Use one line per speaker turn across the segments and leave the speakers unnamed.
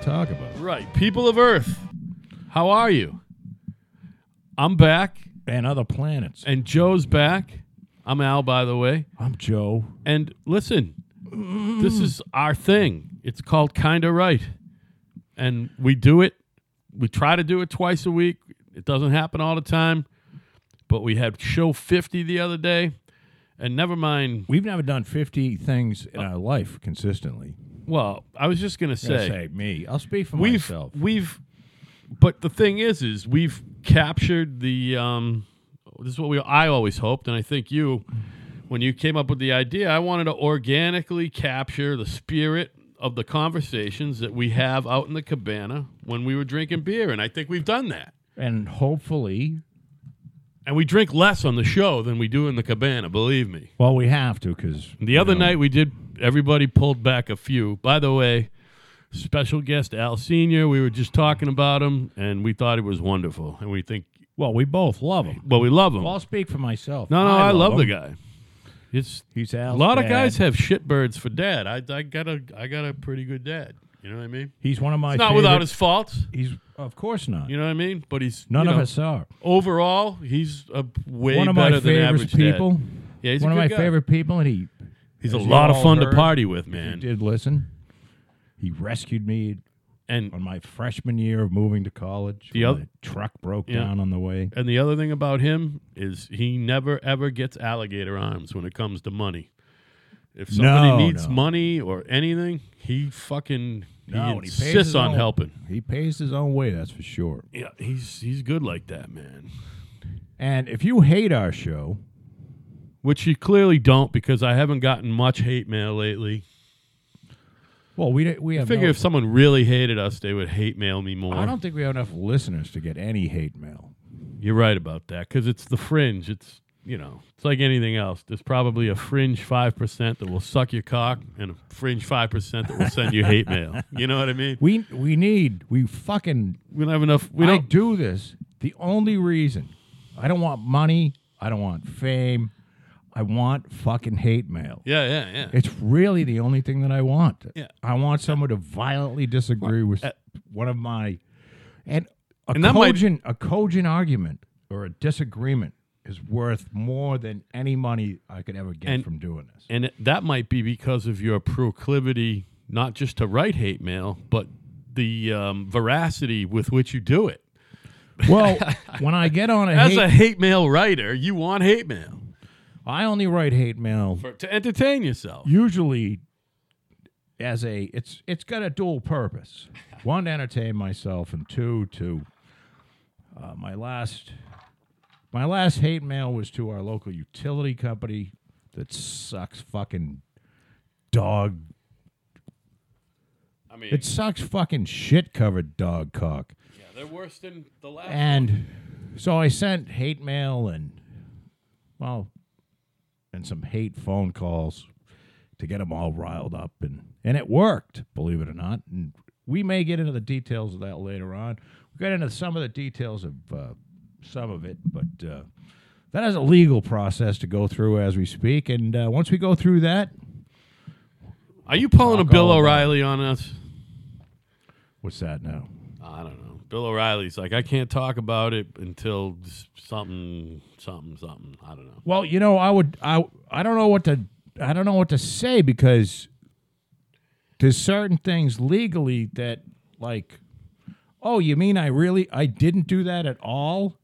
talk about.
Right. People of Earth, how are you? I'm back,
And other planets.
and Joe's back. I'm Al, by the way.
I'm Joe.
And listen, this is our thing. It's called Kinda Right. And we do it. We try to do it twice a week. It doesn't happen all the time. But we had show 50 the other day. And never mind.
We've never done 50 things in our life consistently.
Well, I was just going to
Gotta
say,
say me. I'll speak for
we've,
myself.
we've, but the thing is, is we've captured the, um, this is what we, I always hoped. And I think you, when you came up with the idea, I wanted to organically capture the spirit of the conversations that we have out in the cabana when we were drinking beer. And I think we've done that.
And hopefully,
And we drink less on the show than we do in the cabana, believe me.
well, we have to because
The other night we did, everybody pulled back a few. By the way, special guest Al Sr., we were just talking about him and we thought he was wonderful. And we think,
well, we both love him.
well, we love him.
Well,
No,
I'll speak for myself.
no, I, love, the
him.
guy. It's
He's
a
Al's
lot of
dad.
guys have shitbirds for dad. I, I got a I got a pretty good dad. You know what I mean?
He's one of my.
It's not without
favorite-
his faults.
He's of course not.
You know what I mean? But he's
None
you
of
know,
us are.
Overall, he's a way
one of
better
my
than
favorite
average
people.
Dad. Yeah, he's a
one of my
good guy.
favorite people, and he
He's a
as you
lot of
all
fun
heard,
to party with,
he
man.
did listen. He rescued me
And
on my freshman year of moving to college.
The
when
oth-
my truck broke
Yeah.
down on the way.
And the other thing about him is he never ever gets alligator arms when it comes to money. If somebody
No,
needs
no.
money or anything, he fucking
No,
he
and he pays
insists
his
on
own-
helping.
He pays his own way, that's for sure.
Yeah, he's he's good like that, man.
And if you hate our show,
Which you clearly don't because I haven't gotten much hate mail lately.
well, we di- we
I
have.
figure
no,
if someone really hated us, they would hate mail me more.
I don't think we have enough listeners to get any hate mail.
You're right about that because it's the fringe. It's you know, it's like anything else. There's probably a fringe five percent that will suck your cock, and a fringe five percent that will send you hate mail. You know what I mean?
We we need we fucking
We don't have enough. We
I
don't.
do this. The only reason I don't want money, I don't want fame, I want fucking hate mail.
Yeah, yeah, yeah.
It's really the only thing that I want.
Yeah.
I want someone to violently disagree with
uh,
one of my and a
And that might-
cogent a cogent argument or a disagreement is worth more than any money I could ever get
And-
from doing this.
And it- that might be because of your proclivity, not just to write hate mail, but the um, veracity with which you do it.
Well, when I get on a
As
hate,
a hate mail writer, you want hate mail
I only write hate mail
for, to entertain yourself.
usually as a it's it's got a dual purpose one to entertain myself and two to uh, my last my last hate mail was to our local utility company that sucks fucking dog
I mean,
it sucks fucking shit covered dog cock
yeah, they're worse than the last.
and so I sent hate mail and well, and some hate phone calls to get them all riled up, and and it worked, believe it or not. And we may get into the details of that later on. We got into some of the details of uh, some of it, but uh, that is a legal process to go through as we speak. And uh, once we go through that,
Are you pulling a
Talk
Bill
all about
O'Reilly on us?
what's that now?
I don't know. Bill O'Reilly's like, I can't talk about it until s- something, something, something. I don't know.
Well, you know, I would I I don't know what to I don't know what to say because there's certain things legally that like oh, you mean I really I didn't do that at all?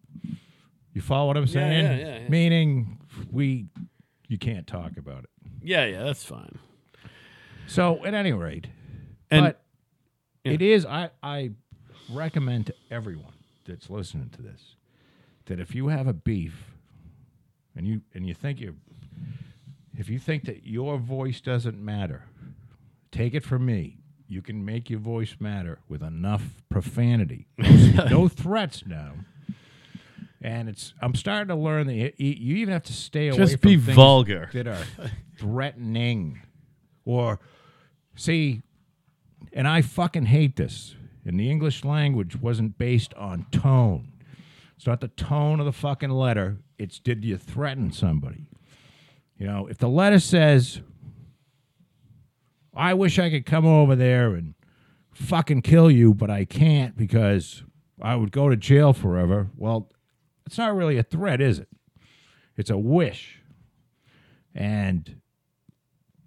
You follow what I'm saying?
yeah, yeah, yeah.
Meaning we you can't talk about it.
Yeah, yeah, that's fine.
So, at any rate,
And
but it is I I recommend to everyone that's listening to this that if you have a beef and you and you think you if you think that your voice doesn't matter, take it from me. You can make your voice matter with enough profanity. No, no threats now. And it's I'm starting to learn that you, you even have to stay away
Just
from
be
things
vulgar.
that are threatening or see and I fucking hate this. And the English language wasn't based on tone. It's not the tone of the fucking letter. It's did you threaten somebody? You know, if the letter says, I wish I could come over there and fucking kill you, but I can't because I would go to jail forever. Well, it's not really a threat, is it? It's a wish. And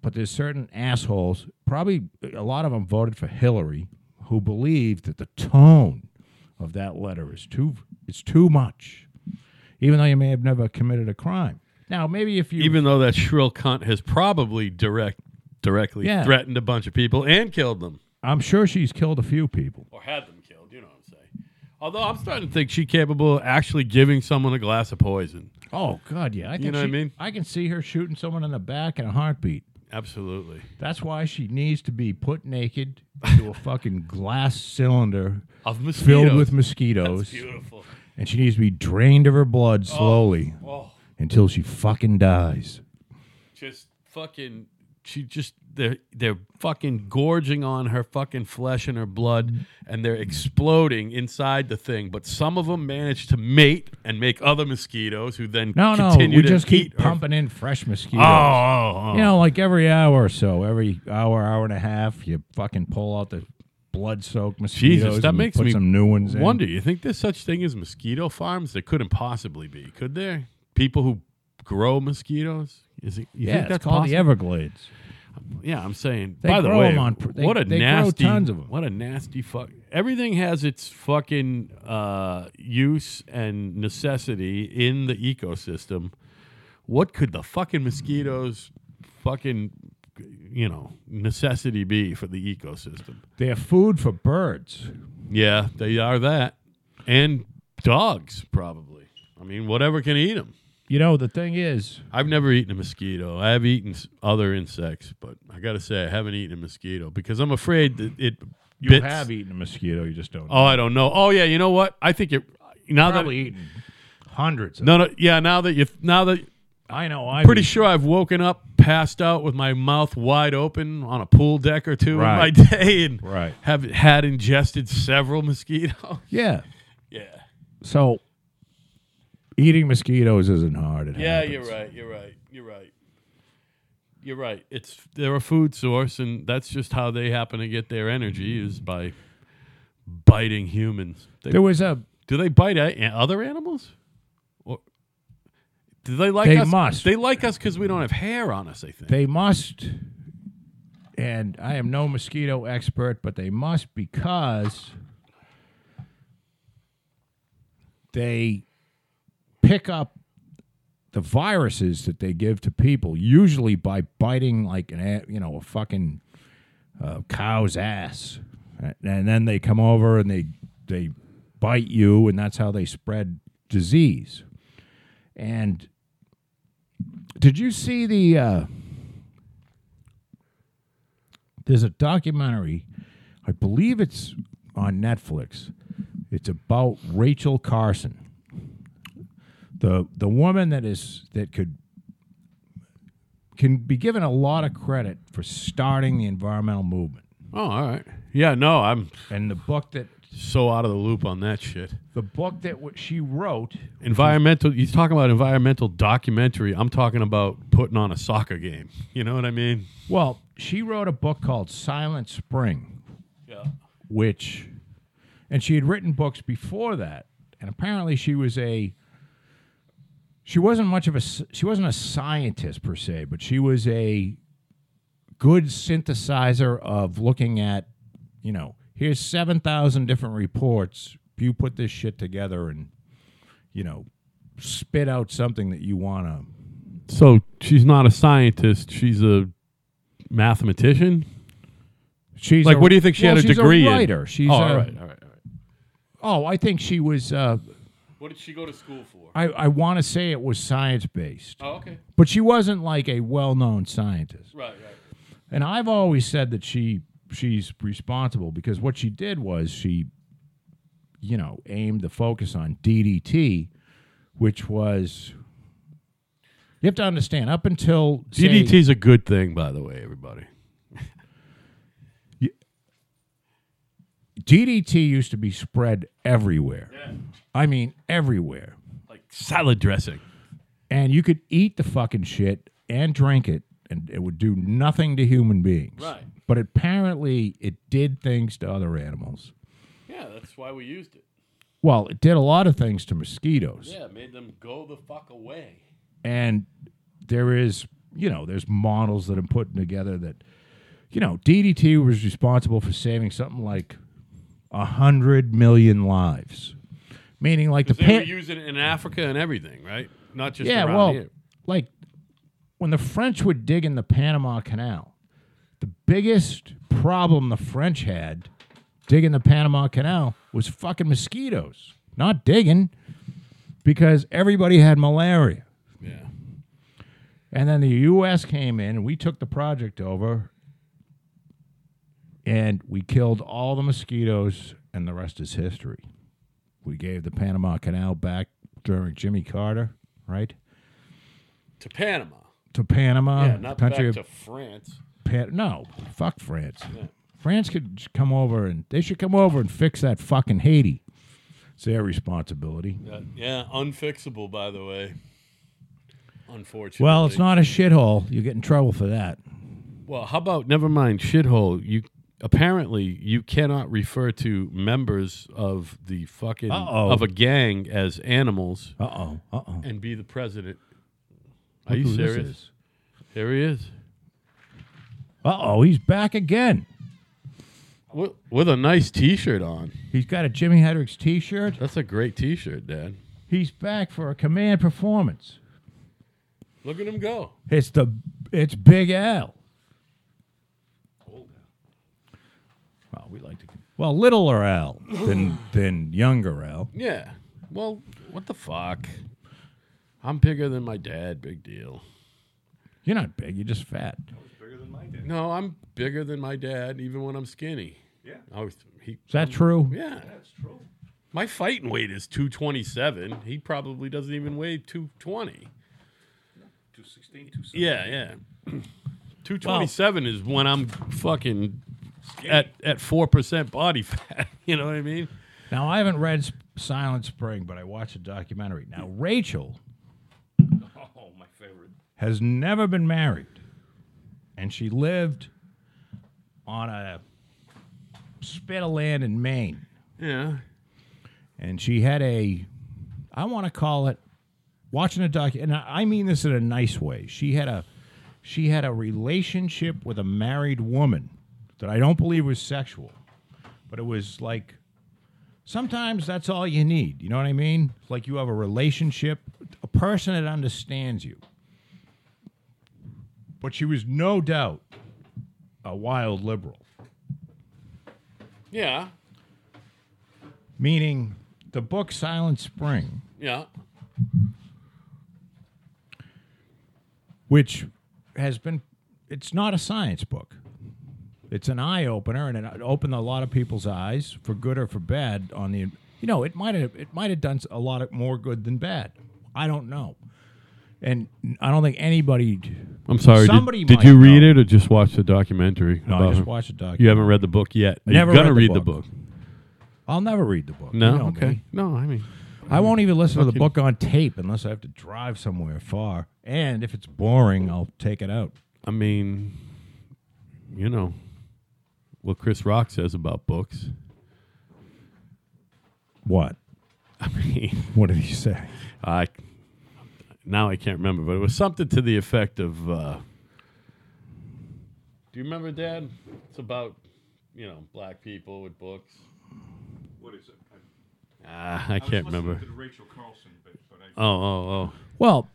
but there's certain assholes, probably a lot of them voted for Hillary, who believe that the tone of that letter is too it's too much. Even though you may have never committed a crime. Now, maybe if you
Even though that shrill cunt has probably direct directly
Yeah.
threatened a bunch of people and killed them
I'm sure she's killed a few people.
or had them killed, you know what I'm saying? Although I'm starting to think she's capable of actually giving someone a glass of poison.
Oh God, yeah. I think
know what I
she-
mean?
I can see her shooting someone in the back in a heartbeat.
Absolutely.
That's why she needs to be put naked into a fucking glass cylinder
Of mosquitoes.
filled with mosquitoes,
beautiful.
and she needs to be drained of her blood slowly
Oh,
until she fucking dies.
just fucking she just they're they're fucking gorging on her fucking flesh and her blood and they're exploding inside the thing but some of them manage to mate and make other mosquitoes who then
No, no,
continue
we
to
just keep
eat her-
pumping in fresh mosquitoes.
oh, oh, oh.
You know, like every hour or so, every hour, hour and a half, you fucking pull out the blood-soaked mosquitoes.
Jesus, that
and
makes
put
me
some new ones. in.
wonder. You think there's such thing as mosquito farms? There couldn't possibly be, could there? People who grow mosquitoes? Is it? You
Yeah,
think
it's
that's
called
possible?
the Everglades.
Yeah, I'm saying.
They
by the
grow
way,
'em on pr- they-
what a
they grow
nasty,
tons of 'em.
what a nasty fuck. Everything has its fucking uh, use and necessity in the ecosystem. What could the fucking mosquitoes, fucking, you know, necessity be for the ecosystem?
They're food for birds.
Yeah, they are that, and dogs probably. I mean, whatever can eat them.
You know, the thing is,
I've never eaten a mosquito. I have eaten s- other insects, but I got to say I haven't eaten a mosquito because I'm afraid that it
you
bits.
have eaten a mosquito, you just don't.
Oh, I don't know. Oh yeah, you know what? I think it now
probably eaten hundreds.
that
Of
no no yeah now that you now that
I know. I
pretty sure I've woken up passed out with my mouth wide open on a pool deck or two in my
Right.
day and
Right.
have had ingested several mosquitoes.
Yeah.
yeah.
So eating mosquitoes isn't hard. It
Yeah,
happens.
you're right. You're right. You're right. You're right. It's they're a food source, and that's just how they happen to get their energy is by biting humans. They,
There was a.
do they bite a- a- other animals? Or do they like
They
us?
must.
They like us because we don't have hair on us. I think.
They must, and I am no mosquito expert, but they must because they pick up the viruses that they give to people, usually by biting like an a- you know a fucking uh, cow's ass, and, and then they come over and they they bite you, and that's how they spread disease. And did you see the? Uh, there's a documentary, I believe it's on Netflix. It's about Rachel Carson, the the woman that is that could can be given a lot of credit for starting the environmental movement.
oh, all right. Yeah. No, I'm
And the book that
so out of the loop on that shit.
the book that w- she wrote,
Environmental. You're talking about environmental documentary. I'm talking about putting on a soccer game. You know what I mean?
well, she wrote a book called Silent Spring,
Yeah.
which and she had written books before that and apparently she was a she wasn't much of a s- she wasn't a scientist per se but she was a good synthesizer of looking at you know here's 7000 different reports you put this shit together and you know spit out something that you want to
So she's not a scientist. She's a mathematician.
she's
Like,
a-
what do you think she
well,
had a
she's
degree
a
in?
writer she's
oh,
a-
all right, all right, all right.
oh i think she was uh,
What did she go to school for?
i i want to say it was science based
Oh, okay.
but she wasn't like a well-known scientist
Right, right.
and i've always said that she she's responsible because what she did was she you know aimed the focus on ddt which was you have to understand up until say-
DDT's a good thing, by the way, everybody.
ddt used to be spread everywhere i mean everywhere
Like salad dressing.
and you could eat the fucking shit and drink it and it would do nothing to human beings.
Right.
But apparently, it did things to other animals.
Yeah, that's why we used it.
Well, it did a lot of things to mosquitoes.
Yeah, it made them go the fuck away.
and there is you know there's models that are putting together that you know ddt was responsible for saving something like a hundred million lives meaning like the
They were
pan-
using it in Africa and everything, right? Not just
yeah
around
well
here.
like when the french were digging the panama canal the biggest problem the french had digging the panama canal was fucking mosquitoes not digging because everybody had malaria
Yeah.
And then the U.S. came in and we took the project over and we killed all the mosquitoes, and the rest is history. We gave the Panama Canal back during Jimmy Carter, right?
To Panama.
To Panama,
yeah, not back
country
to
of
France.
Pan- no, fuck France. France could j- come over and they should come over and fix that fucking Haiti. It's their responsibility.
Yeah, yeah, unfixable, by the way. Unfortunately.
Well, it's not a shithole. You get in trouble for that.
Well, how about never mind shithole? You apparently you cannot refer to members of the fucking
Uh-oh.
of a gang as animals
Uh oh. Uh oh.
and be the president. Are you serious? There he is.
Uh oh. He's back again.
With, with a nice T-shirt on.
He's got a Jimi Hendrix T-shirt.
That's a great T-shirt, Dad.
He's back for a command performance.
Look at him go.
It's the it's Big Al. Well, we like to well littler Al than than younger Al.
Yeah. Well, what the fuck? I'm bigger than my dad. Big deal.
You're not big. You're just fat.
Bigger than my dad.
No, I'm bigger than my dad, even when I'm skinny.
Yeah,
I was, he,
Is that true?
yeah.
that's true.
My fighting weight is 227. He probably doesn't even weigh 220.
216, 217.
Yeah, yeah. 227 is when I'm fucking at at 4% body fat. You know what I mean?
Now I haven't read S- Silent Spring, but I watched a documentary. Now Rachel
Oh, my favorite.
has never been married, and she lived on a spit of land in Maine.
Yeah.
and she had a i want to call it watching a doc and i I mean this in a nice way she had a she had a relationship with a married woman that i don't believe was sexual but it was like sometimes that's all you need you know what i mean like you have a relationship a person that understands you but she was no doubt a wild liberal
Yeah.
meaning the book silent spring
Yeah.
which has been it's not a science book it's an eye opener and it opened a lot of people's eyes for good or for bad on the you know it might have it might have done a lot of more good than bad i don't know and i don't think anybody
I'm sorry.
did- Somebody
did
did might
you
you read
read
know.
it or just watch the documentary?
no, i just watched the doc
You haven't read the book yet. Are
Never
you gonna
read the
read
book.
the book.
i'll never read the book
No.
You know
okay.
me.
No, I mean,
i won't even listen to the book on tape unless i have to drive somewhere far and if it's boring i'll take it out
I mean, you know what Chris Rock says about books.
what
I mean,
what did he say
I now I can't remember, but it was something to the effect of. Uh, do you remember, Dad? It's about you know black people with books.
What is it? I,
Ah, I
I was
can't
listening
remember.
To the Rachel Carlson bit, but I,
Oh, oh, oh.
Well,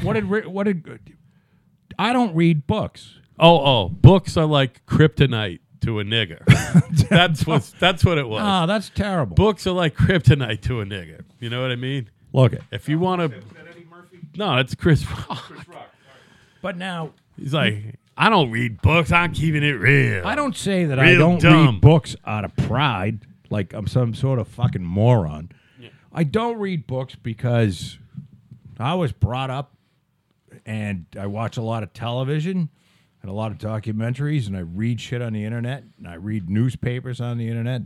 what did Ri- what did I don't read books.
Oh, oh, books are like kryptonite to a nigger. that's what that's what it was.
Ah, that's terrible.
books are like kryptonite to a nigger. You know what I mean?
Look it.
If you want to,
is that Eddie Murphy?
no, it's Chris Rock.
Chris Rock. All right.
But now
He's like, I don't read books. I'm keeping it real.
I don't say that I
Real
don't
dumb.
read books out of pride, like I'm some sort of fucking moron. I don't read books because I was brought up and I watch a lot of television and a lot of documentaries and I read shit on the internet and I read newspapers on the internet.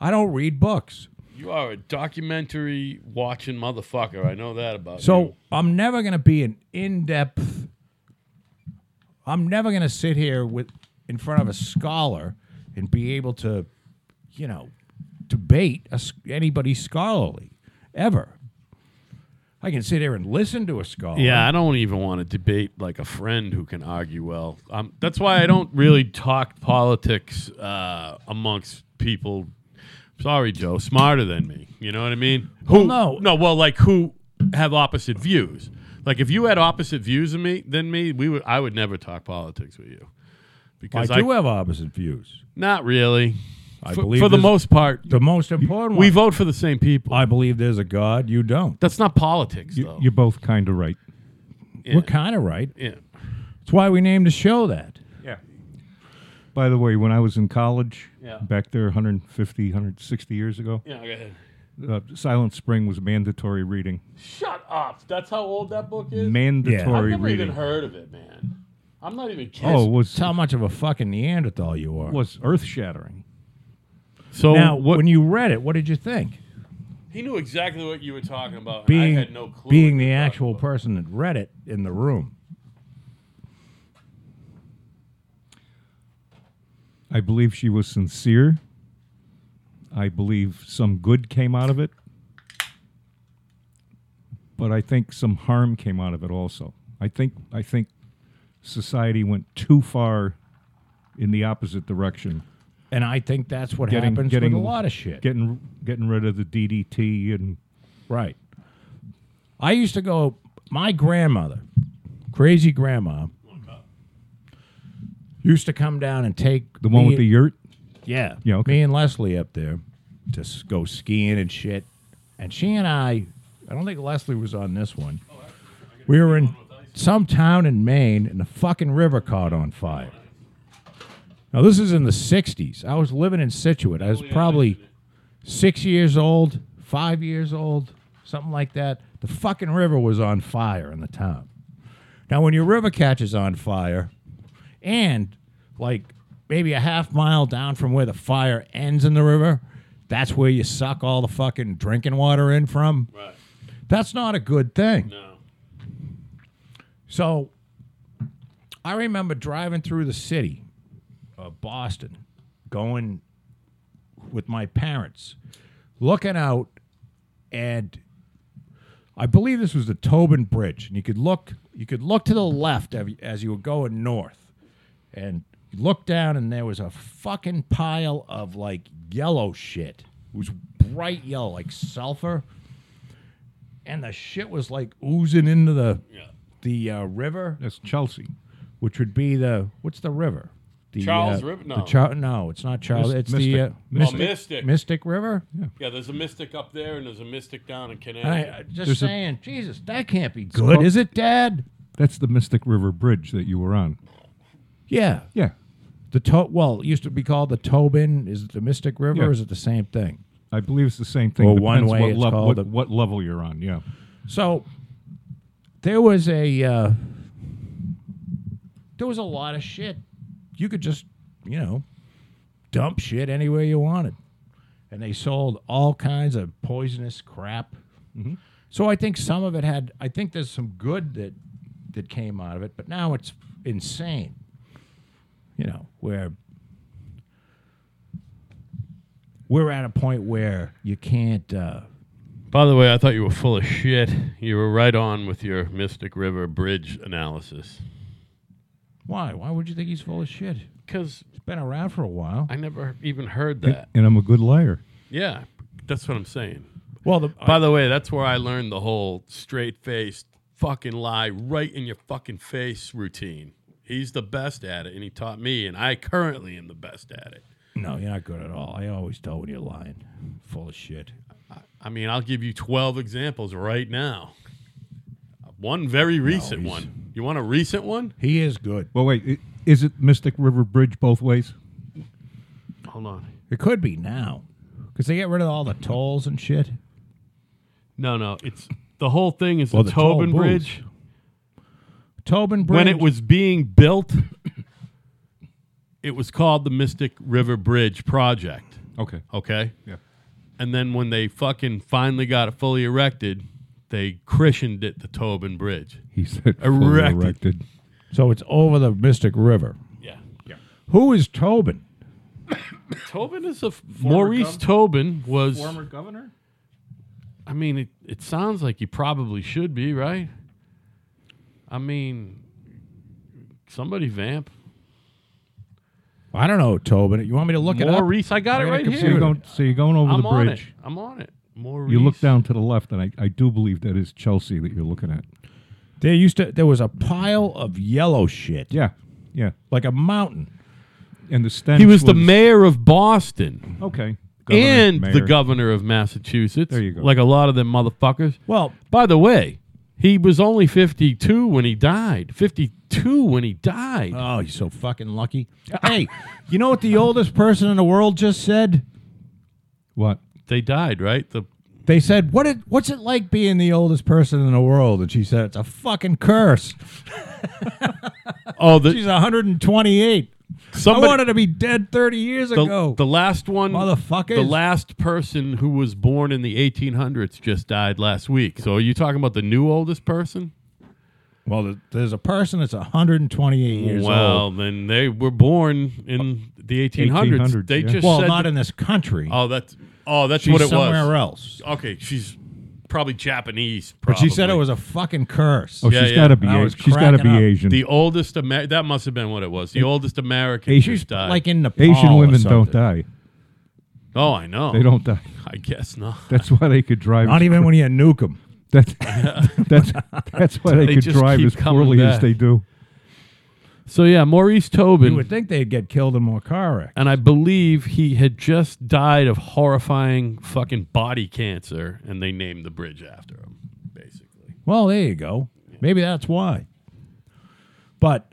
I don't read books.
You are a documentary watching motherfucker. I know that about you.
So I'm never going to be an in depth I'm never going to sit here with in front of a scholar and be able to, you know, debate a s anybody scholarly ever. I can sit here and listen to a scholar.
Yeah, I don't even want to debate like a friend who can argue well. Um, that's why I don't really talk politics uh, amongst people. Sorry, Joe, smarter than me. You know what I mean? Who?
no.
no. Well, like who have opposite views? Like if you had opposite views of me than me, we would. I would never talk politics with you
I
because I,
do have opposite views.
not really.
I
for,
believe
for the
this-
most part,
The most important
we
one.
vote for the same people.
I believe there's a God. You don't.
that's not politics,
You,
though.
you're both kind of right.
We're kind of right.
yeah.
That's why we named the show that.
Yeah.
By the way, when I was in college,
Yeah.
back there 150, 160 years ago,
Yeah. Go ahead.
uh, Silent Spring was mandatory reading.
Shut up. That's how old that book is? I've
Mandatory
never even
reading.
heard of it, man. I'm not even kidding.
Oh, it was
That's how much of a fucking Neanderthal you are.
was earth shattering.
so
now,
what?
when you read it, what did you think?
he knew exactly what you were talking about. and
Being,
I had no clue.
being
what
the
you were talking
actual
about.
person that read it in the room.
I believe she was sincere. I believe some good came out of it. But I think some harm came out of it also. I think I think society went too far in the opposite direction.
And I think that's what
Getting-
happens
getting-
with a lot of shit.
Getting getting rid of the DDT and
right. I used to go, my grandmother, crazy grandma, used to come down and take
the one
me-
with the yurt.
Yeah.
Yeah, okay.
Me and Leslie up there to s- go skiing and shit. And she and I, I don't think Leslie was on this one. We were in some town in Maine and the fucking river caught on fire. Now, this is in the 60s. I was living in Situate. I was probably six years old, five years old, something like that. The fucking river was on fire in the town. Now, when your river catches on fire, and like maybe a half mile down from where the fire ends in the river, that's where you suck all the fucking drinking water in from.
Right.
That's not a good thing.
No.
So I remember driving through the city of Boston, going with my parents, looking out, and I believe this was the Tobin Bridge, and you could look you could look to the left av- as you were going north, and you looked down, and there was a fucking pile of like yellow shit. It was bright yellow, like sulfur, and the shit was like oozing into the
Yeah.
the uh, river,
That's Chelsea.
which would be the what's the river? The, uh,
Charles River?
The
No.
Char- no, it's not Charles.
Mis-
it's the uh,
Mystic.
Mystic,
Mystic.
Mystic River.
Yeah, there's a mystic up there and there's a mystic down in
And I,
Connecticut.
I- just
There's a-
saying, Jesus, that can't be good,
called-
is it, Dad?
That's the Mystic River Bridge that you were on.
Yeah,
Yeah.
the to- well it used to be called the Tobin. Is it the Mystic River?
Yeah.
Or is it the same thing?
I believe it's the same thing.
Well, one
Depends
way
what,
it's
lev-
called
what,
the-
what level you're on. Yeah.
So there was a uh, there was a lot of shit. You could just you know dump shit anywhere you wanted, and they sold all kinds of poisonous crap. So I think some of it had. I think there's some good that that came out of it, but now it's insane. You know where we're at a point where you can't. Uh,
By the way, I thought you were full of shit. You were right on with your Mystic River Bridge analysis.
why? Why would you think he's full of shit?
Because
been around for a while.
I never even heard that.
And I'm a good liar.
Yeah, that's what I'm saying.
Well, the,
By the way, that's where I learned the whole straight faced fucking lie right in your fucking face routine. He's the best at it, and he taught me, and I currently am the best at it.
no, you're not good at all. I always tell when you're lying. Full of shit.
I mean, I'll give you 12 examples right now. One very recent
he's-
one. You want a recent one?
He is good.
Well, wait. i- Is it Mystic River Bridge both ways?
Hold on.
It could be now because they get rid of all the tolls and shit.
No, no. It's the whole thing is
Well,
the
the toll
Tobin
booth.
Bridge.
Tobin Bridge.
When it was being built, it was called the Mystic River Bridge Project.
Okay.
Okay.
Yeah.
And then when they fucking finally got it fully erected, they christened it the Tobin Bridge.
He said
Erected.
erected. erected.
So it's over the Mystic River.
Yeah.
Who is Tobin?
Tobin is a f- Maurice Tobin was.
Former governor?
I mean, it, it sounds like he probably should be right. I mean, somebody vamp
I don't know Tobin. You want me to look it up?
Maurice. I got
I'm
it
gonna
right
compute
So you're
here.
it.
going, so you're going over
I'm
the
on it.
bridge.
I'm on it. Maurice.
You look down to the left, and I, I do believe that is Chelsea that you're looking at.
There used to there was a pile of yellow shit,
Yeah, yeah.
like a mountain.
And the stench
He was the mayor of Boston.
Okay.
and the
mayor.
governor of Massachusetts.
There you go.
Like a lot of them motherfuckers.
Well,
By the way, he was only 52 when he died. 52 when he died.
oh, you're so fucking lucky. hey, you know what the oldest person in the world just said?
What?
they died, right? The
They said, "What it, what's it like being the oldest person in the world?" And she said, "It's a fucking curse."
Oh, the
She's 128. I
somebody
wanted to be dead 30 years
the,
ago.
the last one
Motherfuckers.
The last person who was born in the 1800s just died last week. So are you talking about the new oldest person?
well, th- there's a person that's 128 years
well,
old.
then they were born in the 1800s.
1800s,
they
yeah.
just
Well,
said
not in this country.
Oh, that's Oh, that's
She's
what it was.
somewhere else.
Okay, she's probably Japanese.
But
Probably.
she said it was a fucking curse.
Oh,
Yeah,
she's
yeah.
got to be.
I was
Asian. She's got to be
cracking up.
Asian.
the oldest. Amer- that must have been what it was. The oldest American.
Asian-
just died.
like in Nepal.
Asian
or
women don't
something.
die.
oh, I know.
They don't die.
I guess not.
That's why they could drive.
Not
as-
even when you nuke them.
That's that's that's why they,
They
could
just
drive
keep
as
coming
poorly as
back.
they do.
So yeah, Maurice
You
Tobin,
would think they'd get killed in more car wreck.
and I believe he had just died of horrifying fucking body cancer, and they named the bridge after him, basically.
Well, there you go. Maybe that's why. But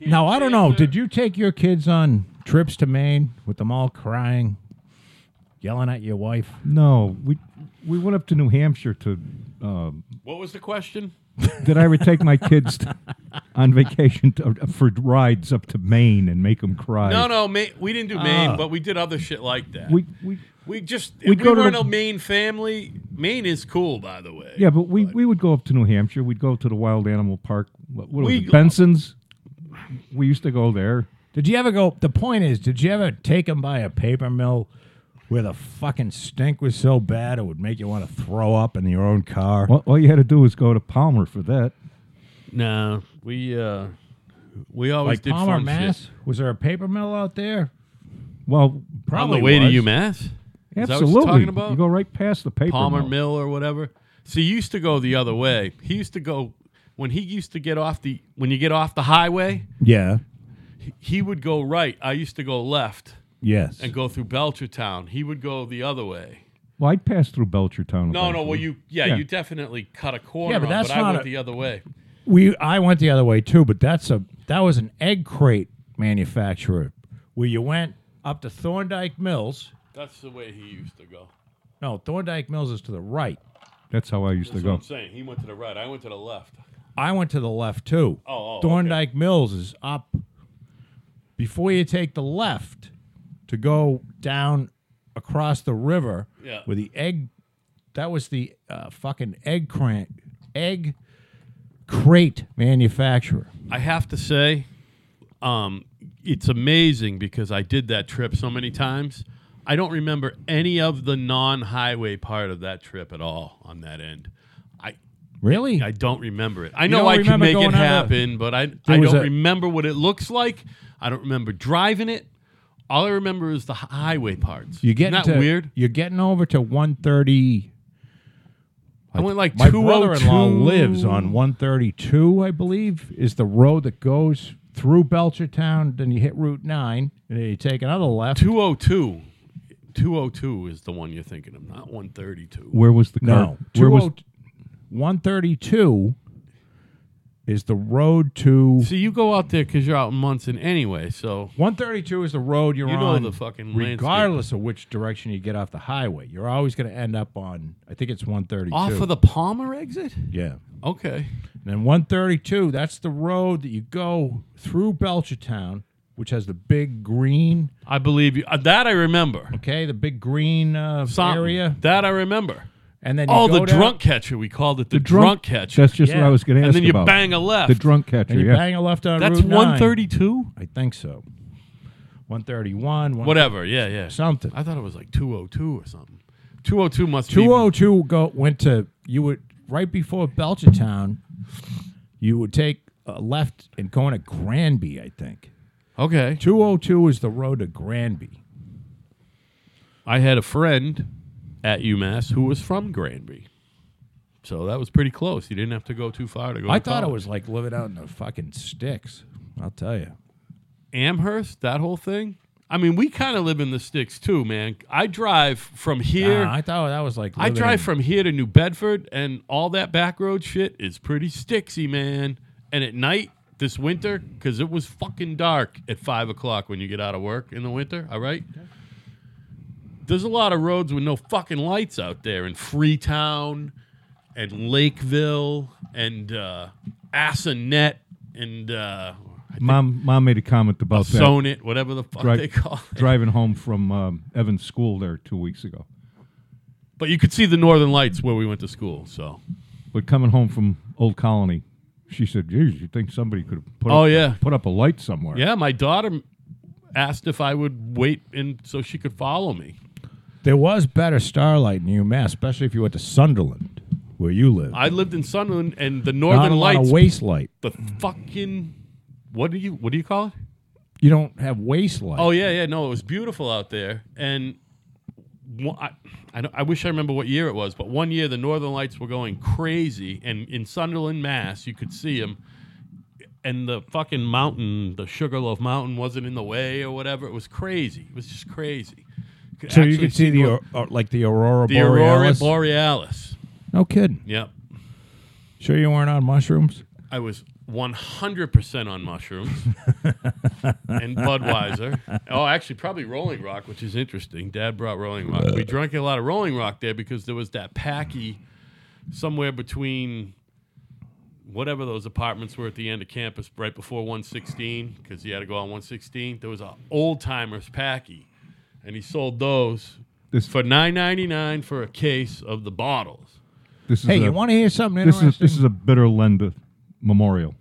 now I don't know. Did you take your kids on trips to Maine with them all crying, yelling at your wife?
No, we we went up to New Hampshire to. Um,
What was the question?
did I ever take my kids to, on vacation to, for rides up to Maine and make them cry?
No, no, Ma- we didn't do Maine,
Ah.
but we did other shit like that.
We we
we just we,
We'd go to
weren't
the-
a Maine family. Maine is cool, by the way.
yeah, but we, we would go up to New Hampshire. We'd go to the wild animal park. What, what
We
was it,
go-
Benson's? We used to go there.
Did you ever go? The point is, did you ever take them by a paper mill where the fucking stink was so bad it would make you want to throw up in your own car?
All, all you had to do was go to Palmer for that.
No, we uh, we always
like
did
Palmer,
fun
Mass?
shit.
Was there a paper mill out there?
Well,
On
Probably
the way
was.
to UMass, Is that what you're
absolutely.
talking about?
You go right past the paper
Palmer
mill.
Mill or whatever. So you used to go the other way. He used to go when he used to get off the when you get off the highway.
Yeah.
He would go right. I used to go left
Yes.
and go through Belchertown. He would go the other way.
Well, I'd pass through Belchertown.
No, no.
eventually.
Well, you yeah,
Yeah.
you definitely cut a corner.
Yeah, but
on,
that's
I
not
went
a-
the other way.
We I went the other way too, but that's a that was an egg crate manufacturer where you went up to Thorndike Mills.
That's the way he used to go.
No, Thorndike Mills is to the right.
That's how I used to
That's what
go.
I'm saying. He went to the right. I went to the left.
I went to the left too.
Oh, oh,
Thorndike Mills is up before you take the left to go down across the river
Yeah.
with the egg. That was the uh, fucking egg crate egg crate manufacturer.
I have to say, um, it's amazing because I did that trip so many times. I don't remember any of the non-highway part of that trip at all on that end. I
Really?
I don't remember it. I
don't
know I can
remember
make
going on
it
a-
happen, but I I
was
don't
a-
remember what it looks like. I don't remember driving it. All I remember is the hi- highway parts.
you getting
Isn't that
to-
weird?
You're getting over to one thirty.
I went like
My
202.
brother-in-law lives on 132, I believe, is the road that goes through Belchertown. Then you hit Route 9, and then you take another left.
202. 202 is the one you're thinking of, not 132.
Where was the car?
no, 20
Where was
132 is the road to...
So you go out there because you're out in Munson anyway. So
132 is the road you're
You know
on,
the fucking landscape.
regardless of which direction you get off the highway. You're always going to end up on, I think it's 132.
off of the Palmer exit?
Yeah.
Okay.
And then 132, that's the road that you go through Belchertown, which has the big green...
I believe you. Uh, that I remember.
Okay, the big green uh,
Something.
area,
That I remember.
And then you
Oh,
go
the
down
drunk catcher. We called it the, drunk, catcher.
That's just what
Yeah.
I was going to
and
ask
then you
about.
bang a left.
the drunk catcher.
and you
yeah,
bang a left on
That's
Route 9.
one thirty-two.
I think so. 131, one,
Whatever. Yeah, yeah.
something.
I thought it was like two oh two or something. Two oh two must be
202 go went to you would right before Belchertown. You would take a left and go into Granby, I think.
Okay.
202 is the road to Granby.
I had a friend at UMass who was from Granby. So that was pretty close. You didn't have to go too far to go.
I
to
thought it
college.
was like living out in the fucking sticks. I'll tell you.
Amherst, that whole thing. I mean, we kind of live in the sticks too, man. I drive from here.
Nah, Uh, I thought that was like
I
living
drive
in-
from here to New Bedford, and all that back road shit is pretty sticksy, man. And at night this winter, because it was fucking dark at five o'clock when you get out of work in the winter. All right. There's a lot of roads with no fucking lights out there in Freetown and Lakeville and uh, Assinet and uh,
mom, mom made a comment about that.
Sonnet, whatever the fuck
Dri-
they call it.
driving home from um, Evan's school there two weeks ago,
But you could see the northern lights where we went to school. So,
but coming home from Old Colony, she said, "Geez, you think somebody could have put
Oh,
up,
yeah.
put up a light somewhere?"
yeah, my daughter asked if I would wait and so she could follow me.
There was better starlight in UMass, especially if you went to Sunderland, where you live.
I lived in Sunderland, and the
Not
northern
a lot
lights,
of waste light.
the fucking what do you what do you call it?
You don't have waste light.
Oh yeah, yeah. No, it was beautiful out there, and one- I, I, don't- I wish I remember what year it was, but one year the Northern Lights were going crazy, and in Sunderland, Mass, you could see them, and the fucking mountain, the Sugarloaf Mountain, wasn't in the way or whatever. It was crazy. It was just crazy. could
so you
actually
could see the
Nor-
or, or, like the aurora
the Aurora
borealis.
Borealis.
no kidding.
Yep,
Sure you weren't on mushrooms?
I was. 100% on mushrooms and Budweiser. Oh, actually, probably Rolling Rock, which is interesting. Dad brought Rolling Rock. We drank a lot of Rolling Rock there because there was that packy somewhere between whatever those apartments were at the end of campus right before 116 because you had to go on 116. There was a old timers packy, and he sold those
This-
for 9.99 for a case of the bottles.
This is
Hey,
a,
you want to hear something
this
interesting?
is this is a bitter Linda memorial.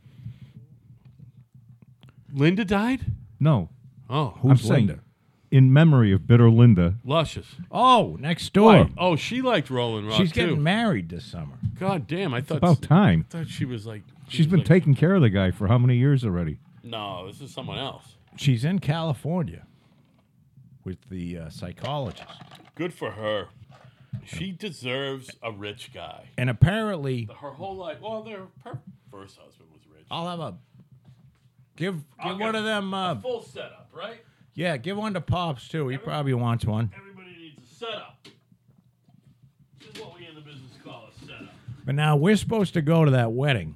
Linda died.
No,
Oh,
I'm
Who's
saying
Linda?
in memory of bitter Linda.
luscious.
Oh, next door.
Right. Oh, she liked Rolling Rock
She's
too.
getting married this summer.
God damn, I thought
About time.
I thought she was like she
She's
was
been
like,
taking care of the guy for how many years already?
No, this is someone else.
She's in California with the uh, psychologist.
Good for her. She deserves a rich guy.
And apparently,
Her whole life. Well, their her first husband was rich.
Uh,
I'll have a give
I'll
give
get
one of them. Uh,
Full setup, right?
yeah, give one to Pops too. He probably wants one.
Everybody needs a setup. This is what we in the business call a setup.
But now we're supposed to go to that wedding.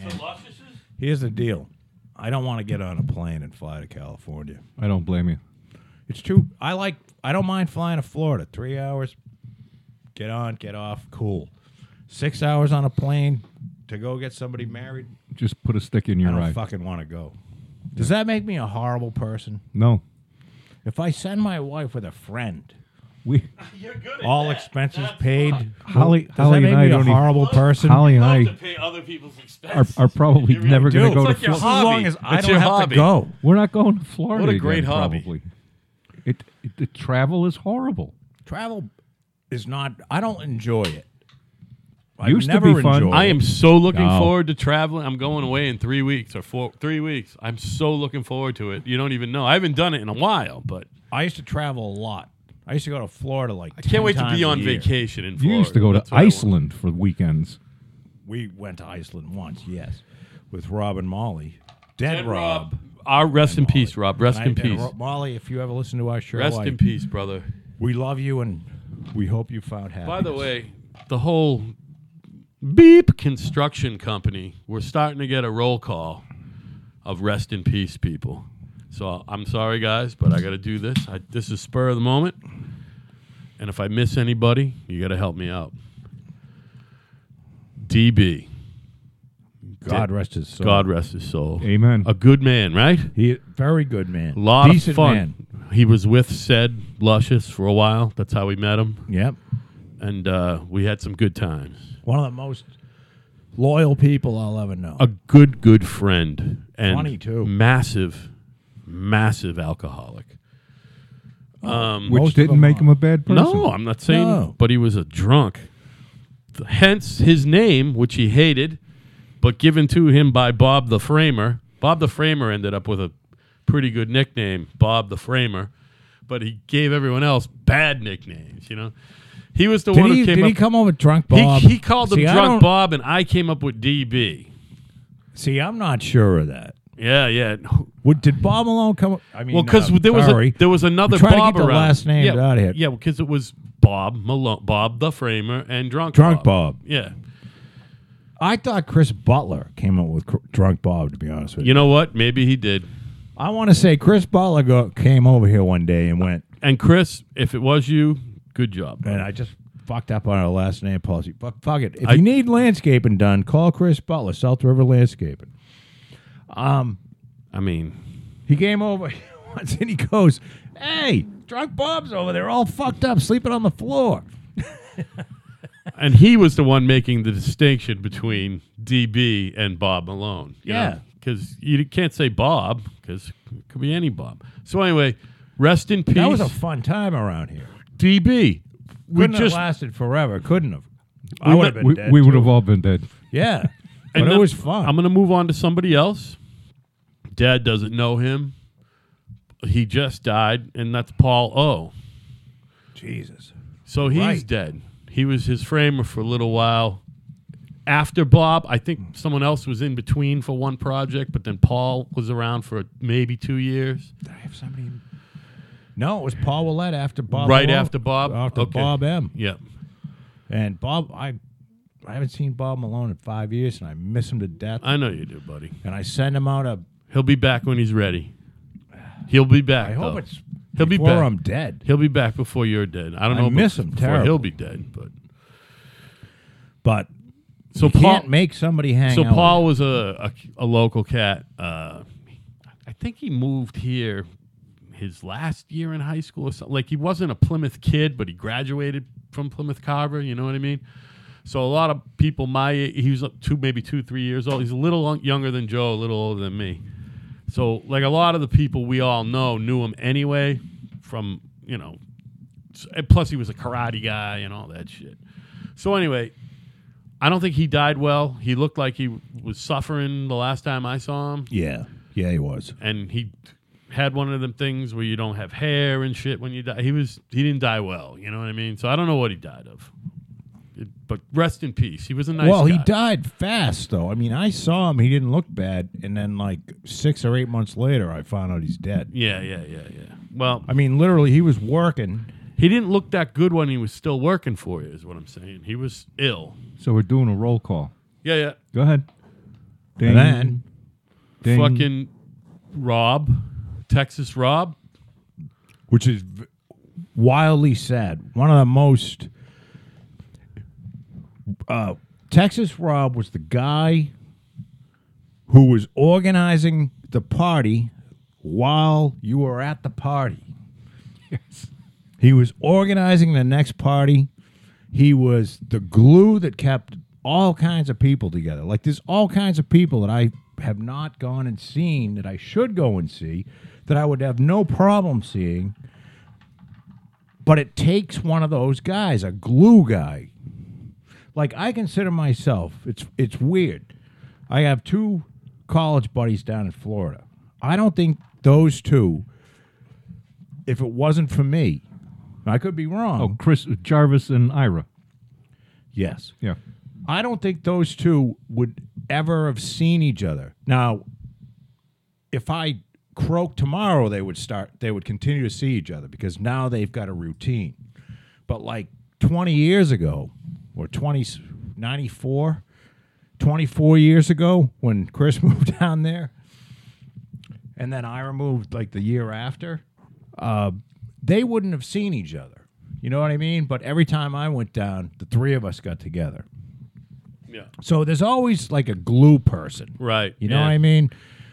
So Luscious's.
Here's the deal. I don't want to get on a plane and fly to California.
I don't blame you.
It's too. I like. I don't mind flying to Florida. Three hours. Get on. Get off. Cool. Six hours on a plane to go get somebody married.
Just put a stick in
I
your
don't
eye.
fucking want to go. Does that make me a horrible person?
No,
If I send my wife with a friend,
we
You're good at
all
that.
expenses
That's
paid.
fine.
Holly
Does
Holly
that
and
make
I
me a
don't even.
horrible person?
Holly and
Love
I
to pay other people's
are,
expenses.
are probably
You really
never
do.
going
Dude,
to go to
like your
Florida.
as long as I
It's
don't
your
have
hobby.
to go.
We're not going to Florida.
What a
again,
great hobby.
Probably. It, it the travel is horrible.
Travel is not. I don't enjoy it. I
Used to
never
be fun.
enjoyed
I
it.
am so looking
No.
forward to traveling. I'm going away in three weeks or four, three weeks. I'm so looking forward to it. You don't even know. I haven't done it in a while, but
I used to travel a lot. I used to go to Florida like.
I can't wait to be on vacation in Florida.
You used to go to
That's what I want.
Iceland for weekends.
We went to Iceland once, yes, with Rob and Molly. Dead,
Dead
Rob.
Rob. Our rest in peace, Rob. Rest
And I-
in
and
peace.
Ro- Molly, if you ever listen to our show,
Rest
I-
in peace, brother.
we love you and we hope you found happiness.
By the way, the whole beep construction company, we're starting to get a roll call of rest in peace people. So I'm sorry, guys, but I got to do this. I, this is spur of the moment. And if I miss anybody, you got to help me out. DB,
God rest his soul.
God rest his soul.
Amen.
A good man, right?
He very good man.
A lot
Decent
of fun.
Man.
He was with said Luscious for a while. That's how we met him.
Yep.
and uh, we had some good times.
One of the most loyal people I'll ever know.
A good, good friend and
Funny, too.
massive, massive alcoholic. Um,
which
Most of
didn't
them
make
are.
him a bad person.
No, I'm not saying.
No.
But he was a drunk. Th- Hence his name, which he hated, but given to him by Bob the Framer. Bob the Framer ended up with a pretty good nickname, Bob the Framer. But he gave everyone else bad nicknames. You know, he was the
did
one
he,
who came
did
up.
he come over drunk, Bob?
He, he called him
See, I
drunk
don't-
Bob, and I came up with DB.
See, I'm not sure of that.
Yeah, yeah.
Would, did Bob Malone come? I mean,
Well, because
uh,
there was
sorry.
a, there was another
trying to
Bob
get the
around.
last names
yeah,
out of here.
Yeah, because it was Bob Malone, Bob the Framer, and drunk
Drunk Bob.
Yeah.
I thought Chris Butler came up with cr- drunk Bob. To be honest with you,
You know what? Maybe he did.
I want to say Chris Butler go, came over here one day and went,
And Chris, if it was you, good job.
and I just fucked up on our last name policy. But fuck it. If
I-
you need landscaping done, call Chris Butler, South River Landscaping.
I mean,
He came over once and he goes, Hey, drunk Bob's over there, all fucked up, sleeping on the floor.
and he was the one making the distinction between DB and Bob Malone.
Yeah.
Because you can't say Bob, because it could be any Bob. So, anyway, rest in peace.
That was a fun time around here.
DB. We
Couldn't have
just
lasted forever. Couldn't have.
We
I would have
met-
been
We,
dead.
we
too.
would have all been dead.
Yeah.
And
but it
then-
was fun.
I'm going to move on to somebody else. Dad doesn't know him. He just died, and that's Paul O.
Jesus.
So he's
Right.
dead. He was his framer for a little while. After Bob, I think someone else was in between for one project, but then Paul was around for maybe two years.
Did I have somebody? No, it was Paul Willette after Bob.
Right
Malone-
after Bob?
After
Okay.
Bob M.
Yep.
And Bob, I, I haven't seen Bob Malone in five years, and I miss him to death.
I know you do, buddy.
and I send him out a.
He'll be back when he's ready. He'll be back.
I hope
though.
it's
He'll Oh. be
before
back.
I'm dead.
He'll be back before you're dead. I don't
I
know.
miss him
before He'll
terribly.
be dead, but
But
so
you
Paul.
can't make somebody hang
so
out.
Paul was a, a, a local cat. Uh, I think he moved here his last year in high school or something. Like he wasn't a Plymouth kid, but he graduated from Plymouth Carver. You know what I mean? So a lot of people my he was like two maybe two three years old. He's a little un- younger than Joe, a little older than me. So like a lot of the people we all know knew him anyway from you know. s- and Plus he was a karate guy and all that shit. So anyway, I don't think he died well. He looked like he was suffering the last time I saw him,
Yeah, yeah, he was.
and he had one of them things where you don't have hair and shit when you die. He was he didn't die well, you know what I mean? So I don't know what he died of. It- but rest in peace. He was a nice.
well, he
guy.
died fast though. I mean, I saw him; he didn't look bad. And then, like six or eight months later, I found out he's dead.
Yeah, yeah, yeah, yeah. Well,
I mean, literally, he was working.
he didn't look that good when he was still working for you. Is what I'm saying. He was ill.
So we're doing a roll call.
Yeah, yeah.
Go ahead. Ding,
And then
ding.
Fucking Rob, Texas Rob.
which is v- wildly sad. One of the most. Uh, Texas Rob was the guy who was organizing the party while you were at the party. He was organizing the next party. He was the glue that kept all kinds of people together. Like there's all kinds of people that I have not gone and seen that I should go and see that I would have no problem seeing. But it takes one of those guys, a glue guy. Like I consider myself, it's it's weird. I have two college buddies down in Florida. I don't think those two if it wasn't for me, I could be wrong.
Oh, Chris Jarvis and Ira.
Yes.
Yeah.
I don't think those two would ever have seen each other. Now, if I croak tomorrow, they would start, they would continue to see each other because now they've got a routine. But like 20 years ago, or 20, 94, 24 years ago, when Chris moved down there, and then Ira moved like the year after, uh, they wouldn't have seen each other. You know what I mean? But every time I went down, the three of us got together.
Yeah.
So there's always like a glue person.
Right.
You know
yeah.
what I mean?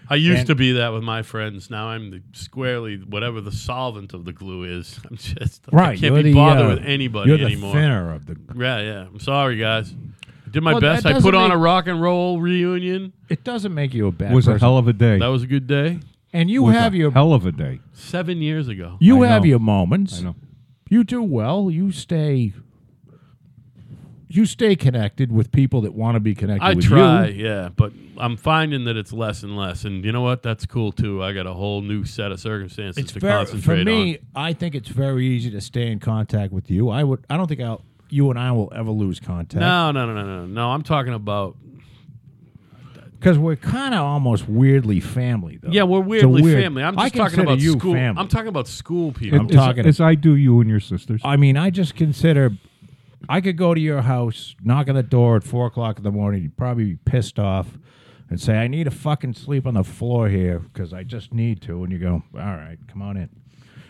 I used to be that with my friends. Now I'm the squarely whatever the solvent of the glue is. I'm just I
Right,
can't
you're
be
the,
bothered
uh,
with anybody
You're the
anymore.
thinner of the.
Yeah, yeah. I'm sorry, guys. I did my
Well, that
best. I put
doesn't
on a
make-
rock and roll reunion.
It doesn't make you a bad
was a
person.
hell of a day.
That was a good day.
and you
was
have
a
your
hell of a day.
Seven years ago.
you
I
have
know.
your moments.
I know.
You do well. You stay. You stay connected with people that want to be connected.
I
with
try,
You.
yeah, but I'm finding that it's less and less. And you know what? That's cool too. I got a whole new set of circumstances
It's
to
very, for
concentrate
me. I think it's very easy to stay in contact with you. I would. I don't think I'll. You and I will ever lose contact
on. No, no, no, no, no. No, I'm talking about
because we're kind of almost weirdly family, though.
Yeah, we're
It's a
weirdly
weird-
family. I'm
I
just talking
consider
about
you
school.
family.
I'm talking about school people.
I'm
It's-
talking-
As I do you and your sisters.
I mean, I just consider I could go to your house, knock on the door at four o'clock in the morning. You'd probably be pissed off and say, "I need to fucking sleep on the floor here because I just need to." And you go, "All right, come on in."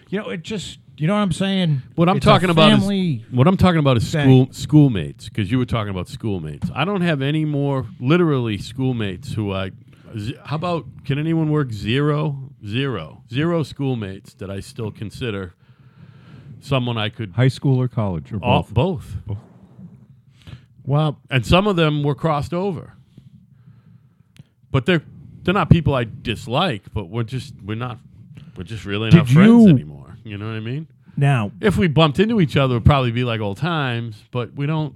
You know, it just you know what I'm saying.
what I'm
It's a
talking about
family-
is what I'm talking about is
thing.
school schoolmates because you were talking about schoolmates. I don't have any more literally schoolmates who I. z- How about can anyone work zero, zero, zero schoolmates that I still consider someone I could
High school or college or
Oh,
all,
both.
both.
well,
and some of them were crossed over. But they're they're not people I dislike, but we're just we're not we're just really not
Did
friends
you-
anymore. You know what I mean?
now
If we bumped into each other, it'd probably be like old times, but we don't.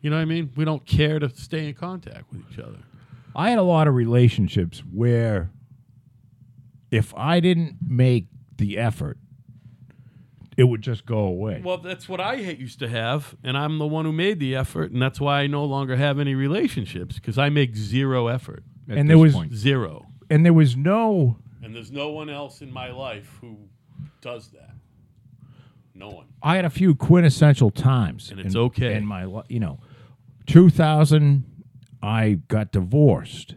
You know what I mean? We don't care to stay in contact with each other.
I had a lot of relationships where if I didn't make the effort, it would just go away.
Well, that's what I ha- used to have, and I'm the one who made the effort, and that's why I no longer have any relationships because I make zero effort,
at
and there
this
was-
point.
zero,
and there was no
and there's no one else in my life who does that. No one.
I had a few quintessential times,
And it's okay.
In my, li- you know, two thousand, I got divorced,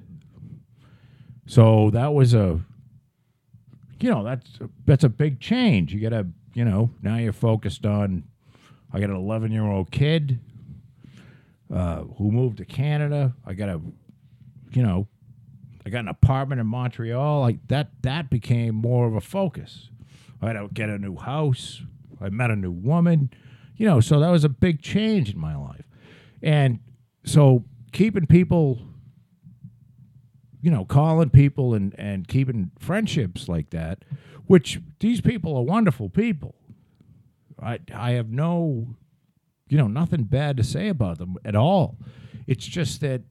so that was a, you know, that's a, that's a big change. You gotta, you know, now you're focused on. I got an eleven year old kid uh, who moved to Canada. I got a, you know, I got an apartment in Montreal. Like that, that became more of a focus. I had to get a new house. I met a new woman. You know, so that was a big change in my life. And so keeping people, you know, calling people and, and keeping friendships like that, which these people are wonderful people. I, I have no, you know, nothing bad to say about them at all. It's just that,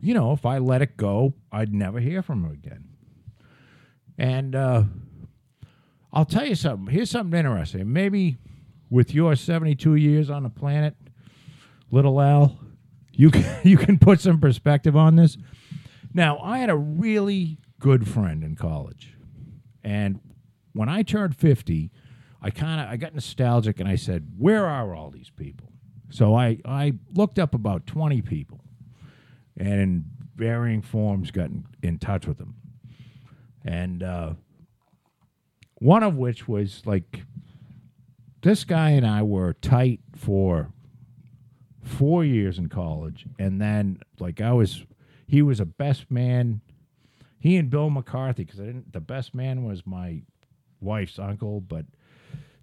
you know, if I let it go, I'd never hear from them again. And uh, I'll tell you something. Here's something interesting. Maybe with your 72 years on the planet, little Al, you can, you can put some perspective on this. Now, I had a really good friend in college. And when I turned 50, I kind of I got nostalgic and I said, "Where are all these people?" So I I looked up about 20 people and in varying forms got in, in touch with them. And uh, one of which was like this guy and I were tight for 4 years in college and then like I was he was a best man he and Bill McCarthy cuz I didn't the best man was my wife's uncle but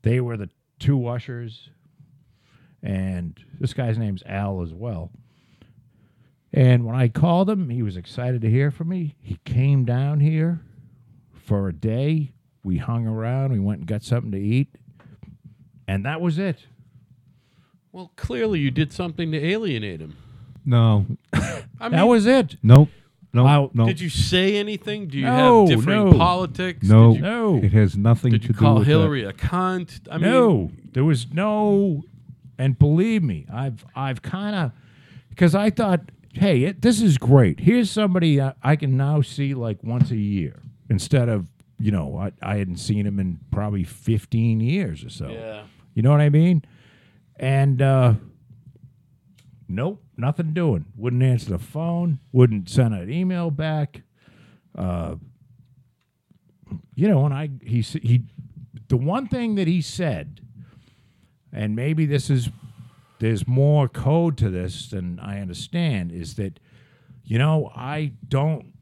they were the two ushers and this guy's name's Al as well. And when I called him, he was excited to hear from me. He came down here for a day. We hung around, we went and got something to eat, and that was it.
Well, clearly you did something to alienate him.
No.
I
that was it.
Nope. No.
Wow.
no.
Did you say anything? Do you
No,
have differing
no.
politics?
no.
Did you,
No.
It has nothing
did
to
you
do
call
with that.
Hillary a cunt? I mean,
no, there was no, and believe me, I've I've kind of because I thought, hey, it, this is great. Here's somebody I, I can now see like once a year instead of you know I, I hadn't seen him in probably 15 years or so.
Yeah.
You know what I mean? And uh, nope, nothing doing. Wouldn't answer the phone. Wouldn't send an email back. Uh, you know, and I he s- he, the one thing that he said, and maybe this is there's more code to this than I understand is that, you know, I don't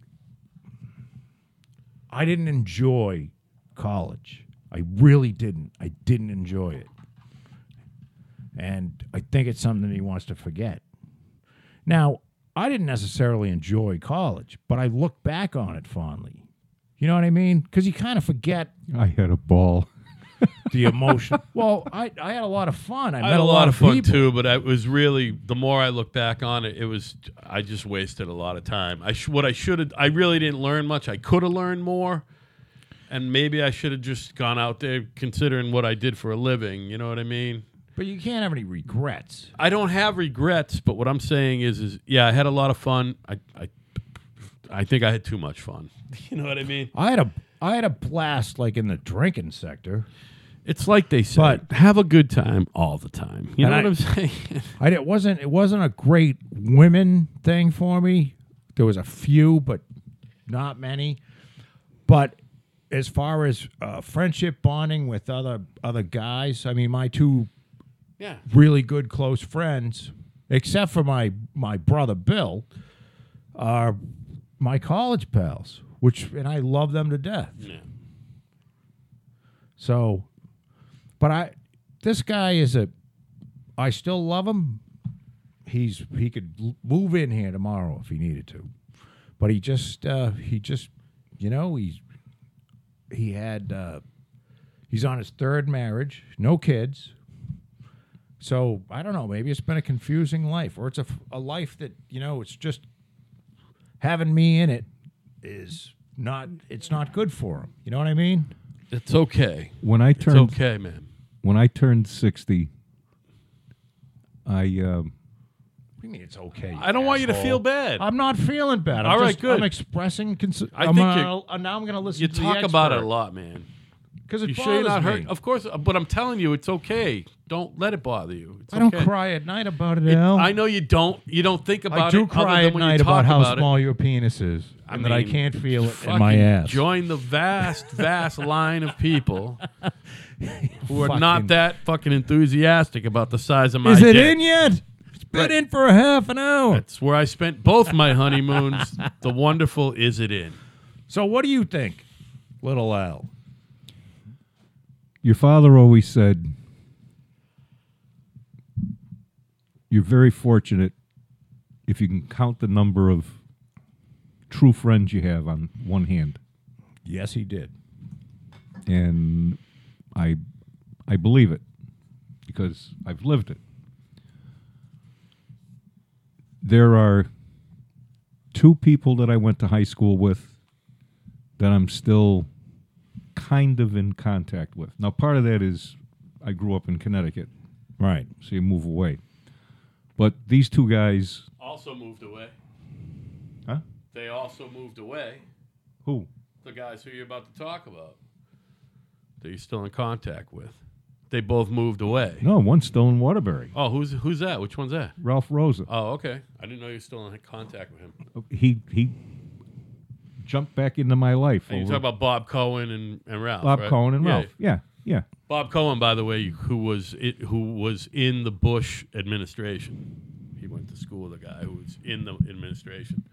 I didn't enjoy college. I really didn't. I didn't enjoy it. And I think it's something he wants to forget. Now, I didn't necessarily enjoy college, but I look back on it fondly. You know what I mean? Because you kind of forget
I had a ball.
the emotion. well, I, I had a lot of fun. I,
I
met
had a lot of fun
people.
too, but I was really the more I look back on it, it was I just wasted a lot of time. I sh- what I should have I really didn't learn much. I could have learned more, and maybe I should have just gone out there considering what I did for a living. You know what I mean?
But you can't have any regrets.
I don't have regrets, but what I'm saying is, is yeah, I had a lot of fun. I, I, I think I had too much fun. You know what I mean?
I had a I had a blast like in the drinking sector.
It's like they said, have a good time all the time. You know
And
what I'm saying?
I it wasn't it wasn't a great women thing for me. There was a few, but not many. But as far as uh, friendship bonding with other other guys, I mean, my two
yeah.
really good close friends, except for my my brother Bill, are my college pals, which and I love them to death.
Yeah.
So, but I, this guy is a, I still love him. He's he could l- move in here tomorrow if he needed to, but he just uh, he just, you know he's he had uh, he's on his third marriage, no kids. So I don't know. Maybe it's been a confusing life, or it's a, f- a life that you know it's just having me in it is not it's not good for him. You know what I mean?
It's okay.
When I
It's
turned
okay, man.
when I turned sixty, I um,
What do you mean it's okay?
I don't want you to
asshole?
feel bad.
I'm not feeling bad. I'm
All right,
just,
good.
I'm expressing. Cons-
I
I
think
think
you-
now I'm going to listen.
you
to
talk about it a lot, man.
because
You
it
sure you're
bothers
not
me.
hurt? Of course, uh, but I'm telling you, it's okay. Don't let it bother you. It's
I don't
okay.
cry at night about it,
It-
Al.
I know you don't. You don't think about
I do
it.
cry
other than
at
when you
night
talk
about how
about it.
small your penis is,
I
and that I
mean,
can't feel it in
fucking
my ass.
Join the vast, vast line of people who are
Fucking-
not that fucking enthusiastic about the size of my.
Is it
dick.
in yet? It's been in for a half an hour.
That's where I spent both my honeymoons. the wonderful is it in?
So what do you think, little Al?
Your father always said, You're very fortunate if you can count the number of true friends you have on one hand.
Yes, he did.
And I, I believe it because I've lived it. There are two people that I went to high school with that I'm still kind of in contact with. Now, part of that is I grew up in Connecticut,
Right.
so you move away. But these two guys,
Also moved away.
huh?
They also moved away.
Who?
the guys who you're about to talk about that you're still in contact with. They both moved away.
No, one's still in Waterbury.
Oh, who's who's that? Which one's that?
Ralph Rosa.
Oh, okay. I didn't know you were still in contact with him.
He he jumped back into my life.
And you
over
talk about Bob Cohen and, and Ralph.
Bob
right?
Cohen and
Yeah.
Ralph. Yeah, yeah.
Bob Cohen, by the way, who was it, who was in the Bush administration. He went to school with the guy who was in the administration.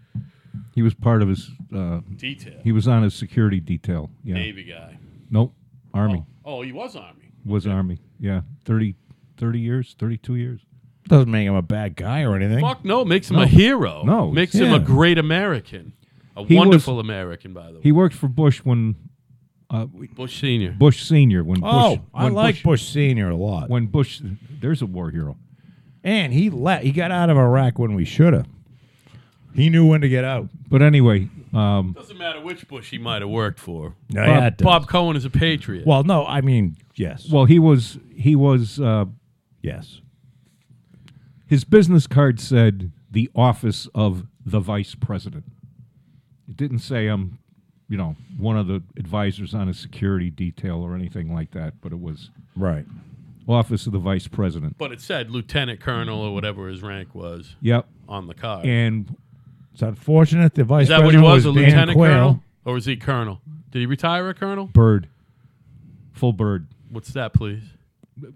He was part of his. Uh,
Detail.
he was on his security detail. Yeah.
Navy guy.
Nope. Army
Oh, he was Army.
was Army. Yeah. 30, 30 years, thirty-two years.
Doesn't make him a bad guy or anything.
Fuck no, makes him a hero.
No,
Makes him a
yeah.
great American. A
He was-
wonderful American, by the way.
He worked for Bush when uh,
Bush Senior.
Bush Senior. When
Oh,
Bush,
I
when
like
Bush,
Bush Senior a lot.
when Bush. There's a war hero.
And he let he got out of Iraq when we should have. He knew when to get out.
But anyway, um,
Doesn't matter which Bush he might have worked for.
No,
Bob-
yeah, it does.
Bob Cohen is a patriot.
Well, no, I mean yes,
well, he was he was uh,
yes.
His business card said the office of the vice president. It didn't say I'm, you know, one of the advisors on a security detail or anything like that, but it was
Right.
office of the vice president.
but it said lieutenant colonel or whatever his rank was
Yep.
on the card.
And
It's unfortunate the vice
is that what he
president
was, a
Dan
lieutenant
Quayle.
colonel, or was he colonel? Did he retire a colonel?
bird, full bird.
What's that, please?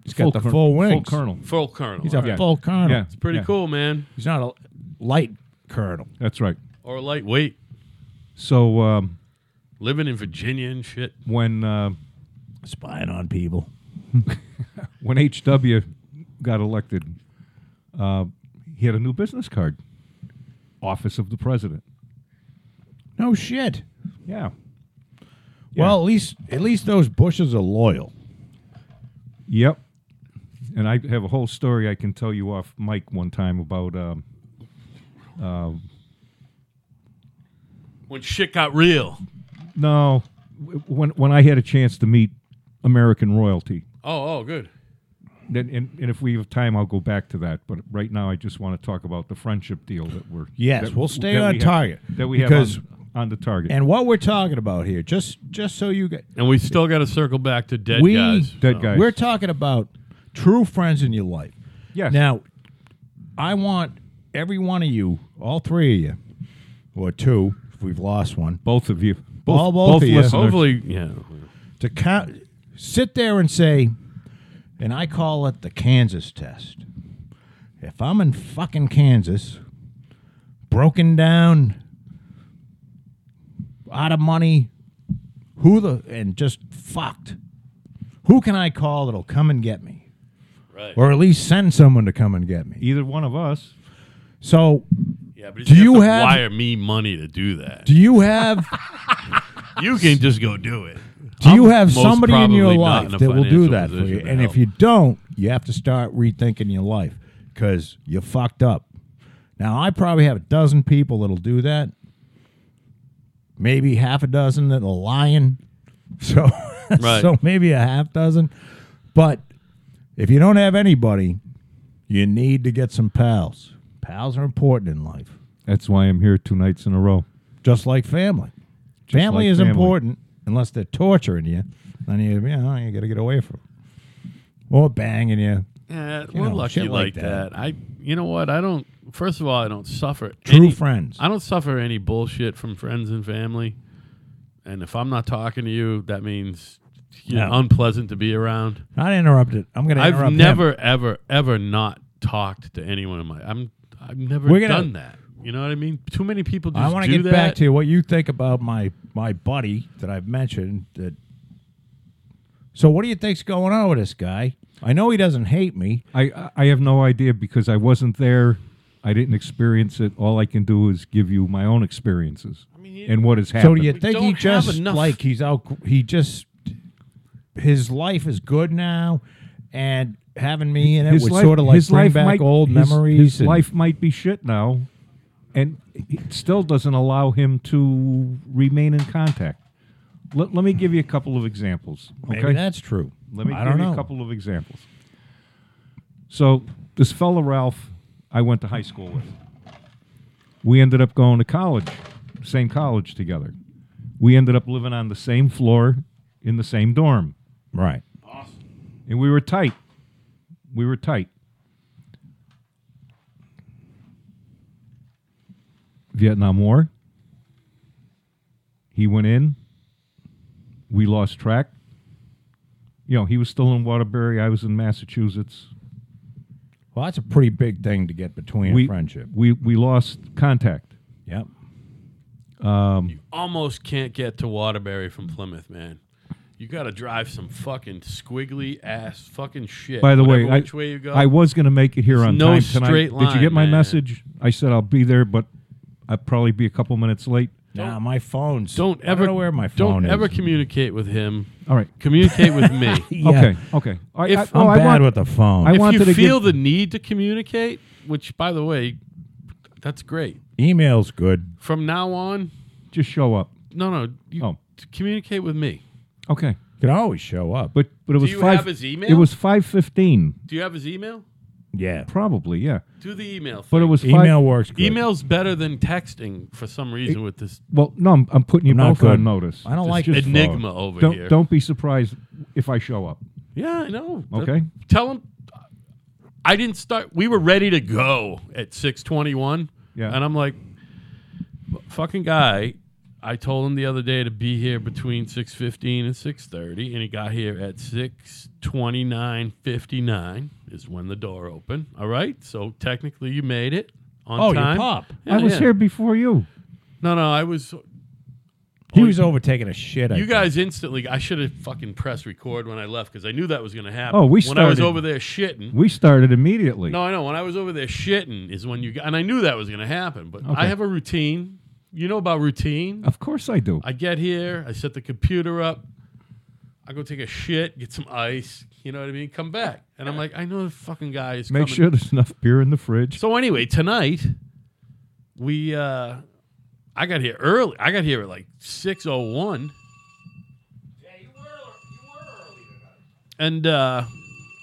He's got the full Oh, wings.
Full colonel.
Full colonel.
He's a
All right.
full colonel.
Yeah.
It's pretty
yeah,
cool, man.
He's not a light colonel.
That's right.
Or a lightweight.
So um,
living in Virginia and shit.
when uh,
Spying on people.
when HW got elected, uh, he had a new business card, Office of the President.
No shit.
Yeah.
Well, at least at least those Bushes are loyal.
Yep. And I have a whole story I can tell you off mic one time about um,
When shit got real.
no w- when when I had a chance to meet American royalty.
Oh, oh, good.
Then and, and if we have time, I'll go back to that. But right now, I just want to talk about the friendship deal that we're
Yes,
that-
we'll stay
that
on
we have-
target,
that we have
because-
on, on the target.
And what we're talking about here, just just so you get,
And we still got to circle back to dead
We-
guys.
Dead guys.
we're talking about true friends in your life.
yes.
Now, I want every one of you, all three of you, or two, if we've lost one,
both of you, both,
All both of you.
listeners.
Hopefully, yeah.
to count, sit there and say, and I call it the Kansas test. If I'm in fucking Kansas, broken down, out of money, who the, and just fucked, who can I call that'll come and get me?
Right.
Or at least send someone to come and get me.
either one of us.
So,
yeah, but
do
you
you
have to
have-
wire me money to do that?
do you have
you can just go do it.
Do you
I'm
have
most
somebody in your
probably not
life
in a
that will do
financial
that for you?
position to
And if
help.
you don't, you have to start rethinking your life because you fucked up. Now, I probably have a dozen people that'll do that. Maybe half a dozen that are lying. So,
Right.
so maybe a half dozen. But if you don't have anybody, you need to get some pals. Pals are important in life,
That's why I'm here two nights in a row.
just like family.
Just
family
like
is important unless they're torturing you. Then you, you know, you got to get away from it. Or banging you.
Yeah,
You
we're
know,
lucky
shit
like,
like
that.
that.
I, you know what? I don't. First of all, I don't suffer
True
any-
friends.
I don't suffer any bullshit from friends and family. And if I'm not talking to you, that means you're
Yeah.
unpleasant to be around.
Not interrupted. I'm going to interrupt.
I've
him.
never, ever, ever not talked to anyone in my. I'm. I've never
We're gonna-
done that. You know what I mean? Too many people just
I want to
do
get
that.
back to what you think about my my buddy that I've mentioned. That. So what do you think's going on with this guy? I know he doesn't hate me.
I I- I have no idea because I wasn't there. I didn't experience it. All I can do is give you my own experiences
mean, you-
and what has happened.
So do you think
don't
he
have
just
enough.
like he's out? He just his life is good now, and having me in it would sort of like
his
bring
life
back
might-
old
his-
memories.
His
and-
life might be shit now, and it still doesn't allow him to remain in contact. Let, let me give you a couple of examples. Okay,
Maybe that's true.
let me
I
give
don't
you
know.
a couple of examples. So this fellow Ralph, I went to high school with. We ended up going to college, same college together. We ended up living on the same floor in the same dorm
Right.
and we were tight. We were tight. Vietnam War. He went in. We lost track. You know, he was still in Waterbury. I was in Massachusetts.
Well, that's a pretty big thing to get between
we
a friendship.
We we lost contact.
Yep.
almost can't get to Waterbury from Plymouth, man. You got to drive some fucking squiggly ass fucking shit.
By the way,
whatever
I,
which way you go.
I was going to make it here
There's
on
no
time tonight.
straight
Did you
line,
get my
man.
message? I said I'll be there, but I'll probably be a couple minutes late.
Now my phone's.
don't
I
ever
don't know where my phone
Don't
is.
ever communicate with him.
All right.
Communicate with me.
Yeah.
Okay. Okay. All right,
If-
I,
I'm
oh, I
bad
want-
with the phone.
I
if
wanted
you
to
feel
give-
the need to communicate, which by the way, that's great.
Email's good.
From now on,
just show up.
no, no, you
Oh.
t- communicate with me.
Okay,
You can always show up.
but but it was
you
five.
have his email?
It was five fifteen,
Do you have his email?
yeah.
probably. Yeah,
Do the email. Thing.
but it was
Email
Five,
works. Good.
Email's better than texting for some reason with this
well, no, I'm, I'm putting you
Not
both
good.
on notice.
I don't
It's
like
just-
this phone.
enigma over
Don't
here.
don't be surprised if I show up.
Yeah, I know.
Okay.
Th- Tell him I didn't start. We were ready to go at six twenty one.
Yeah.
and I'm like, fucking guy. I told him the other day to be here between six fifteen and six thirty, and he got here at six twenty nine fifty nine is when the door opened. All right, so technically you made it on
Oh, your
time.
pop.
Yeah,
I was
yeah.
here before you.
No, no, I was.
He was over taking a shit. I
You
think.
guys instantly. I should have fucking pressed record when I left because I knew that was going to happen.
Oh, we
when I was
started-
over there shitting.
We started immediately.
No, I know. When I was over there shitting is when you got- and I knew that was going to happen. But I have a routine. You know about routine.
Of course I do.
I get here. I set the computer up. I go take a shit, get some ice. You know what I mean? Come back, and I'm like, I know the fucking guy is
Make
coming.
sure there's enough beer in the fridge.
So anyway, tonight we uh I got here early. I got here at like 6:01
Yeah, you were, you were early tonight.
and uh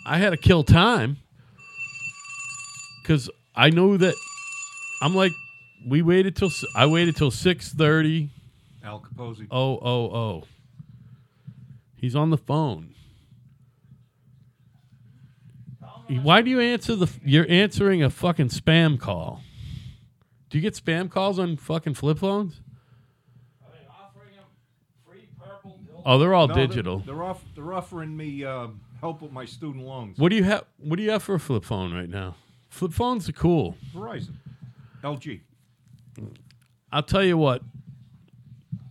I had to kill time cuz I know that I'm like we waited till s- I waited till 6:30.
Al Capozzi.
Oh, oh, oh. He's on the phone. Why do you answer the? You're answering a fucking spam call. Do you get spam calls on fucking flip phones?
Are they offering him free purple dildos?
Oh, they're all digital.
They're, off, they're offering me uh, help with my student loans.
what do you have? What do you have for a flip phone right now? Flip phones are cool.
Verizon. LG.
I'll tell you what.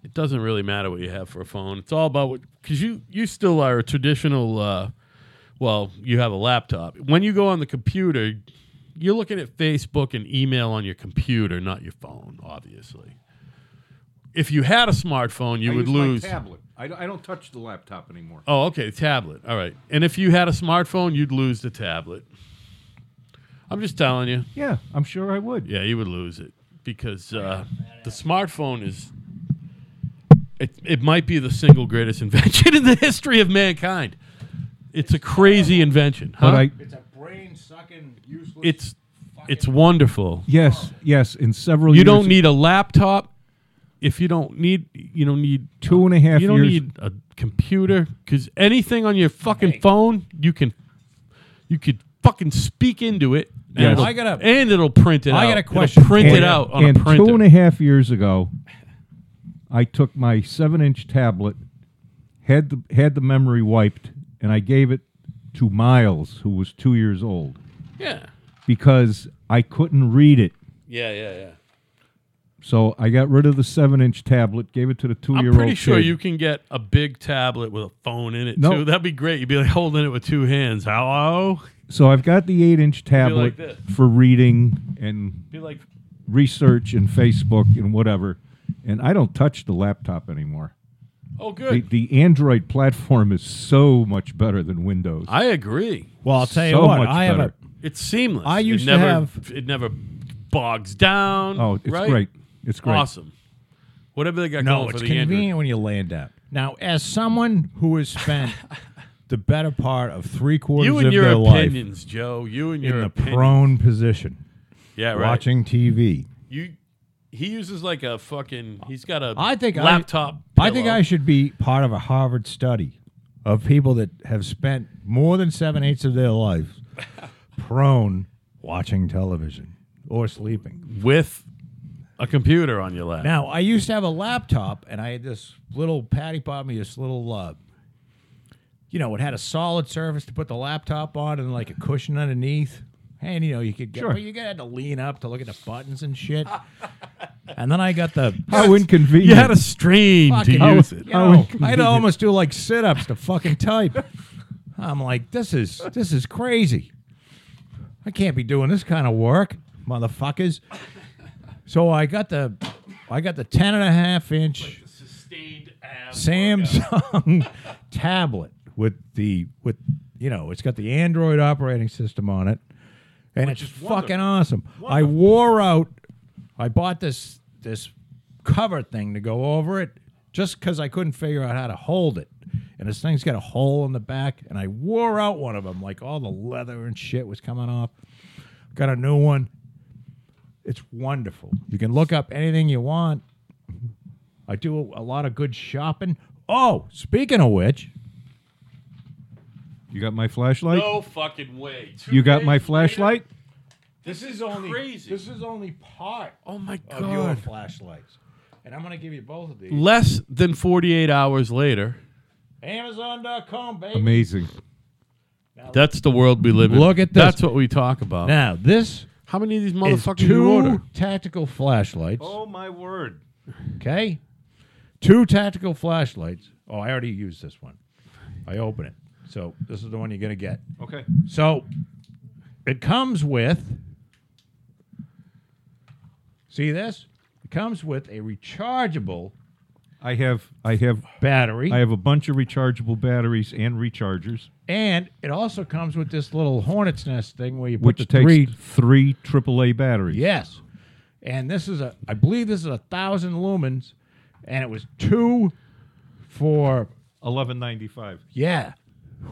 It doesn't really matter what you have for a phone. It's all about what because you you still are a traditional. Uh, well, you have a laptop. When you go on the computer, you're looking at Facebook and email on your computer, not your phone, obviously. If you had a smartphone, you
I
would
use my
lose.
tablet. I, I don't touch the laptop anymore.
Oh, okay, tablet. All right. And if you had a smartphone, you'd lose the tablet. I'm just telling you.
Yeah, I'm sure I would.
Yeah, you would lose it because uh, the smartphone is. It, it might be the single greatest invention in the history of mankind. It's a crazy invention, huh?
But I
It's a brain sucking useless.
it's it's wonderful.
yes, yes, in several
You
years
don't need a laptop if you don't need you don't need
two and a half
you don't
years.
need a computer because anything on your fucking phone you can you could fucking speak into it. And,
Yes.
it'll,
I got a-
and it'll print it out.
I got a
It'll
question.
print
and,
it out on
and
a printer.
two and a half years ago, I took my seven-inch tablet, had the had the memory wiped, and I gave it to Miles, who was two years old,
yeah.
because I couldn't read it.
Yeah, yeah, yeah.
So I got rid of the seven-inch tablet, gave it to the two-year-old.
I'm pretty sure
kid.
you can get a big tablet with a phone in it
No.
too. That'd be great. You'd be like holding it with two hands. Hello,
So I've got the eight-inch
like
tablet
this.
for reading and
be like,
research and Facebook and whatever, and I don't touch the laptop anymore.
oh,
The,
good.
the Android platform is so much better than Windows.
I agree.
well, I'll tell you
so
what.
much
I have
better.
a
It's seamless.
I used
it
to
never,
have-
It never bogs down.
oh, it's
right?
great. It's great.
Awesome. Whatever they got
no.
going
Oh, It's
for the
convenient
Android.
when you land up. Now, as someone who has spent the better part of three quarters
You and
of
your
their life
opinions, Joe. You and
in
your
the
opinions.
prone position,
yeah, right.
watching TV,
You. He uses like a fucking. He's got a.
I think I-
laptop.
I think
pillow.
I should be part of a Harvard study of people that have spent more than seven eighths of their lives prone watching television or sleeping.
with a computer on your lap.
Now, I used to have a laptop, and I had this little Patty bought me this little, uh, you know, it had a solid surface to put the laptop on and like a cushion underneath. And you know, you could get,
Sure.
but you had to lean up to look at the buttons and shit. and then I got the
How inconvenient.
you had a strain to
fucking-
use it.
You
How
know, I had
inconvenient.
to almost do like sit ups to fucking type. I'm like, this is this is crazy. I can't be doing this kind of work, motherfuckers. So I got the I got the ten and a half inch
Sustained abs.
Samsung tablet with the with you know, it's got the Android operating system on it. And it's fucking awesome. I wore out I bought this this cover thing to go over it just because I couldn't figure out how to hold it. And this thing's got a hole in the back, and I wore out one of them. Like all the leather and shit was coming off. Got a new one. It's wonderful. You can look up anything you want. I do a, a lot of good shopping. Oh, speaking of which,
You got my flashlight?
No fucking way. Two
You got
days
my
later?
flashlight?
This is only crazy.
this is only part
oh my
of your
god.
flashlights. And I'm going to give you both of these.
Less than 48 hours later.
Amazon.com, baby.
Amazing.
That's the world we live in.
Look at this.
That's what we talk about.
Now, this
How many of these
is
motherfuckers you
two
order?
Oh. tactical flashlights.
my word.
Okay. Two tactical flashlights. Oh, I already used this one. I open it. So this is the one you're gonna get.
Okay.
So it comes with. See this? It comes with a rechargeable
I have I have
battery,
I have a bunch of rechargeable batteries and rechargers,
and it also comes with this little hornet's nest thing where you put
which
the
takes
three.
three AAA batteries.
Yes, and this is a. I believe this is a thousand lumens, and it was two for
eleven ninety five.
yeah.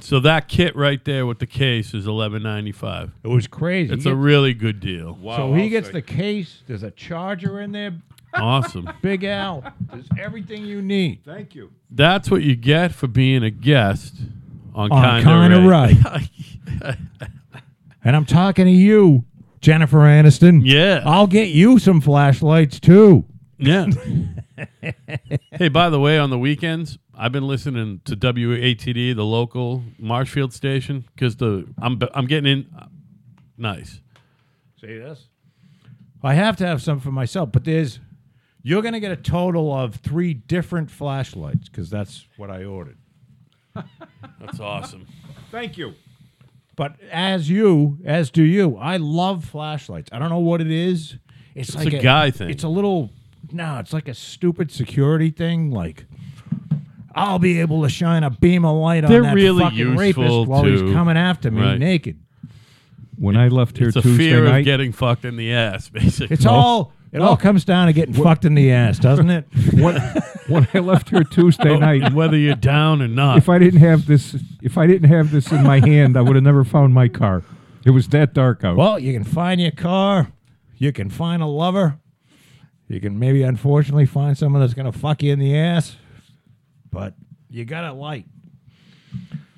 So that kit right there with the case is eleven ninety five.
It was crazy.
It's
He
a
gets-
really good deal.
so he gets the case. There's a charger in there.
Awesome.
Big Al. There's everything you need.
Thank you.
That's what you get for being a guest on,
On
Kinda,
Kinda
Right.
And I'm talking to you, Jennifer Aniston.
Yeah.
I'll get you some flashlights too.
yeah. hey, by the way, on the weekends, I've been listening to WATD, the local Marshfield station, because the I'm I'm getting in. uh, Nice.
See this? I have to have some for myself, but there's you're going to get a total of 3 different flashlights cuz that's what I ordered.
That's awesome.
Thank you.
But as you, as do you, I love flashlights. I don't know what it is. It's, like
a guy thing.
It's a little no, it's like a stupid security thing. Like I'll be able to shine a beam of light
They're
on that
really
fucking
useful
rapist while
to-
he's coming after me
right.
naked.
When I left here
It's a
Tuesday
fear
night,
of getting fucked in the ass, basically.
It's all it all comes down to getting fucked in the ass, doesn't it?
when, when I left here Tuesday night,
whether you're down or not.
if I didn't have this, if I didn't have this in my hand, I would have never found my car. It was that dark out.
Well, you can find your car, you can find a lover, you can maybe unfortunately find someone that's gonna fuck you in the ass, but you got a light.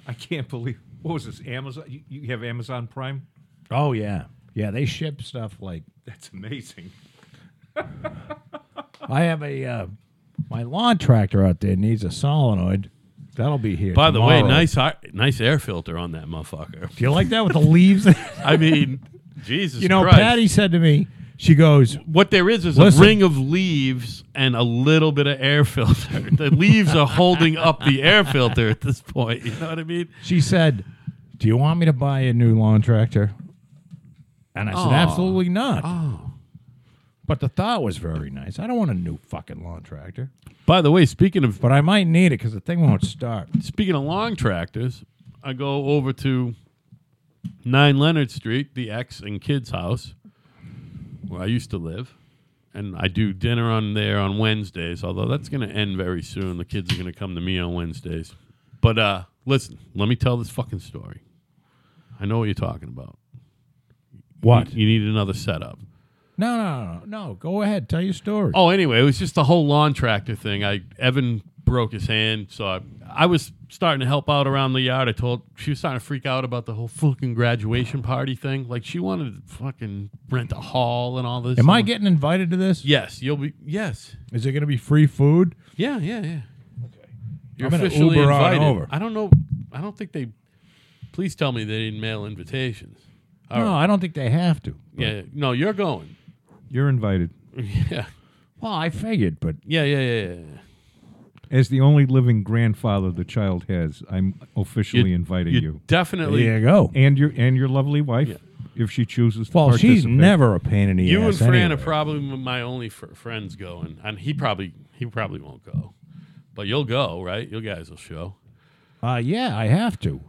I can't believe. What was this? Amazon? You, you have Amazon Prime?
Oh yeah, yeah. They ship stuff like
That's amazing.
I have a uh, my lawn tractor out there needs a solenoid. That'll be here.
By the way,
tomorrow.
nice hi- nice air filter on that motherfucker.
Do you like that with the leaves?
I mean, Jesus.
you know,
Christ.
Patty said to me, she goes,
What there is is
Listen.
a ring of leaves and a little bit of air filter. The leaves are holding up the air filter at this point. You know what I mean?
she said, "Do you want me to buy a new lawn tractor?" And I said,
Aw.
"Absolutely not." But the thought was very nice. I don't want a new fucking lawn tractor,
By the way, speaking of
but I might need it because the thing won't start.
speaking of long tractors, I go over to Nine Leonard Street, the ex and kids house, where I used to live, and I do dinner on there on Wednesdays. Although that's going to end very soon. The kids are going to come to me on Wednesdays. But uh, listen, let me tell this fucking story. I know what you're talking about.
What?
You need another setup.
No, no, no, no. Go ahead, tell your story.
Oh, anyway, it was just the whole lawn tractor thing. I Evan broke his hand, so I, I was starting to help out around the yard. I told she was starting to freak out about the whole fucking graduation party thing. Like she wanted to fucking rent a hall and all this.
Am I
I'm-
getting invited to this?
Yes, you'll be. Yes,
Is it going to be free food?
yeah, yeah, yeah. Okay, you're
I'm gonna
officially
Uber on
invited.
over.
I don't know. I don't think they. Please tell me they didn't mail invitations. All
no,
right.
I don't think they have to.
Yeah. No, you're going.
You're invited
Yeah.
Well, I figured, but
Yeah. Yeah. Yeah. yeah, yeah.
as the only living grandfather the child has. I'm officially inviting
you
you
definitely.
there you go.
and your and your lovely wife,
Yeah. Oh,
if she chooses.
Well,
to
she's
participate.
never a pain in the
You
ass.
and Fran
anyway.
are probably m- my only fr- friends going, and he probably he probably won't go, but you'll go, right? You guys will show.
Uh, yeah, I have to.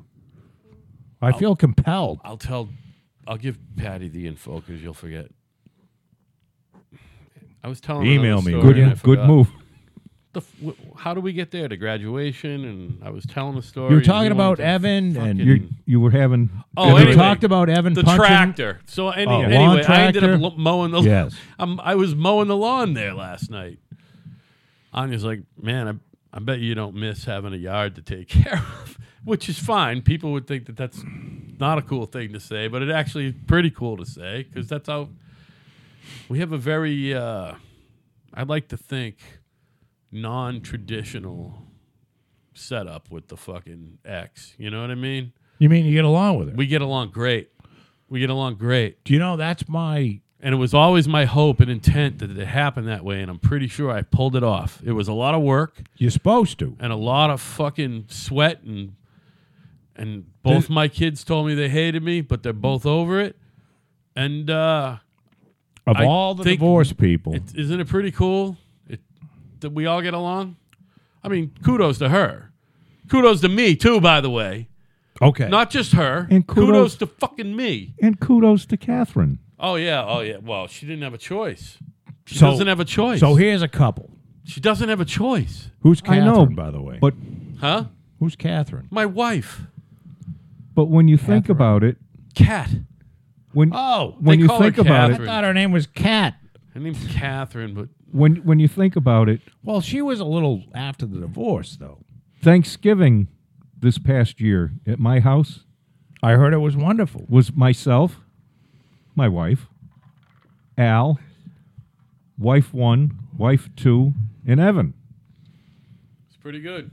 I feel compelled.
I'll tell, I'll give Patty the info because you'll forget. I was telling. her
Email
another
me.
story
good.
and I
good
forgot.
move.
The f- w- how do we get there to graduation? And I was telling the story.
You were
and
talking
he wanted
about
to
Evan and
fucking-
you
You you were having.
Oh,
we
anyway.
talked about Evan
the
punching.
tractor. So any,
Oh, lawn
anyway, I ended up
tractor?
lo- mowing the.
Yes.
I'm, I was mowing the lawn there last night. Anya's like, man, I, I bet you don't miss having a yard to take care of, which is fine. People would think that that's not a cool thing to say, but it actually is pretty cool to say because that's how we have a very. Uh, I like to think non-traditional setup with the fucking ex. You know what I mean?
You mean you get along with her?
We get along great. We get along great.
Do you know that's my
And it was always my hope and intent that it happened that way, and I'm pretty sure I pulled it off. It was a lot of work
You're supposed to.
and a lot of fucking sweat and and both my kids told me they hated me, but they're both over it. And uh
Of
I
all the
think
divorce people,
it, isn't it pretty cool it, that we all get along? I mean, kudos to her. Kudos to me too, by the way.
okay,
Not just her.
And kudos-
to fucking me.
And kudos to Catherine.
Oh yeah, oh yeah. Well, she didn't have a choice. She
So-
doesn't have a choice.
so here's a couple.
she doesn't have a choice,
Who's Catherine,
I know,
by the way?
But
huh?
who's Catherine?
My wife,
but when you think
Catherine.
about it,
Cat.
when
Ah.
Oh,
when
they
you
call her
think about
I
Catherine.
it,
thought her name was Cat.
Her name's Catherine, but
when when you think about it,
Well, she was a little after the divorce, though.
Thanksgiving this past year at my house
I heard it was wonderful.
was myself, my wife, Al, wife one, wife two, and Evan.
it's pretty good.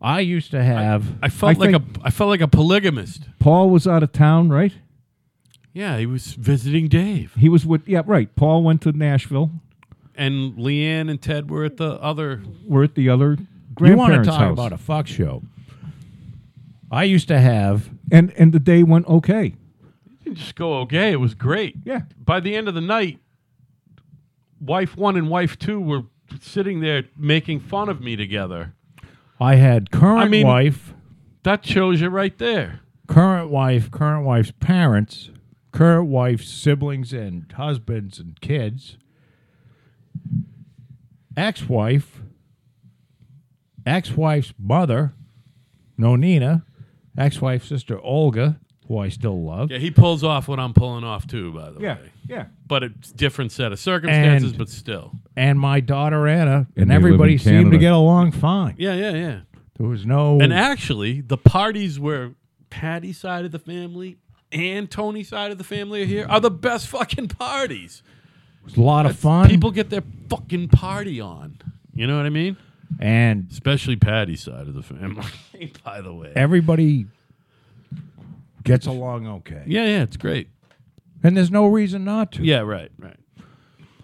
I used to have.
I felt
I
like a I felt like a polygamist.
Paul was out of town, right?
Yeah, he was visiting Dave,
He was with yeah, right. Paul went to Nashville.
and Leanne and Ted were at the other
We're at the other
you want to
grandparents'
talk
house,
about a fuck show? I used to have.
and and the day went okay.
didn't just go okay. It was great.
Yeah.
By the end of the night, wife one and wife two were sitting there making fun of me together.
I had current
I mean-
wife,
That shows you right there.
current wife, current wife's parents, current wife's siblings and husbands and kids, ex-wife, ex-wife's mother, Nonina, ex-wife's sister Olga, who I still love.
Yeah, he pulls off what I'm pulling off too, by the
Yeah,
way.
yeah.
But it's different set of circumstances,
And-
but still.
and my daughter Anna, and,
they live in
everybody seemed
Canada.
to get along fine.
Yeah, yeah, yeah.
There was no
And actually, the parties where Patty's side of the family and Tony's side of the family are here are the best fucking parties.
it was a lot of fun.
People get their fucking party on. You know what I mean?
and
Especially Patty's side of the family, by the way.
everybody gets along okay.
Yeah, yeah, it's great.
And there's no reason not to.
Yeah, right, right.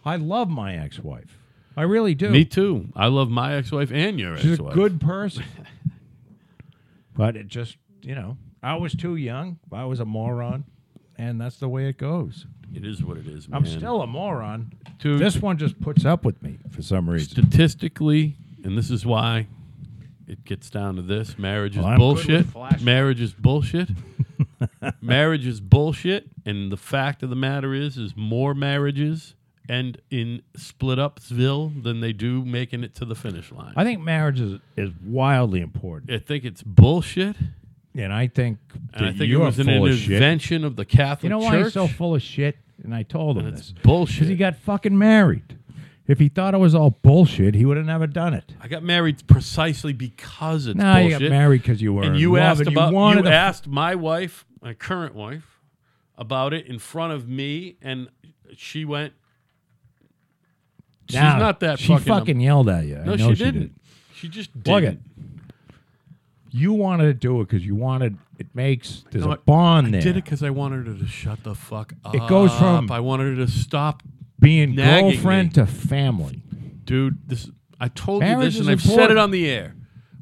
I love my ex-wife. I really do.
Me too. I love my ex-wife and your
She's
ex-wife.
a good person. but it just, you know, I was too young. I was a moron. And that's the way it goes.
It is what it is, man.
I'm still a moron.
Dude.
This one just puts up with me for some reason.
statistically, and this is why it gets down to this: marriage is
Well, I'm good with
bullshit.
flash-
Marriage is bullshit. marriage is bullshit, and the fact of the matter is, is more marriages end in split upsville than they do making it to the finish line. I,
I think marriage is, is wildly important.
think it's bullshit,
And I think
and I
that
think it
you're
was an
full of shit.
invention of the Catholic
You know why he's
Church.
so full of shit? And I told him
and it's
this
bullshit.
because he got fucking married. If he thought it was all bullshit, he would have never done it.
I got married precisely because it's
No,
bullshit.
you got married because you were
and
in
you
love
asked
and
about
you,
you,
wanted to
asked my wife, my current wife, about it in front of me, and she went. She's
Nah,
not that
She
fucking.
fucking, yelled at you. I
no,
know
she
she
didn't.
did.
She just did.
Plug it. You wanted to do it because you wanted. It makes there's
No, I-
a bond there.
Did it because I wanted her to shut the fuck up.
It goes from-
I wanted her to stop,
being
nagging
girlfriend
me.
to family.
dude. This I told you
Marriage
this,
is
and I've said it
important.
on the air.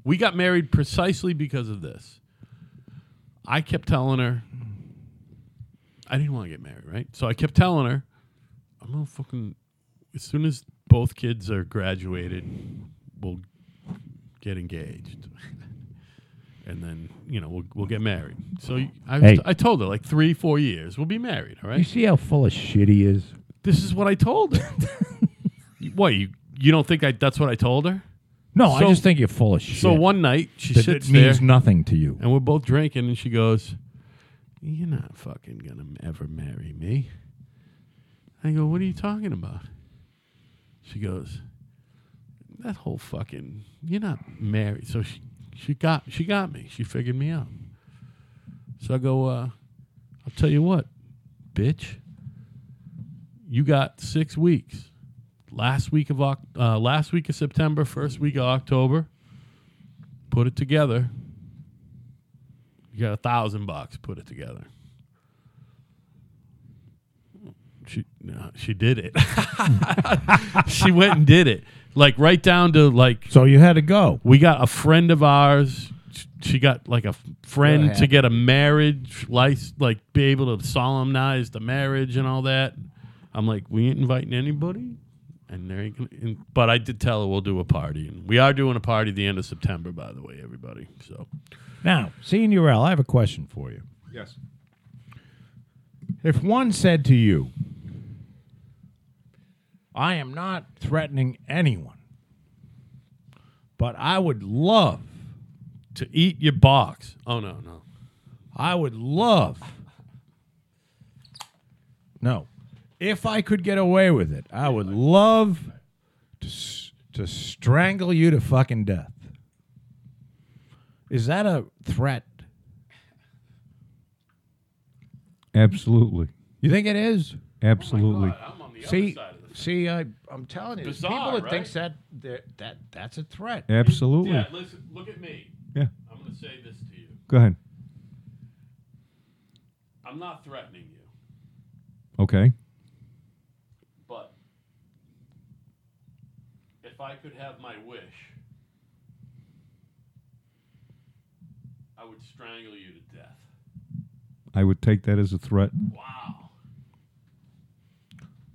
We got married precisely because of this. I kept telling her I didn't want to get married, right? So I kept telling her, I'm gonna fucking as soon as both kids are graduated, we'll get engaged. and then, you know, we'll, we'll get married. So I, was
Hey.
I told her like three, four years, we'll be married, all
You
right?
see how full of shit he is.
This is what I told her. You- what, you you don't think I that's what I told her?
No, I
So-
just think you're full of shit.
So one night she
that
sits
it
there
means nothing to you.
and we're both drinking, and she goes, "You're not fucking gonna ever marry me." I go, "What are you talking about?" She goes, "That whole fucking you're not married." So she she got she got me. She figured me out. So I go, uh, "I'll tell you what, bitch. You got six weeks. Last week of Oc- uh, last week of September, first week of October." Put it together, you got a thousand bucks. Put it together. She, no, uh, she did it. she went and did it. Like right down to like
So you had to go.
we got a friend of ours. sh- She got like a f- friend to
happened?
get a marriage license, like be able to solemnize the marriage and all that. I'm like, we ain't inviting anybody, and there ain't. Gonna, and, but I did tell her we'll do a party, and we are doing a party the end of September, by the way, everybody. So
Now, Senior L, I have a question for you.
Yes.
If one said to you, I am not threatening anyone, but I would love,
to eat your box. Oh no, no.
I would love, no, if I could get away with it, I would love to, s- to strangle you to fucking death. Is that a threat?
Absolutely.
You think it is? Oh
Absolutely.
I'm on the
See, see, I, I'm telling you, there's
Bizarre,
people that
right?
thinks that that that that's a threat.
Absolutely. Yeah.
listen, look at me. I'm gonna say this to you.
Go ahead.
I'm not threatening you,
Okay.
but if I could have my wish, I would strangle you to death.
I would take that as a threat.
Wow.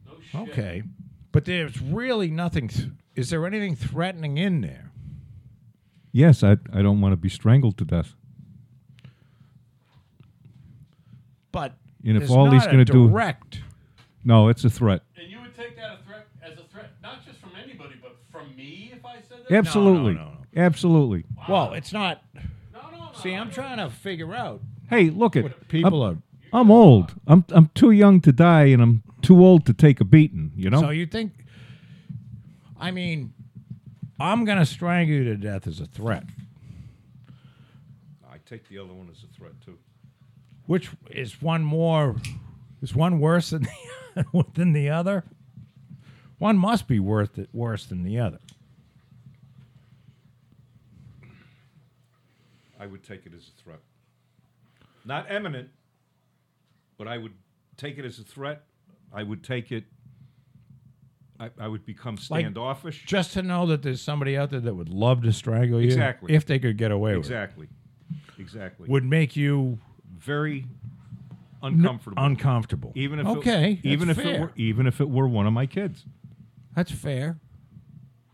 No shit.
Okay, but there's really nothing. Th- is there anything threatening in there?
Yes, I, I don't want to be strangled to death.
But
And if
there's
all he's
not a
gonna do-
direct.
No, it's a threat.
And you would take that a threat as a threat, not just from anybody, but from me if I said that?
Absolutely.
no, no,
Absolutely.
Well, it's not.
No, no, no.
See, I'm trying to figure out
Hey, look at
what people are.
I'm old. I'm I'm too young to die, and I'm too old to take a beating. You know.
So you think? I mean, I'm gonna strangle you to death as a threat,
I take the other one as a threat too.
which is one more. Is one worse than the, than the other? One must be worth it worse than the other.
I would take it as a threat. Not eminent, but I would take it as a threat. I would take it. I, I would become
Like-
standoffish.
just to know that there's somebody out there that would love to strangle you
Exactly.
if they could get away with
exactly. Exactly.
it would make you
Very uncomfortable.
uncomfortable
even if
okay
It, even
that's
if
fair.
it were even if it were one of my kids.
that's fair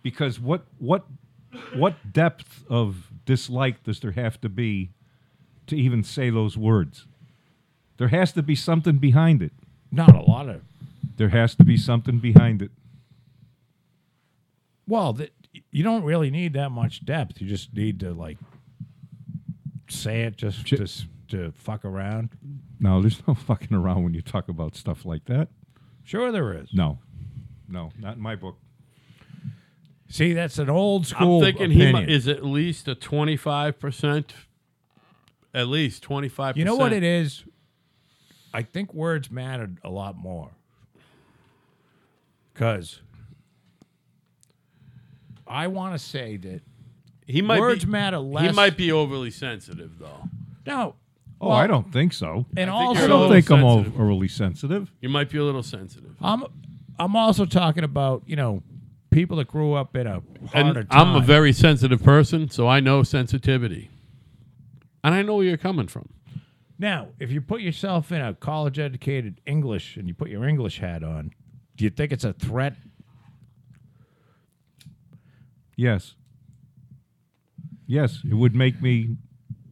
because what what what depth of dislike does there have to be to even say those words? There has to be something behind it.
not a lot of
There has to be something behind it.
well that you don't really need that much depth you just need to like say it just to, s- to fuck around
No, there's no fucking around when you talk about stuff like that.
sure there is
No, no, not in my book.
see that's an old
I'm
school
thinking he
opinion.
mu- is at least a 25%. At least 25%.
you know what it is i think words mattered a lot more because i want to say that
He might
words
be,
matter less.
He might be overly sensitive, though.
No.
Oh, I don't think so.
And
I think
I
you're
also,
don't
a
think I'm
little
over- overly sensitive.
You might be a little sensitive.
I'm I'm also talking about you know people that grew up in a harder
and
time.
I'm a very sensitive person, so I know sensitivity. And I know where you're coming from.
now, if you put yourself in a college-educated English and you put your English hat on, do you think it's a threat?
Yes. Yes, it would make me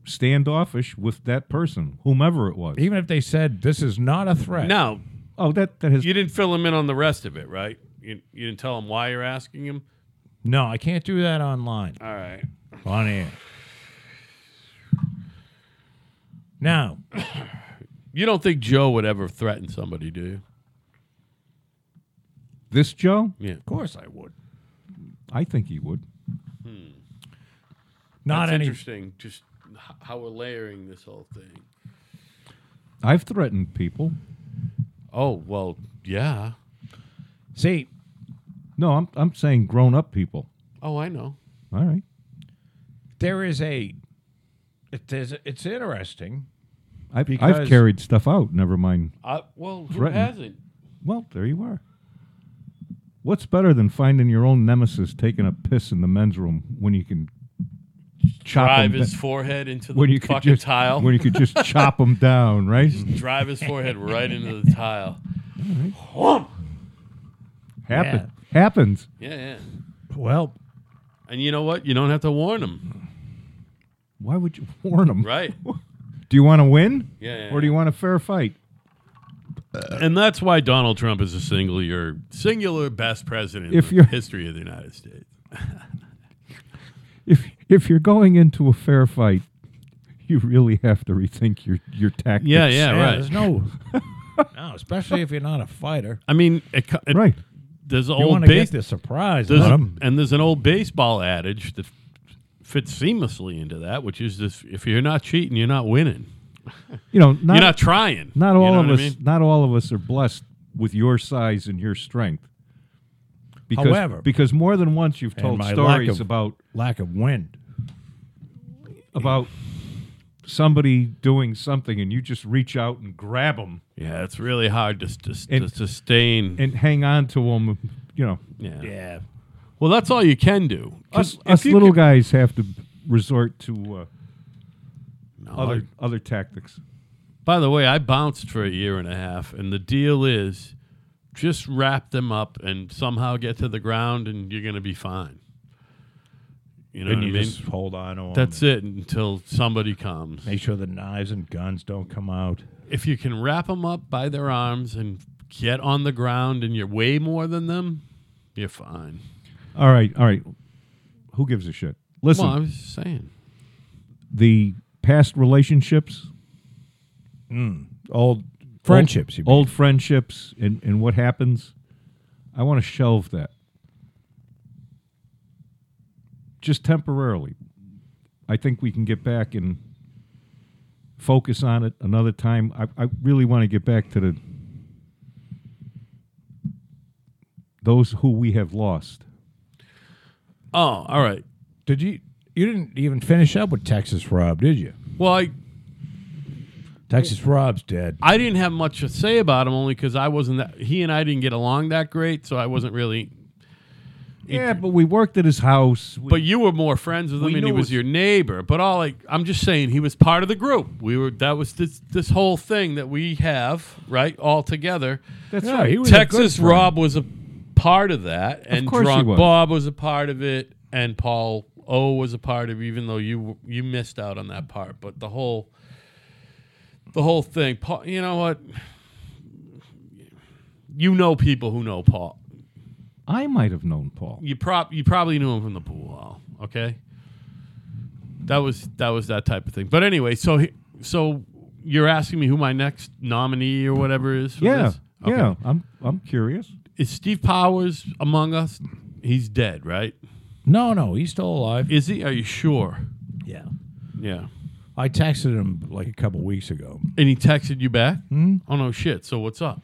standoffish with that person, whomever it was.
Even if they said this is not a threat.
Now,
Oh, that that has
you didn't fill him in on the rest of it, right? You, you didn't tell him why you're asking him?
no, I can't do that online.
All right.
on air. Now,
You don't think Joe would ever threaten somebody, do you?
this Joe.
Yeah.
of course, I would
I think he would.
not
That's
any.
interesting, just h- how we're layering this whole thing.
I've threatened people.
Oh, well, yeah.
See,
No, I'm I'm saying grown up people.
Oh, I know.
All right.
there is a. It, there's, it's interesting
I've, I've
Because-
carried stuff out. Never mind.
I, well, who
Threaten.
hasn't?
Well, there you are. What's better than finding your own nemesis taking a piss in the men's room when you can chop
Drive
him
his
da-
forehead into
when you
the
could
fucking
just,
tile.
When you could just chop him down, right?
Drive his forehead right into the tile.
Happen, Happens.
Yeah, yeah.
Well,
And you know what? You don't have to warn him,
Why would you warn him?
right?
Do you want to win?
Yeah, yeah,
Or do you want a fair fight?
And that's why Donald Trump is a singular, singular best president
If
in the
you're-
history of the United States.
If if you're going into a fair fight, you really have to rethink your your tactics.
Yeah, yeah, right.
There's no, no, especially if you're not a fighter.
I mean, it, co- it,
Right.
There's an
You
old
want to
base,
get the surprise
there's
out
a-
of 'em.
and there's an old baseball adage that fits seamlessly into that, which is this: if you're not cheating, you're not winning.
You know, not
you're not trying.
not
You
all
know
of
what
us
I mean?
not all of us are blessed with your size and your strength. Because,
However-
because more than once you've
And
told
my lack
stories
of-
about
Lack of wind.
about somebody doing something and you just reach out and grab them
Yeah, it's really hard to, s- to, s- to
And-
sustain.
and hang on to them. You know,
yeah.
Yeah.
Well, that's all you can do. 'Cause
us,
if
us
you
little
can-
guys have to resort to
No,
uh, other
I-
other tactics.
by the way, I bounced for a year and a half, and the deal is just wrap them up and somehow get to the ground, and you're going to be fine. You know
Then
what
you
I mean?
just hold on to 'em
That's
and
it until somebody comes.
Make sure the knives and guns don't come out.
if you can wrap them up by their arms and get on the ground and you're way more than them, you're fine.
All right, all right. Who gives a shit? Listen,
well, I was just saying.
the past relationships,
Old friendships. you mean.
old friendships, and and what happens. I want to shelve that. Just temporarily. I think we can get back and focus on it another time. I, I really want to get back to the those who we have lost.
Oh, all right.
Did you? You didn't even finish up with Texas Rob, did you?
Well, I,
Texas Rob's dead.
I didn't have much to say about him only because I wasn't that. He and I didn't get along that great, so I wasn't really.
Yeah, but we worked at his house. We-
But you were more friends with him,
We
and he
knew
was
it-
your neighbor. But all like I'm just saying, he was part of the group. We were that was this this whole thing that we have right all together.
that's
Yeah,
right.
he was a
Texas
good friend.
Rob was a part of that, and
course he
Drunk
was.
Bob was a part of it, and Paul O was a part of. it, Even though you you missed out on that part, but the whole the whole thing, Paul. You know what? You know people who know Paul.
I might have known Paul.
You prob you probably knew him from the pool hall. Okay, that was that was that type of thing. But anyway, so he, so you're asking me who my next nominee or whatever is? For
Yeah,
this? Okay
yeah. I'm I'm curious.
is Steve Powers among us? He's dead, right?
No, no, he's still alive.
Is he? Are you sure?
Yeah.
Yeah.
I texted him like a couple weeks ago.
And he texted you back? Mm. Oh no, shit. So what's up?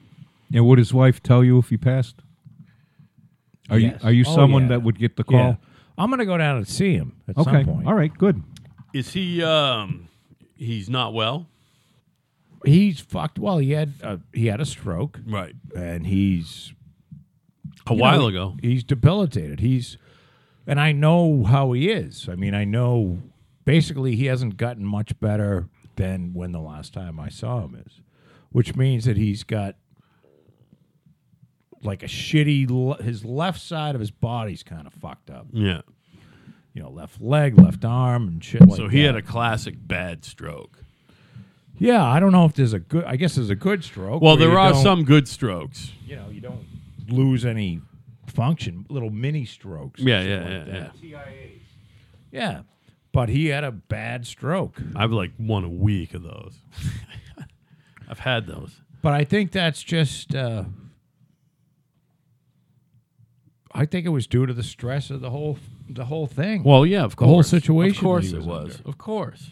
And would his wife tell you if he passed? Are
Yes.
you are you
Oh,
someone
yeah.
that would get the call?
Yeah. I'm gonna go down and see him at
Okay.
some point.
All right. Good.
Is he? Um, he's not well.
He's fucked. Well, he had uh, he had a stroke,
Right.
and he's
A
you
while
know,
ago.
He's debilitated. He's, and I know how he is. I mean, I know basically he hasn't gotten much better than when the last time I saw him is, which means that he's got like a shitty, le- his left side of his body's kind of fucked up.
Yeah.
You know, left leg, left arm, and shit like
So he had
that.
a classic bad stroke.
Yeah, I don't know if there's a good, I guess there's a good stroke.
Well,
where
there
you
are
don't-
some good strokes.
you know, you don't lose any function, little mini strokes. and
Yeah,
shit
yeah,
like
yeah,
that. Yeah. But he had a bad stroke.
I've like won a week of those. I've had those.
But I think that's just uh I think it was due to the stress of the whole the whole thing.
Well, yeah, of course.
The whole situation
Of course
that he
it
was
was. Of course.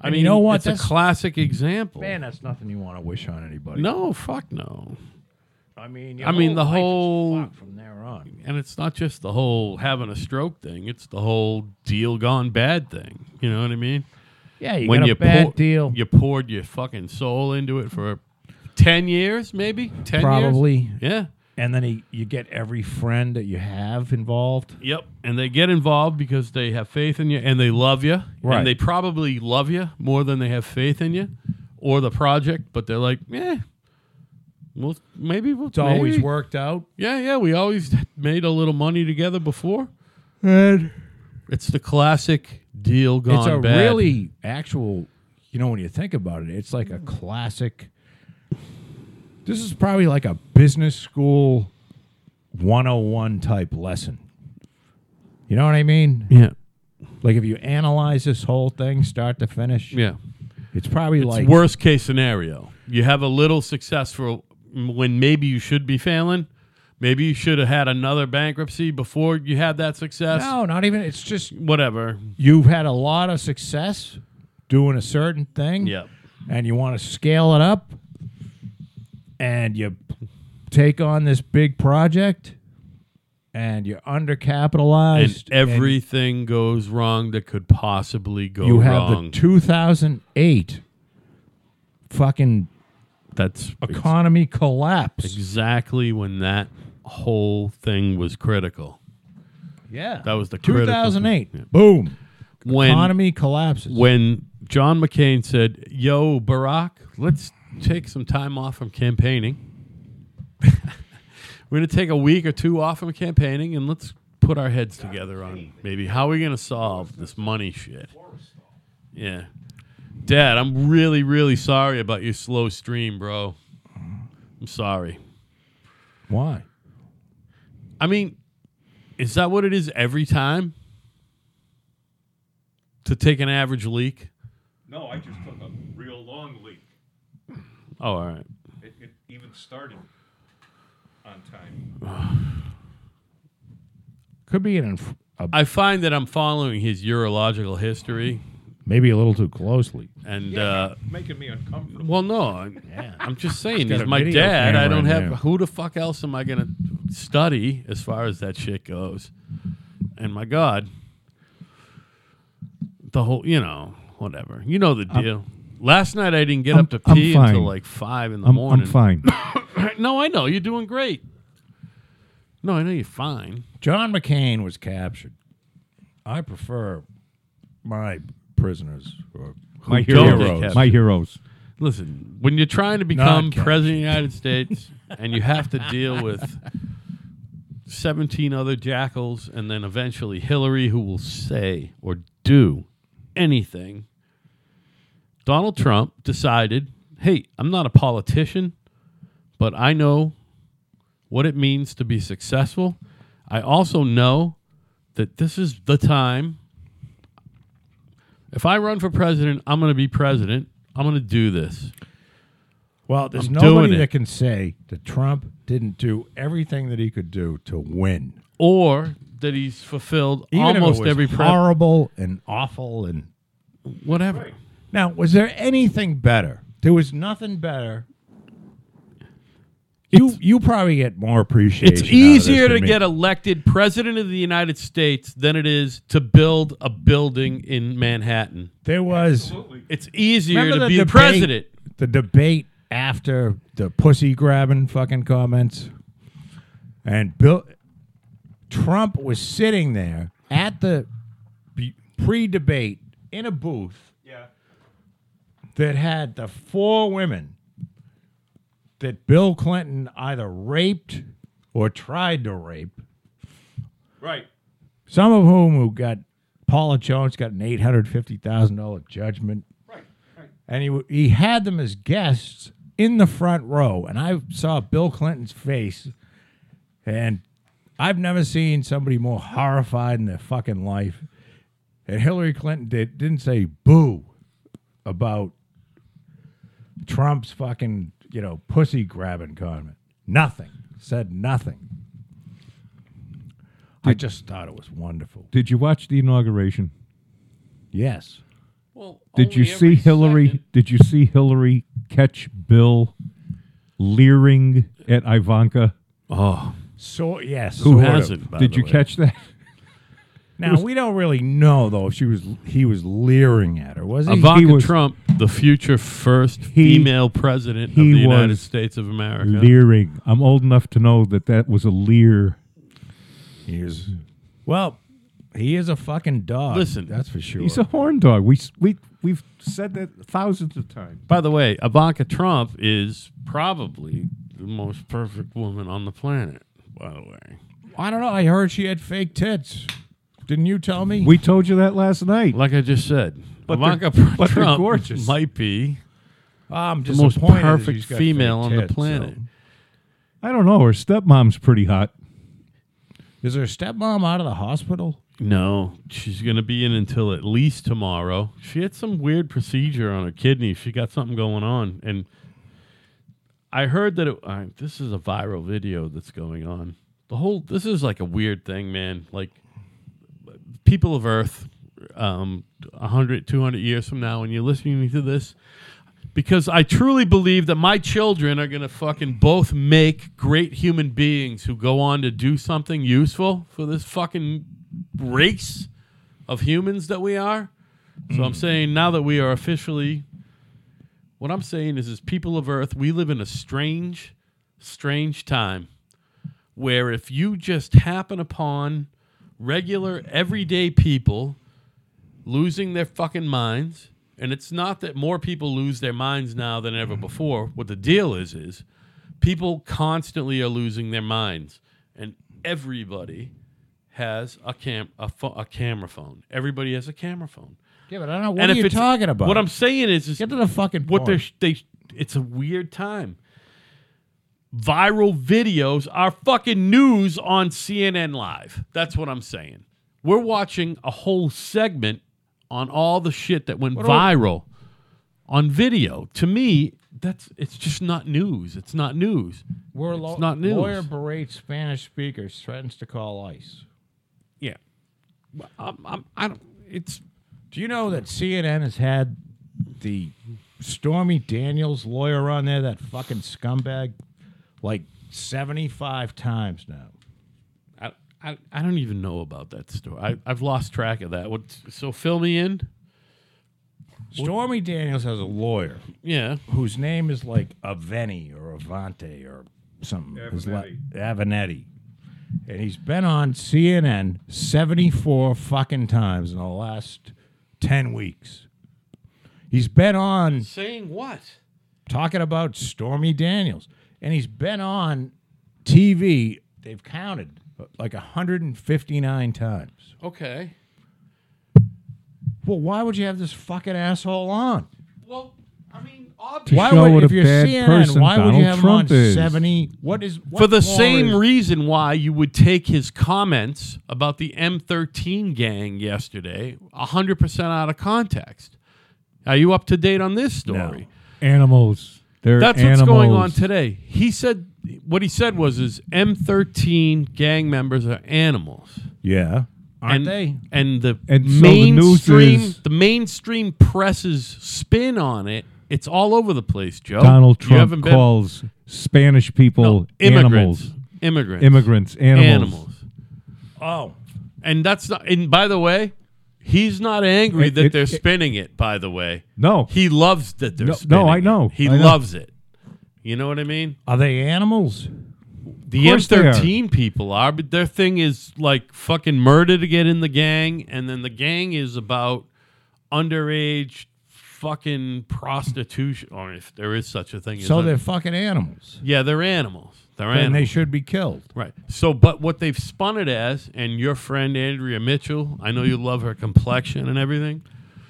I
And
mean,
you know what?
It's a
That's-
classic example.
man, that's nothing you want to wish on anybody.
No, fuck no.
I mean, your
I mean, the
life is
whole-
fucked from there on.
And it's not just the whole having a stroke thing, it's the whole deal gone bad thing. You know what I mean?
Yeah, you got a bad
pour-
deal.
You poured your fucking soul into it for ten years, maybe ten years.
probably.
Yeah.
And then he, you get every friend that you have involved.
Yep. And they get involved because they have faith in you and they love you.
Right.
And they probably love you more than they have faith in you or the project, but they're like, eh, well, maybe we'll
It's always
maybe-
worked out.
Yeah, yeah. We always made a little money together before. It's the classic deal gone
it's a
bad.
really actual you know when you think about it it's like a classic this is probably like a business school 101 type lesson you know what i mean
yeah,
like if you analyze this whole thing start to finish
yeah.
it's probably like
Worst case scenario, you have a little successful when maybe you should be failing. Maybe you should have had another bankruptcy before you had that success.
no not even it's just
Whatever.
you've had a lot of success doing a certain thing
Yep.
and you want to scale it up and you take on this big project and you're
And
undercapitalized
everything goes wrong that could possibly go
and you have
wrong.
the 2008 fucking
That's
economy collapse
exactly when that whole thing was critical.
yeah
That was the critical-
2008
Yeah.
boom
When
economy collapses
when John McCain said, "Yo, Barack, let's take some time off from campaigning. We're going to take a week or two off from campaigning, and let's put our heads together on maybe how are we going to solve this money shit." Yeah, Dad, I'm really, really sorry about your slow stream, bro. I'm sorry.
why
I mean, is that what it is every time? To take an average leak?
No, I just took a real long leak.
Oh, all right.
It, it even started on time.
could be an inf- a,
I find that I'm following his urological history,
maybe a little too closely
and uh,
Making me uncomfortable.
well, no, I'm, I'm just saying
got
he's
a
my
video
dad. I
camera
don't
in
have
there.
who the fuck else am I gonna study as far as that shit goes? And my God, the whole you know whatever you know the deal. Last night I didn't get
I'm-
up to
I'm
pee until
fine.
like five in the
I'm, I'm
morning.
fine.
no, I know you're doing great. No, I know you're fine.
John McCain was captured. I prefer my prisoners. Or
My
don't get
heroes.
captured.
My heroes.
Listen, when you're trying to become
Not
president of the United States and you have to deal with 17 other jackals and then eventually Hillary, who will say or do anything, Donald Trump decided hey, I'm not a politician, but I know what it means to be successful. I also know that this is the time if I run for president, I'm going to be president. I'm going to do this.
well, there's
I'm doing
nobody
it.
that can say that Trump didn't do everything that he could do to win.
Or that he's fulfilled
Even if it
almost
was
every pro-
horrible and awful and
whatever.
now was there anything better? There was nothing better. you you probably get more appreciation.
It's
out of this
easier to
than me.
get elected president of the United States than it is to build a building in Manhattan.
There was
It's easier
Remember
to
the
be
debate?
president.
the debate after the pussy grabbing fucking comments and Bill Trump was sitting there at the pre debate in a booth
Yeah.
that had the four women that Bill Clinton either raped or tried to rape,
Right.
some of whom who got Paula Jones got an $850,000 judgment.
Right. Right.
and he w- he had them as guests in the front row, and I saw Bill Clinton's face, and I've never seen somebody more horrified in their fucking life. And Hillary Clinton did, didn't say boo about Trump's fucking you know pussy grabbing comment. Nothing said nothing. I just thought it was wonderful.
Did you watch the inauguration?
Yes.
Well,
Did you see Hillary? Did you see Hillary catch Bill leering at Ivanka?
Oh,
So yes.
who
sort of.
hasn't? by
did
the
you
way?
catch that?
Now we don't really know though if she was he was leering at her, was he?
Ivanka
he was-
Trump, the future first
He-
female president of the
he
United
was
States of America.
Leering. I'm old enough to know that that was a leer.
He was- well, he is a fucking dog.
Listen,
that's for sure.
He's a horn dog. We s- we we've said that thousands of times.
By the way, Ivanka Trump is probably the most perfect woman on the planet. By the way,
I don't know. I heard she had fake tits. Didn't you tell me?
We told you that last night.
like I just said,
But they're-
Ivanka
but they're
Trump
gorgeous.
might be
Ah, I'm
the most
disappointed that
perfect
she's got
female
fake
on the
tits, so.
planet.
I don't know. Her stepmom's pretty hot.
Is her stepmom out of the hospital?
No, she's going to be in until at least tomorrow. She had some weird procedure on her kidney. She got something going on. And I heard that it, uh, this is a viral video that's going on. The whole, this is like a weird thing, man. Like, people of Earth, um, 100, 200 years from now, when you're listening to this, because I truly believe that my children are going to fucking both make great human beings who go on to do something useful for this fucking race of humans that we are. So I'm saying now that we are officially, what I'm saying is, as people of Earth, we live in a strange, strange time where if you just happen upon regular, everyday people losing their fucking minds, and it's not that more people lose their minds now than ever before. What the deal is, is people constantly are losing their minds, and everybody has a cam a, pho- a camera phone. Everybody has a camera phone.
Yeah, but I don't know. What
and
are
if
you
it's-
talking about?
What I'm saying is, is
Get to the fucking
what they're
point.
sh- they it's a weird time. Viral videos are fucking news on CNN Live. That's what I'm saying. We're watching a whole segment on all the shit that went viral on video. To me, that's it's just not news. It's not news.
We're
it's not news.
Lawyer berates Spanish speakers, threatens to call ICE.
Yeah, I'm, I'm, I don't. It's
Do you know that CNN has had the Stormy Daniels lawyer on there, that fucking scumbag, like 75 times now?
I, I, I don't even know about that story. I, I've lost track of that. What, so fill me in.
Stormy Daniels has a lawyer
Yeah.
whose name is like Aveni or Avante or something. His la- Avenetti. And he's been on CNN 74 fucking times in the last 10 weeks. He's been on
Saying what?
talking about Stormy Daniels. And he's been on TV, they've counted uh, like 159 times.
Okay.
Well, why would you have this fucking asshole on?
Well, I mean,
To
obviously.
Why
show
would,
what
if
a
you're
bad
CNN,
person
why would
Donald
you have
Trump
him on
is.
70? What is what
For the
more
same
is-
reason why you would take his comments about the M13 gang yesterday 100% out of context. Are you up to date on this story?
Animals. They're
That's
animals.
what's going on today. He said what he said was is M13 gang members are animals.
Yeah. Aren't
and,
they?
And the
And so the news
mainstream
is-
the mainstream press's spin on it. It's all over the place, Joe.
Donald
You
Trump
haven't been-
calls Spanish people
No, immigrants,
animals.
immigrants,
Immigrants, animals.
animals.
Oh.
And that's not. And by the way, he's not angry
It-
that
it-
they're
it-
spinning it. By the way,
No.
he loves that they're
No- no,
spinning.
I
it.
know,
He
I know.
loves it. You know what I mean?
Are they animals?
The
course they are.
M13 people are, but their thing is like fucking murder to get in the gang, and then the gang is about underage fucking prostitution, or if there is such a thing. as
So
un-
they're fucking animals.
yeah, they're animals. They're animals.
And they should be killed.
Right. So, but what they've spun it as, and your friend Andrea Mitchell, I know you love her complexion and everything.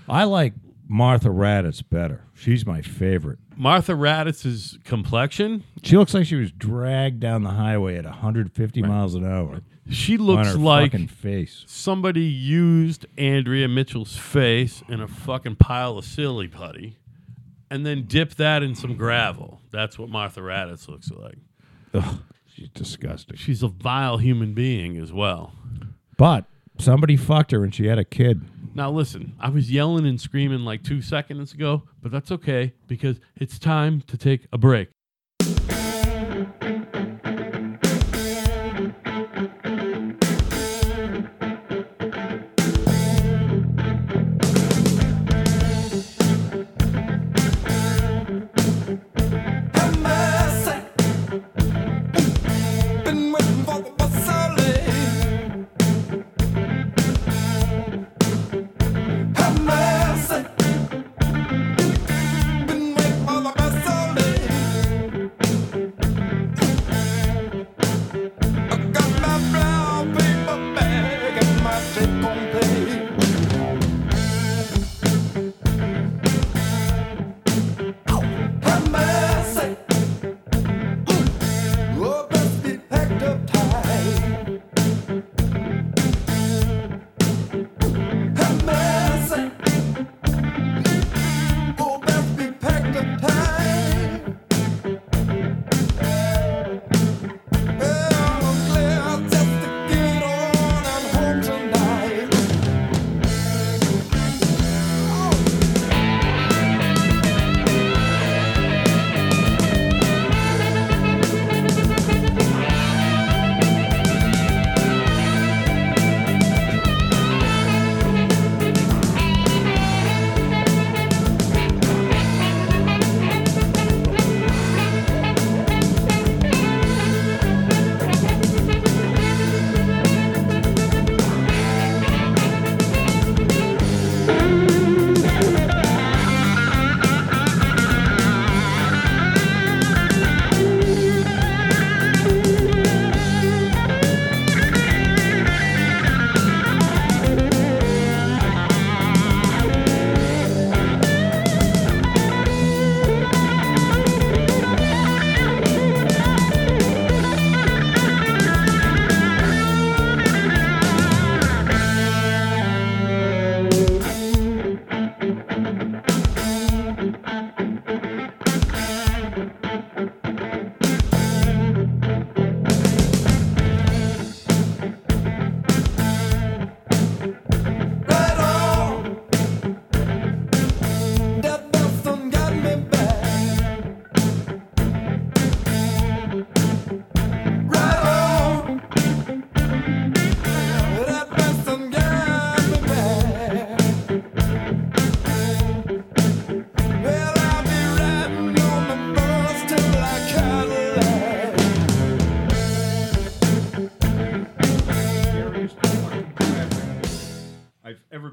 I like Martha Raddatz better. She's my favorite.
Martha Raditz's complexion,
She looks like she was dragged down the highway at 150 miles an hour.
she
on
looks
her
like
fucking face.
somebody used Andrea Mitchell's face in a fucking pile of silly putty and then dipped that in some gravel. That's what Martha Raddatz looks like.
Ugh, she's disgusting.
She's a vile human being as well.
But somebody fucked her and she had a kid.
Now, listen, I was yelling and screaming like two seconds ago, but that's okay because it's time to take a break.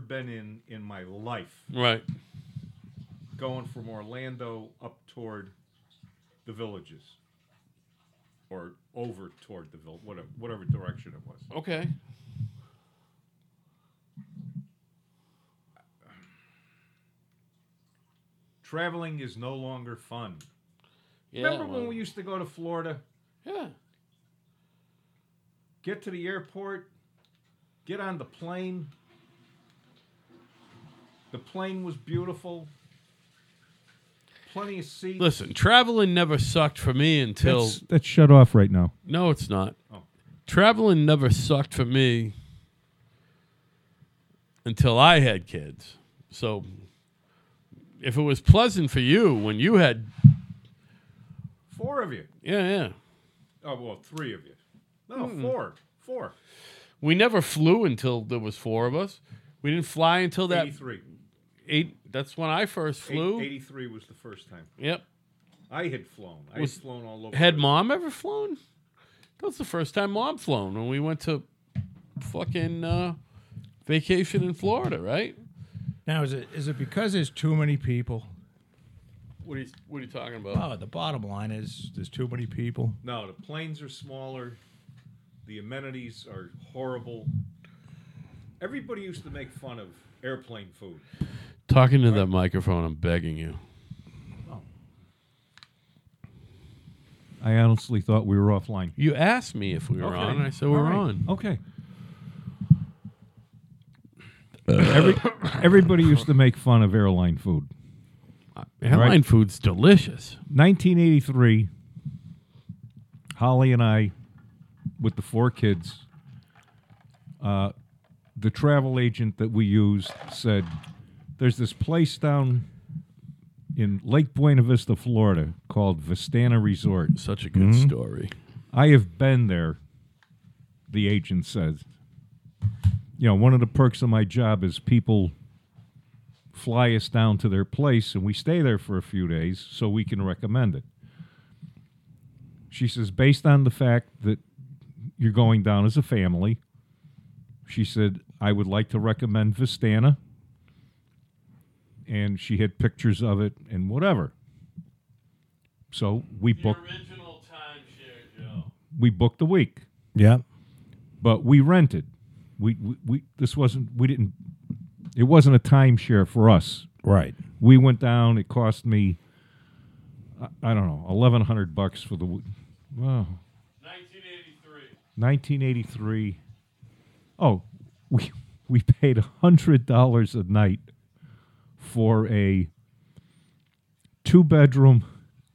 been in in my life,
Right.
going from Orlando up toward the villages, or over toward the vill, whatever whatever direction it was.
Okay.
Traveling is no longer fun.
Yeah,
Remember
well,
when we used to go to Florida?
Yeah.
get to the airport, get on the plane. The plane was beautiful. Plenty of seats.
Listen, traveling never sucked for me until
that's, that's shut off right now.
No, it's not.
Oh.
Traveling never sucked for me until I had kids. So if it was pleasant for you when you had
Four of you.
yeah, yeah.
Oh well, three of you. No, four. Four.
We never flew until there was four of us. We didn't fly until that
Eighty-three.
eight that's when I first
Eight-
flew.
Eighty-three was the first time
Yep.
I had flown. I
Was-
had flown all over.
Had
the-
mom ever flown? That was the first time mom flown when we went to fucking uh, vacation in Florida, right?
Now, is it is it because there's too many people?
What are you What are you talking about?
Oh, the bottom line is there's too many people.
No, the planes are smaller. The amenities are horrible. Everybody used to make fun of airplane food.
Talking to that microphone, I'm begging you.
I honestly thought we were offline.
You asked me if we were
Okay.
on, and I said we're
All right. Oh.
on.
Okay. Every, everybody used to make fun of airline food.
Airline
Right.
food's delicious.
1983, Holly and I, with the four kids, uh, the travel agent that we used said, There's this place down in Lake Buena Vista, Florida called Vistana Resort.
Such a good
Mm-hmm.
story.
I have been there, the agent says. You know, one of the perks of my job is people fly us down to their place and we stay there for a few days so we can recommend it. She says, based on the fact that you're going down as a family, she said, I would like to recommend Vistana. And she had pictures of it and whatever. So we booked
original timeshare, Joe.
we booked the week
Yeah.
but we rented. We, we, we this wasn't we didn't it wasn't a timeshare for us.
Right.
We went down. It cost me I, I don't know eleven hundred bucks for the w- wow
1983.
nineteen eighty three. Oh, we we paid hundred dollars a night for a two bedroom,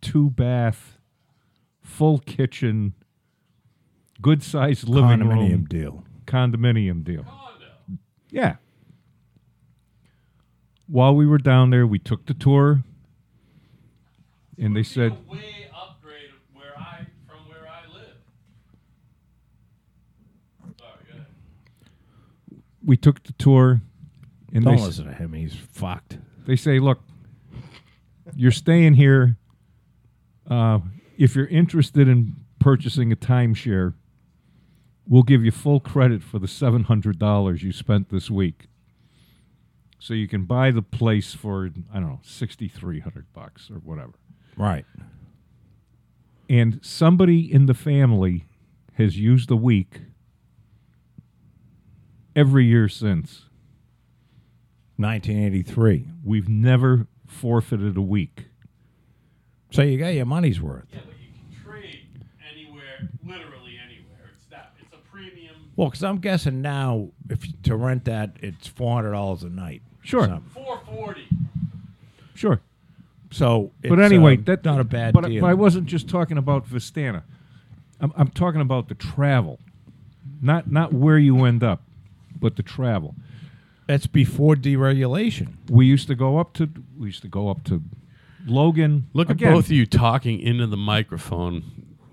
two bath, full kitchen, good sized living room
Condominium deal.
condominium deal. Yeah. While we were down there, we took the tour, and they said,
way upgrade where I from where I live. Sorry, go ahead.
we took the tour, and they,
Don't
s-
listen to him. He's fucked.
they say, look, you're staying here. Uh, if you're interested in purchasing a timeshare, we'll give you full credit for the $700 you spent this week. So you can buy the place for, I don't know, 6300 bucks or whatever.
Right.
and somebody in the family has used the week every year since.
1983.
We've never forfeited a week.
So you got your money's worth.
Yeah, but you can trade anywhere, literally anywhere. It's that. It's a premium.
Well, because I'm guessing now, if you- to rent that, it's four hundred dollars a night. or
Sure.
something.
440.
Sure.
So, it's,
but anyway,
uh,
that's
not a bad
but,
deal.
But I wasn't just talking about Vistana. I'm, I'm talking about the travel, not not where you end up, but the travel.
that's before deregulation.
We used to go up to we used to go up to Logan.
Look
Again,
at both of you talking into the microphone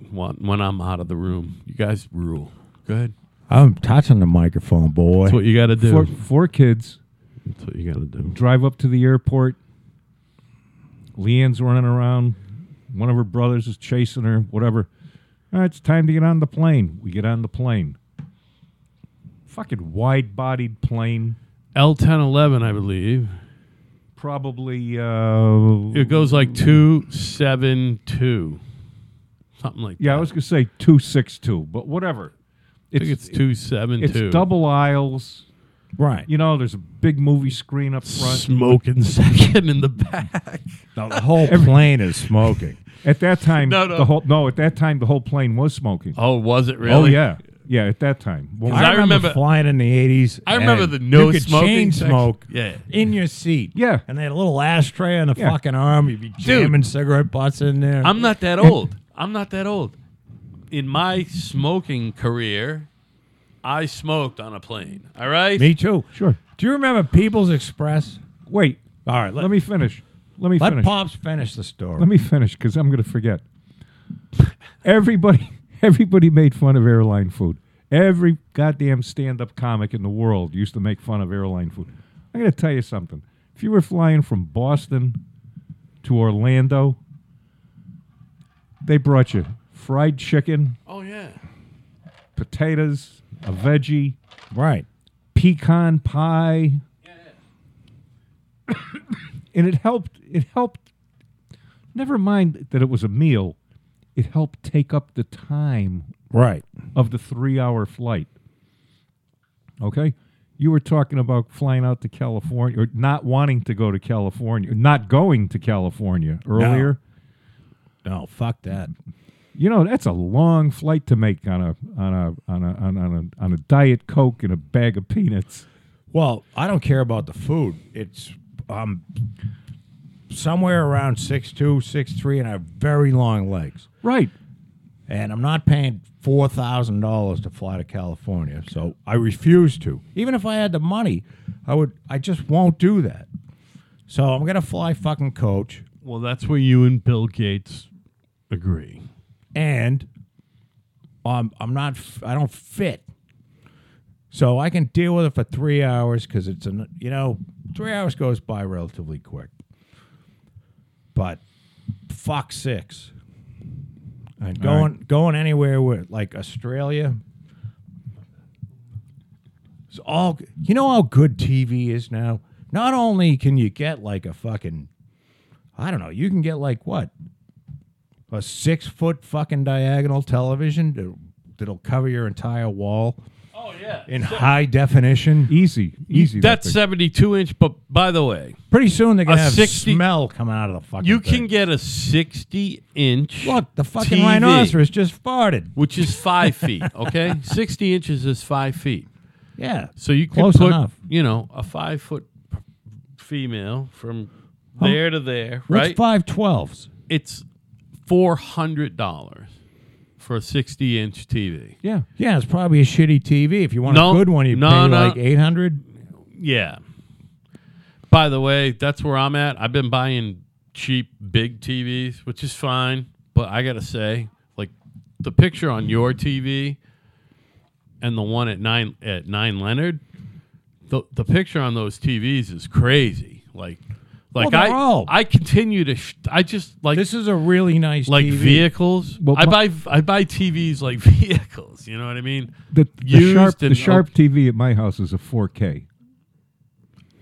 when, when I'm out of the room. You guys rule. Go ahead.
I'm touching the microphone, boy.
That's what you got to do.
four, four kids.
That's what you got to do.
drive up to the airport. Leanne's running around. One of her brothers is chasing her, whatever. All right, it's time to get on the plane. We get on the plane. Fucking wide bodied plane.
L ten eleven, I believe.
Probably. Uh,
It goes like two seven two, something like
yeah, I was gonna say two six two, but whatever.
that. I think it's two seven two.
It's double aisles.
Right.
You know, there's a big movie screen up front.
smoking section in the back.
The, whole plane is smoking.
At that time,
No, no.
the whole no. At that time, the whole plane was smoking.
Oh, was it really?
Oh yeah, yeah. At that time, Well,
I remember-
flying in the eighties.
I remember the no
you could
smoking
chain
section.
smoke.
Yeah.
in your seat.
Yeah.
and they had a little ashtray on the
Yeah.
fucking arm. You'd be jamming cigarette butts in there.
I'm not that old. I'm not that old. In my smoking career, I smoked on a plane. All right.
Me too.
sure.
Do you remember People's Express?
Wait,
All right, let,
let me finish. Let me
let
finish.
pops finish the story.
Let me finish because I'm going to forget. Everybody, everybody made fun of airline food. Every goddamn stand-up comic in the world used to make fun of airline food. I'm going to tell you something. If you were flying from Boston to Orlando, they brought you fried chicken,
Oh yeah.
potatoes, a veggie,
right.
pecan pie. and it helped it helped never mind that it was a meal, it helped take up the time
Right.
of the three hour flight. Okay? You were talking about flying out to California or not wanting to go to California, not going to California earlier.
No, fuck that.
You know, that's a long flight to make on a on a on a on a, on a, on a diet coke and a bag of peanuts.
Well, I don't care about the food. It's um somewhere around six two, six three, and I have very long legs.
Right.
And I'm not paying four thousand dollars to fly to California, so I refuse to. Even if I had the money, I would. I just won't do that. So I'm gonna fly fucking coach,
Well, that's where you and Bill Gates agree.
and um, I'm not. f- I don't fit. So I can deal with it for three hours because it's an you know three hours goes by relatively quick. But fuck six. And
All
going going anywhere with like Australia. It's all you know how good TV is now. Not only can you get like a fucking, I don't know, you can get like what a six foot fucking diagonal television that'll- that'll cover your entire wall
Oh yeah.
in high definition.
Easy. Easy. that
That's
thing.
seventy-two inch. But by the way,
Pretty soon they're gonna
A
have
60
smell coming out of the fucking.
you
thing.
can get a sixty-inch.
look. The fucking
TV.
rhinoceros just farted.
which is five feet. Okay, sixty inches is five feet.
Yeah,
So you could
Close
put,
enough.
you know, a five foot female from there to there, right?
What's five twelves?
it's four hundred dollars for a sixty inch TV.
Yeah.
Yeah, it's probably a shitty TV. If you want
No,
a good one, you
no,
pay
no.
like eight hundred.
Yeah. By the way, that's where I'm at. I've been buying cheap big TVs, which is fine, but I gotta say, like the picture on your TV and the one at nine at nine Leonard, the the picture on those TVs is crazy. Like, like
Well,
I
they're all-
I continue to sh- I just like
This is a really nice
like
TV.
vehicles.
Well,
I
my-
buy I buy TVs like vehicles. You know what I mean?
The, the
Used
sharp the
and
sharp TV at my house is a 4K.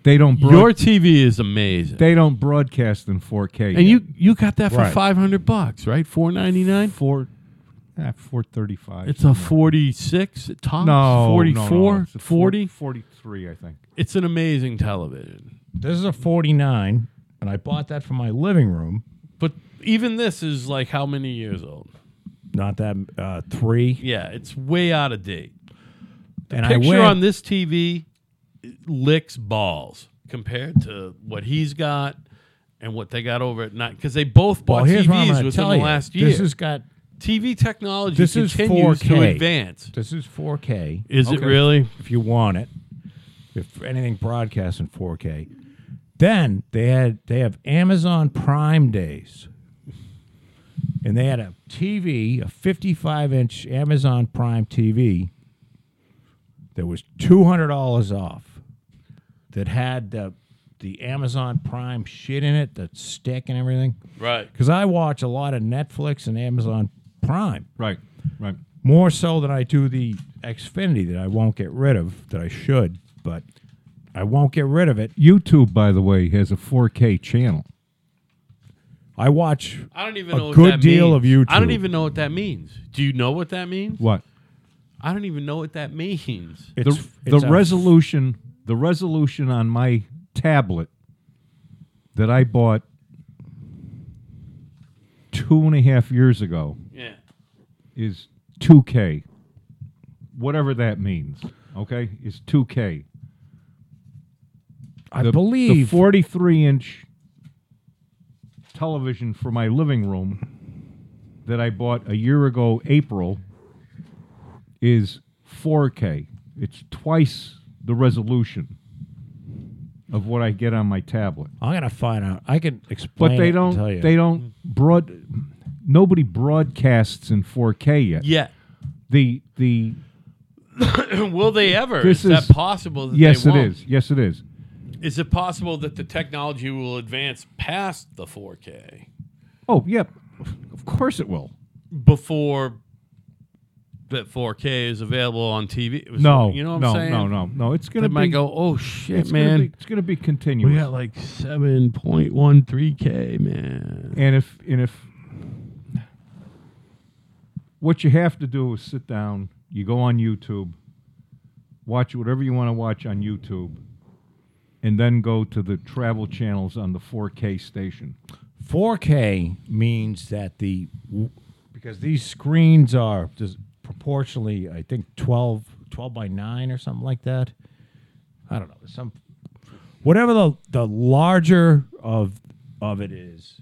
They don't broad,
Your TV is amazing.
they don't broadcast in 4K.
And
yet.
you you got that for
Right.
five hundred bucks, right? Four ninety nine.
four ah, 435.
It's a forty six at tops.
no,
forty
no, no,
four,
it's a four-
forty.
43 I think.
It's an amazing television.
This is a forty nine, and I bought that for my living room.
But even this is like how many years old?
Not that uh, three,
Yeah, it's way out of date.
and I
Picture
went
on this TV licks balls compared to what he's got and what they got over at night because they both
Well,
bought
here's what I'm
TVs
gonna
within
tell
the
you.
last year.
This has got
TV technology
This is
continues to
4K.
advance.
this is four K.
Is it
Okay.
really?
if you want it. If anything broadcasts in 4K, then they had they have Amazon Prime Days, and they had a TV, a 55 inch Amazon Prime TV that was two hundred dollars off, that had the the Amazon Prime shit in it, the stick and everything.
Right.
Because I watch a lot of Netflix and Amazon Prime
Right. Right.
more so than I do the Xfinity that I won't get rid of that I should, but I won't get rid of it.
YouTube, by the way, has a 4K channel.
I watch
I don't even
A
know what
good
that
deal of
means. I don't
YouTube.
even know what that means. Do you know what that means?
What?
I don't even know what that means.
it's,
the
it's
the
a-
resolution the resolution on my tablet that I bought two and a half years ago
Yeah.
is 2K. Whatever that means, okay, is 2K.
I
the,
believe
the 43 inch television for my living room that I bought a year ago, April, is 4K. It's twice the resolution of what I get on my tablet.
I'm gonna find out. I can explain.
But they
it And tell
don't.
you.
They don't broad. Nobody broadcasts in 4K yet.
Yeah.
The the
Will they ever?
This
is, that
is-
possible? That
yes,
they
it
won't?
is. Yes, it is.
Is it possible that the technology will advance past the 4K
Oh, yep. Of course it will.
before that 4K is available on TV? So,
No,
you know what
no,
I'm saying?
no, no, no. It's
They
gonna
might
be
go, oh shit,
it's
man.
Gonna be, it's going to be continuous.
we got like 7.13K, man.
and if and if what you have to do is sit down, you go on YouTube, watch whatever you want to watch on YouTube, and then go to the travel channels on the 4K station.
4K means that the because these screens are just proportionally, I think 12, 12 by nine or something like that. I don't know some whatever the the larger of of it is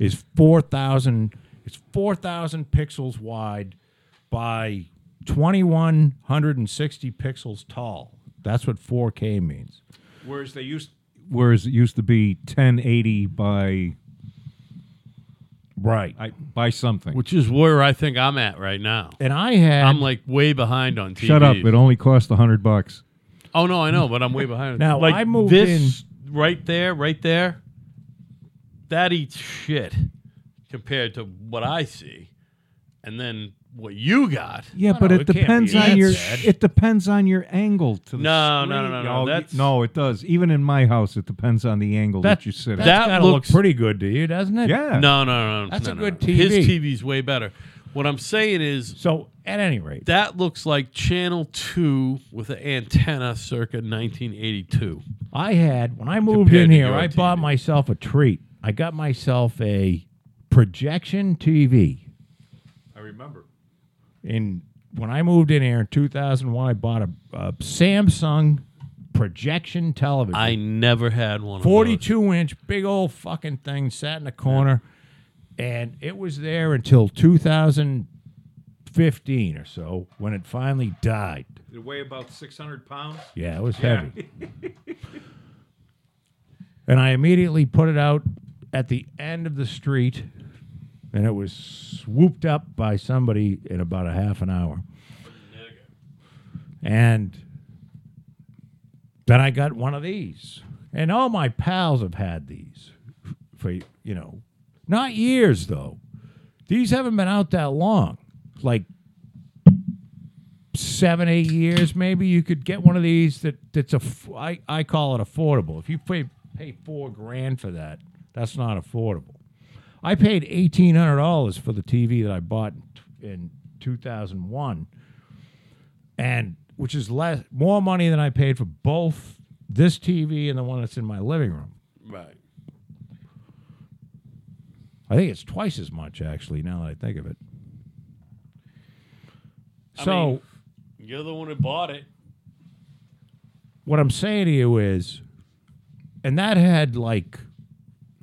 is four thousand. It's four thousand pixels wide by twenty one hundred and sixty pixels tall. That's what 4K means.
Whereas they used whereas it used to be 1080 by
Right.
I, by something.
Which is where I think I'm at right now.
And I had
I'm like way behind on TV.
Shut up! It only cost a hundred bucks.
oh no, I know, but I'm way behind.
Now,
like
I moved
this right there, right there. That eats shit compared to what I see, and then what you got.
Yeah, but
no, it
it
can't be
depends
that
on your
bad.
it depends on your angle to the
No, no,
screen.
no, no, no,
Oh, y-
that's-
no, it does. Even in my house, it depends on the angle that,
That-
you sit at.
that
that's gotta look
looks-
pretty good to you, doesn't it?
yeah,
No, no, no, no.
That's
no,
a
no,
good
no. His
TV.
TV's way better. What I'm saying is
So at any rate,
that looks like Channel Two with an antenna, circa 1982.
I had when I moved
Compared
in
to
here,
your
I
TV.
bought myself a treat. I got myself a projection TV.
I remember.
In when I moved in here in 2001, I bought a, a Samsung projection television.
I never had one. of those.
42 inch big old fucking thing sat in a corner and it was there until 2015 or so when it finally died.
It weigh about six hundred pounds.
Yeah, it was heavy. and I immediately put it out at the end of the street, and it was swooped up by somebody in about a half an hour. And then I got one of these, and all my pals have had these for you know, not years though. These haven't been out that long, like seven, eight years, maybe you could get one of these that that's a f- I, I call it affordable. If you pay pay four grand for that, that's not affordable. I paid eighteen hundred dollars for the TV that I bought in t- in two thousand one, and which is less more money than I paid for both this TV and the one that's in my living room.
Right.
I think it's twice as much actually. Now that I think of it.
I
so.
mean, you're the one who bought it.
what I'm saying to you is, and that had like,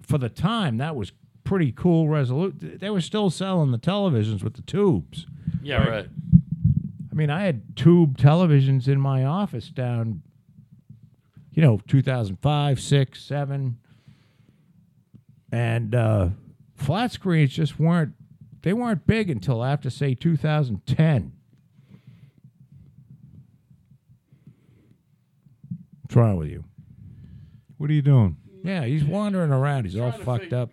for the time, that was pretty cool resolution. They were still selling the televisions with the tubes.
Yeah, right.
I mean, I had tube televisions in my office down, you know, 2005, 6, 7. And uh, flat screens just weren't, they weren't big until after, say, 2010. What's wrong with you?
What are you doing?
Yeah, he's wandering around. He's all
Trying to
fucked
fig-
up.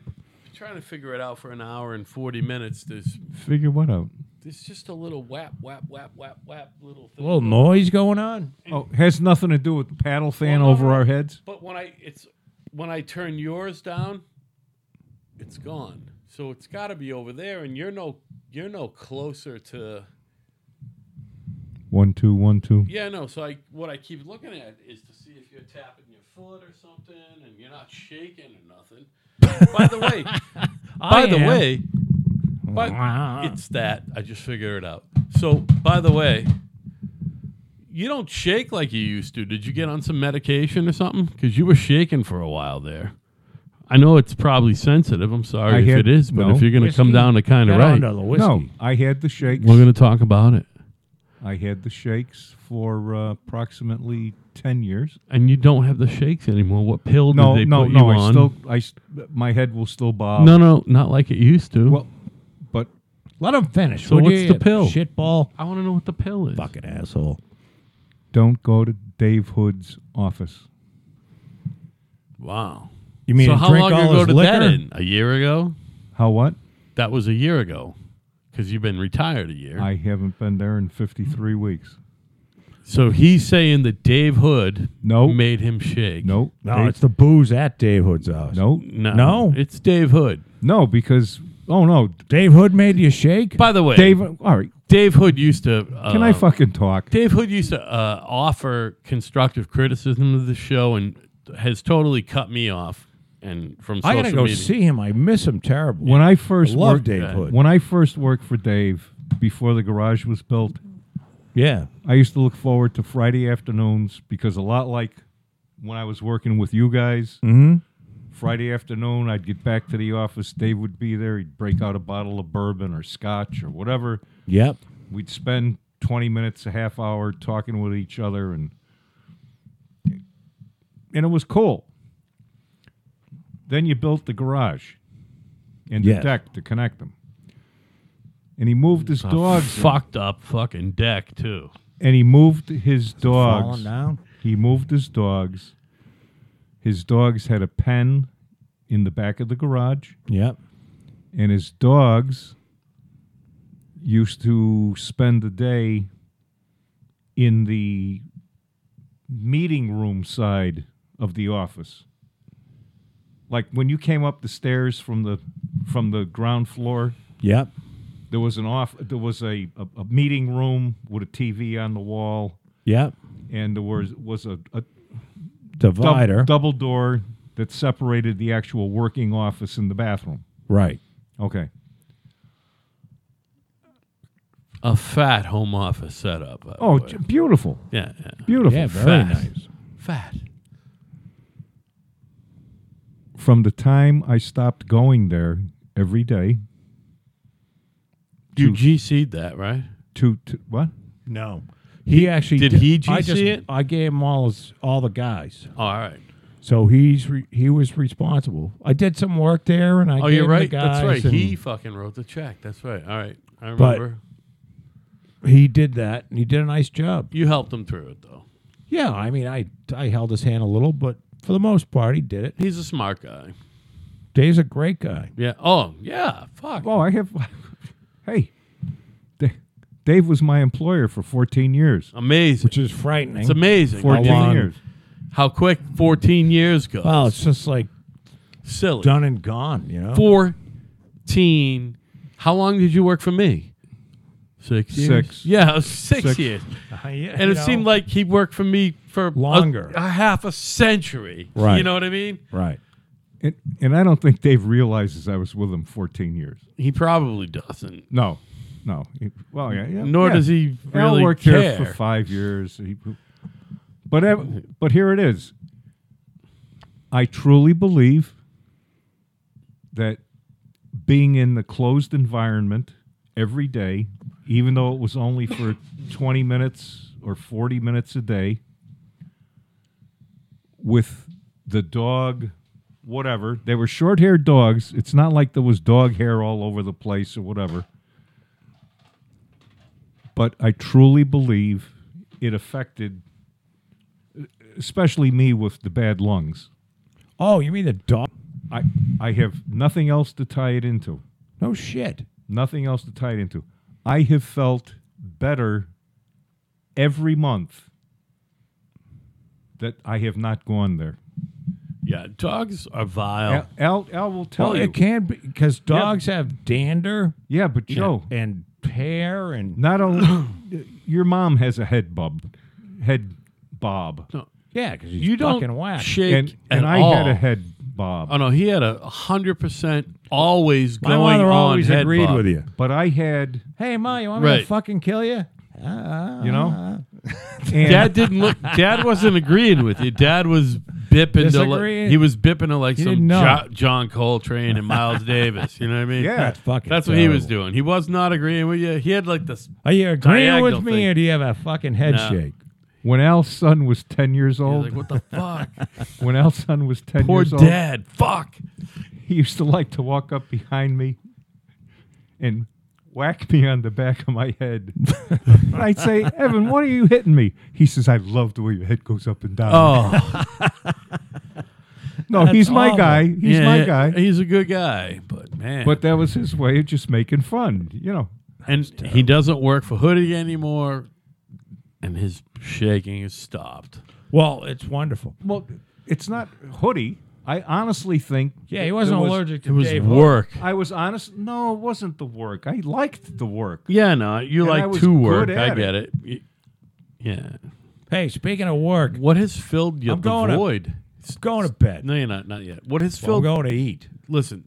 Trying to figure it out for an hour and 40 minutes. There's
Figure what out?
There's just a little whap, whap, whap, whap, whap little
A
thing.
little noise going on.
Oh, has nothing to do with the paddle fan
Well,
over our heads.
But when I it's when I turn yours down, it's gone. So it's got to be over there, and you're no you're no closer to
One two one two.
yeah no. So I what I keep looking at is to see if you're tapping your foot or something, and you're not shaking or nothing. by the way, by the
am.
way, by, it's that I just figured it out. So by the way. You don't shake like you used to. Did you get on some medication or something? Because you were shaking for a while there. I know it's probably sensitive. I'm sorry
I
if
had-
it is, but
no.
if you're going to come
Whiskey?
down to kind of
Got
right,
onto the whiskey.
No, I had the shakes.
we're going to talk about it.
I had the shakes for uh, approximately ten years.
And you don't have the shakes anymore. What pill
No,
did they
no,
put
no.
you
I
on?
still, I, s- my head will still bob.
no, no, not like it used to.
Well, but
Let him finish.
So
would
what's
you,
the
you
pill?
Shitball.
I want to know what the pill is.
Fucking asshole.
don't go to Dave Hood's office.
Wow.
You mean
so
to
how
drink
long
all
ago
his
did
liquor?
that end? A year ago?
How what?
That was a year ago. Because you've been retired a year.
I haven't been there in fifty-three weeks.
so he's saying that Dave Hood
No.
made him shake.
No,
No,
Dave-
it's the booze at Dave Hood's house.
no,
No.
No.
It's Dave Hood.
no, because oh no,
Dave Hood made you shake?
By the way,
Dave. All right,
Dave Hood used to. Uh,
can I fucking talk?
Dave Hood used to uh, offer constructive criticism of the show and has totally cut me off and from
I
social
gotta go
media.
see him. I miss him terribly.
When I first
love
worked,
Dave Hood.
when I first worked for Dave before the garage was built,
yeah.
I used to look forward to Friday afternoons because a lot like when I was working with you guys,
Mm-hmm.
Friday afternoon I'd get back to the office. Dave would be there. He'd break out a bottle of bourbon or scotch or whatever.
Yep.
We'd spend twenty minutes, a half hour talking with each other, and and it was cool. Then you built the garage and
Yes.
the deck to connect them. And he moved his dogs.
fucked up fucking deck too.
and he moved his
Falling
dogs.
down.
He moved his dogs. His dogs had a pen in the back of the garage,
Yep.
and his dogs used to spend the day in the meeting room side of the office. Like when you came up the stairs from the from the ground floor,
Yep.
there was an off there was a, a, a meeting room with a TV on the wall
Yep.
and there was was a, a dub-
Divider.
double door that separated the actual working office and the bathroom.
Right.
Okay.
A fat home office setup. by the
Oh,
way.
j- beautiful,
yeah, yeah.
beautiful.
Yeah, very
fat.
nice.
fat.
From the time I stopped going there every day
You
Two.
GC'd that right?
to, to what?
No. He actually
did he
I
GC it?
I gave him all his, all the guys.
Oh, All right.
So he's re, he was responsible. I did some work there, and I
Oh,
gave
you're
him
right.
the guys.
That's right.
and
He fucking wrote the check. That's right. All right. I remember.
he did that, and he did a nice job.
you helped him through it though.
Yeah, I mean, I I held his hand a little, but for the most part, he did it.
He's a smart guy.
Dave's a great guy.
Yeah. Oh, yeah. Fuck.
Oh, I have. hey, Da- Dave was my employer for 14 years.
amazing.
which is frightening.
It's amazing. how
14
long-
years.
How quick 14 years goes.
well, it's just like
silly.
done and gone, you know.
14. How long did you work for me? Six years.
Six.
Yeah, it was six,
Six.
years.
Uh, yeah,
And
you
it seemed
know.
like he worked for me for a-
Longer.
a, half a century.
Right.
You know what I mean?
right.
And, and I don't think Dave realizes I was with him 14 years.
He probably doesn't.
No, no. He- well, yeah. yeah
Nor
yeah.
does he
Al
really
worked
care.
here for five years. He- but ev- but here it is. I truly believe that being in the closed environment every day, even though it was only for twenty minutes or forty minutes a day, with the dog, whatever they were short-haired dogs. It's not like there was dog hair all over the place or whatever but I truly believe it affected, especially me with the bad lungs.
Oh, you mean the dog?
I, I have nothing else to tie it into.
No shit.
Nothing else to tie it into. I have felt better every month that I have not gone there.
Yeah, dogs are vile.
Al, Al, Al will tell
Oh,
Well,
you.
it can be because dogs have dander
Yeah, but Joe,
and hair and
not only your mom has a head bob, head bob,
yeah, because he's
You don't
fucking whack.
shake
and
at
and I
all.
had a head bob,
Oh no, he had a hundred percent always
My
going
mother
on.
always
head
agreed
bob.
with you.
but I had
Hey, ma, you want me
Right.
to fucking kill you?
you know,
Ah.
and
Dad didn't look. Dad wasn't agreeing with you. Dad was bipping to like,
Disagreeing.
he was bipping to like some
didn't know.
Jo- John Coltrane and Miles Davis. You know what I mean?
Yeah.
That's fucking.
that's what he was
terrible.
doing. He was not agreeing with you. He had like this.
Are you agreeing
Diagonal
with me,
thing.
or do you have a fucking head
No.
shake?
when Al's son was ten years
he was
old,
Like what the fuck?
when Al's son was ten
Poor
years old,
dad. Fuck.
he used to like to walk up behind me and whack me on the back of my head. and I'd say, Evan, what are you hitting me? He says, I love the way your head goes up and down.
Oh,
no, he's my
awful.
guy. He's
yeah,
my
yeah,
guy.
He's a good guy, but man.
But that was his way of just making fun, you know.
and he doesn't work for Hoodie anymore, and his shaking has stopped.
Well, it's wonderful.
Well, it's not hoodie. I honestly think.
Yeah, he wasn't
it was-
allergic to
It was
Dave Hook.
work.
I was honest. No, it wasn't the work. I liked the work.
Yeah, no, you
And I
like
was
to
good
work.
at
I
it.
get it. Y- Yeah.
Hey, speaking of work,
What has filled you
I'm
the
going to-
void?
I'm going to bed.
No, you're not. Not yet. What has
I'm
filled?
going to eat.
listen,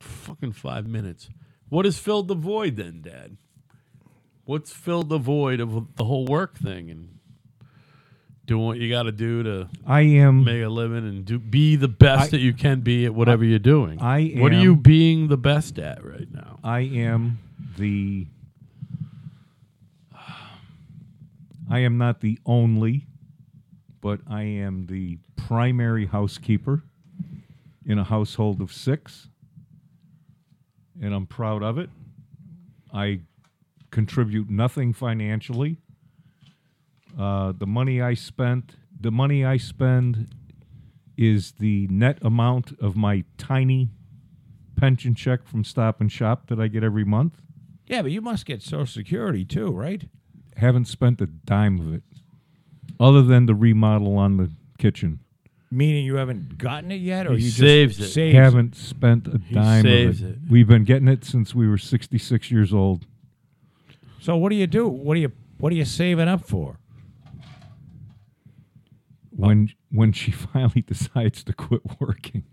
fucking five minutes. What has filled the void then, Dad? What's filled the void of the whole work thing and doing what you got to do to
I am.
make a living and do be the best
I-
that you can be at whatever you're doing?
I
what are
am-
you being the best at right now?
I am the. I am not the only, but I am the primary housekeeper in a household of six, and I'm proud of it. I contribute nothing financially. Uh, the money I spent, the money I spend, is the net amount of my tiny pension check from Stop and Shop that I get every month.
Yeah, but you must get Social Security too, right?
Haven't spent a dime of it, other than the remodel on the kitchen.
Meaning you haven't gotten it yet, or
He
you just
saves it.
saves
Haven't spent a dime
saves
of it.
it.
We've been getting it since we were 66 years old.
So what do you do? What do you what are you saving up for?
When when she finally decides to quit working.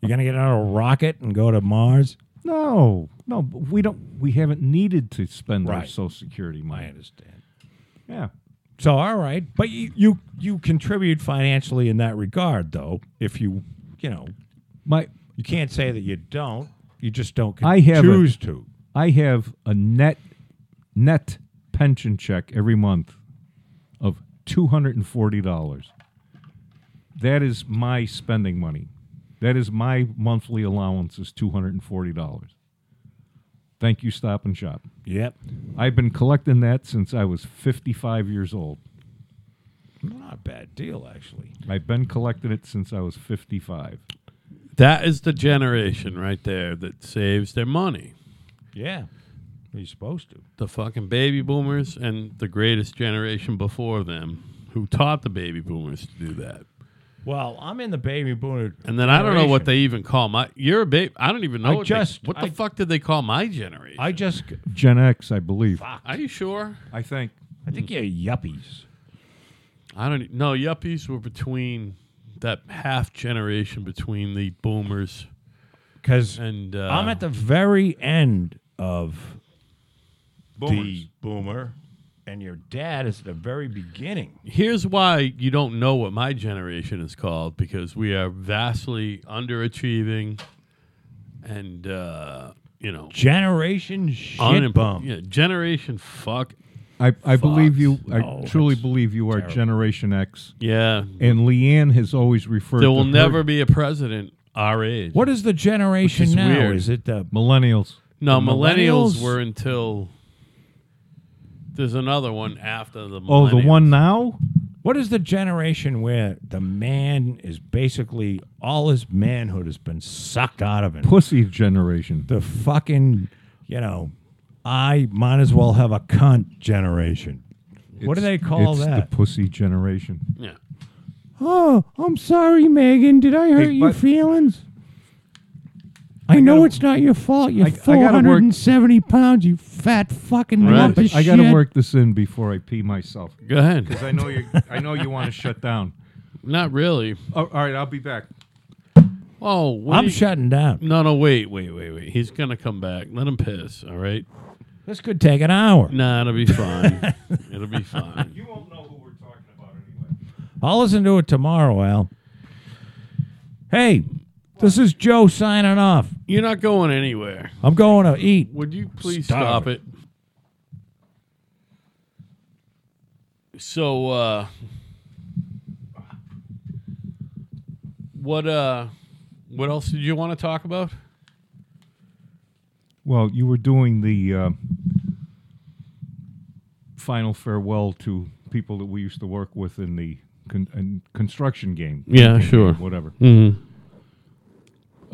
You're gonna get on a rocket and go to Mars?
No, no, but we don't. We haven't needed to spend our
Right.
Social Security
I
money.
understand.
Yeah,
So all right, but you you, you contribute financially in that regard, though. If you you know
my
you can't say that you don't. You just don't.
I have a-
choose to.
I have a net net pension check every month of two hundred and forty dollars. That is my spending money. That is my monthly allowance is two hundred and forty dollars. Thank you, Stop and Shop.
Yep.
I've been collecting that since I was fifty-five years old.
Not a bad deal, actually.
I've been collecting it since I was fifty-five.
That is the generation right there that saves their money.
Yeah. You're supposed to.
the fucking baby boomers and the greatest generation before them who taught the baby boomers to do that.
Well, I'm in the baby boomer.
And then I don't know what
generation.
they even call my. You're a baby. I don't even know.
I
what they-
just-
what the
I-
fuck did they call my generation?
I just.
Gen X, I believe.
Are you sure?
I think.
I think you're yuppies.
I don't know. Yuppies were between that half generation between the boomers
Because
and. Uh,
I'm at the very end of
Boomers.
the boomer, and your dad is at the very beginning.
Here's why you don't know what my generation is called because we are vastly underachieving, and uh, you know
Generation shit
Unim-
bum.
Yeah, generation fuck.
I, I believe you. I
No,
truly
that's
believe you are Generation X.
Yeah.
And Leanne has always referred.
There
to
will
her-
never be a president our age.
What is the generation
Which is
now?
weird.
Is it the
millennials.
No, millennials,
millennials?
were until there's another one after the millennials.
Oh, the one now?
what is the generation where the man is basically all his manhood has been sucked out of him?
Pussy generation.
the fucking you know
I might as well have a cunt generation. what do
It's-
they call
it's
that?
The pussy generation.
Yeah.
oh, I'm sorry, Megan. Did I hurt
Hey,
your
but-
feelings? I, know it's not your fault. You're
I- I gotta work-
470 pounds, you fat fucking
Right.
lump of
I got to
shit.
work this in before I pee myself
Go ahead.
because I know you. I know you want to shut down.
Not really.
Oh, all right, I'll be back.
Oh, what do
I'm
you-
shutting down.
No, no, wait, wait, wait, wait. He's gonna come back. Let him piss. All right.
This could take an hour.
Nah, it'll be fine. it'll be fine.
You won't know who we're talking about anyway.
I'll listen to it tomorrow, Al. Hey, this is Joe signing off.
You're not going anywhere.
I'm going to eat.
Would you please
Stop
stop, it? So, uh, what, uh, what else did you want to talk about?
Well, you were doing the uh, final farewell to people that we used to work with in the con- in construction game.
Yeah, sure.
Whatever. Uh,
Mm-hmm.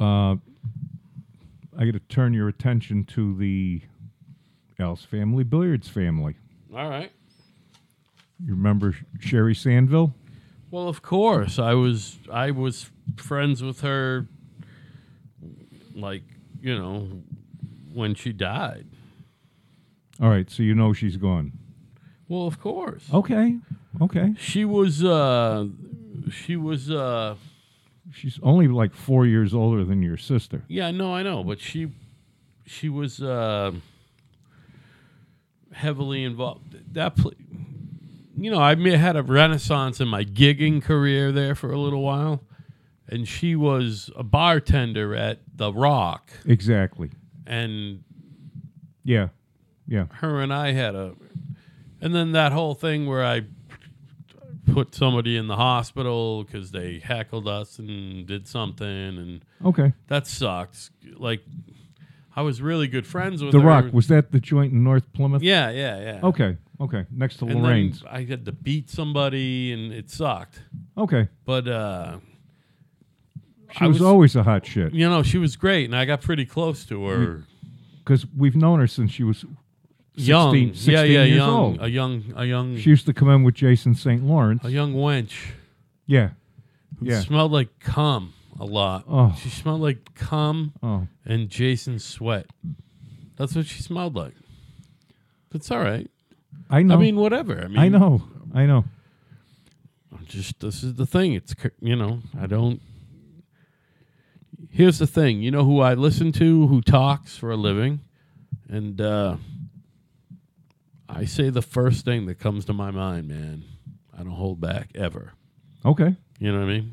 Mm-hmm. I got to turn your attention to the Al's family, Billiards family.
All right.
You remember Sherry Sandville?
Well, of course, I was I was friends with her, like you know, when she died.
All right, so you know she's gone.
Well, of course,
Okay, okay.
she was uh, she was uh,
She's only like four years older than your sister.
yeah, no, I know, but she she was uh, heavily involved. That pl- you know, I may had a renaissance in my gigging career there for a little while, and she was a bartender at the Rock,
Exactly.
and
Yeah, yeah.
her and I had a, and then that whole thing where I put somebody in the hospital because they heckled us and did something, and
Okay.
that sucked. Like, I was really good friends with
The
her.
Rock was that the joint in North Plymouth?
Yeah, yeah, yeah.
Okay, okay. Next to
And
Lorraine's.
then I had to beat somebody, and it sucked.
Okay.
But uh,
She
I
was,
was-
always a hot shit
you know, she was great, and I got pretty close to her.
because we've known her since she was 16,
Young,
16
yeah, yeah,
years
young,
old.
a young, a young,
She used to come in with Jason St. Lawrence.
a young wench.
yeah.
It
Yeah.
smelled like cum a lot.
Oh.
She smelled like cum
Oh,
and Jason's sweat. That's what she smelled like. That's all right.
I know.
I mean, whatever. I mean,
I know. I know.
I'm just this is the thing. It's cur- you know, I don't. Here's the thing. You know who I listen to, who talks for a living, and uh, I say the first thing that comes to my mind, man. I don't hold back ever.
Okay.
You know what I mean?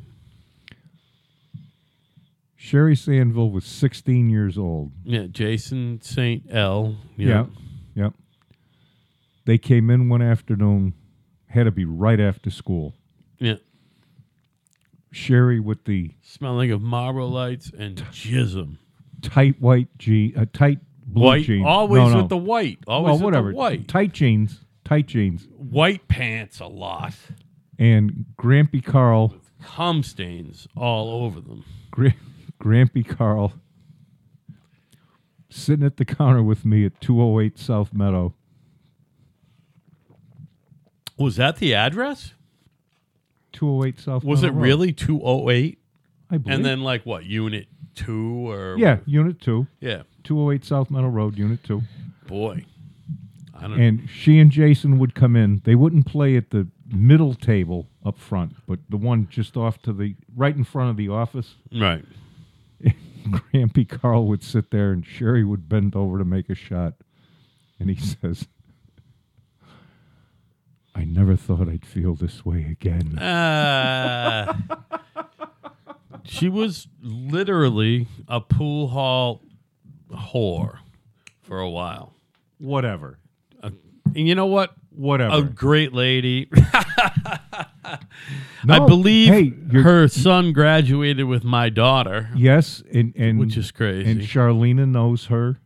Sherry Sandville was 16 years old.
Yeah, Jason Saint L. you
Yeah.
know.
Yep. They came in one afternoon, had to be right after school.
yeah.
Sherry with the
smelling of Marlboro lights and jism.
tight white jean, uh, tight blue
White,
jeans.
always
No, no.
with the white, always
well,
with
whatever.
the white,
Tight jeans, tight jeans,
white pants a lot,
and Grampy Carl.
cum stains all over them.
Gra- Grampy Carl sitting at the counter with me at 208 South Meadow.
Was that the address?
208 South
Was
Meadow
it
Road.
really two oh eight?
I believe.
And then like what unit two or
yeah, Unit 2,
yeah
208 South Meadow Road, Unit 2.
boy, I don't
And she and Jason would come in. They wouldn't play at the middle table up front, but the one just off to the right in front of the office.
right.
Grampy Carl would sit there and Sherry would bend over to make a shot. And he says, I never thought I'd feel this way again.
Uh, she was literally a pool hall whore for a while.
Whatever.
And you know what?
Whatever.
A great lady. I
No,
believe
hey, you're-
her son graduated with my daughter,
Yes, and, and
which is crazy.
and Charlena knows her.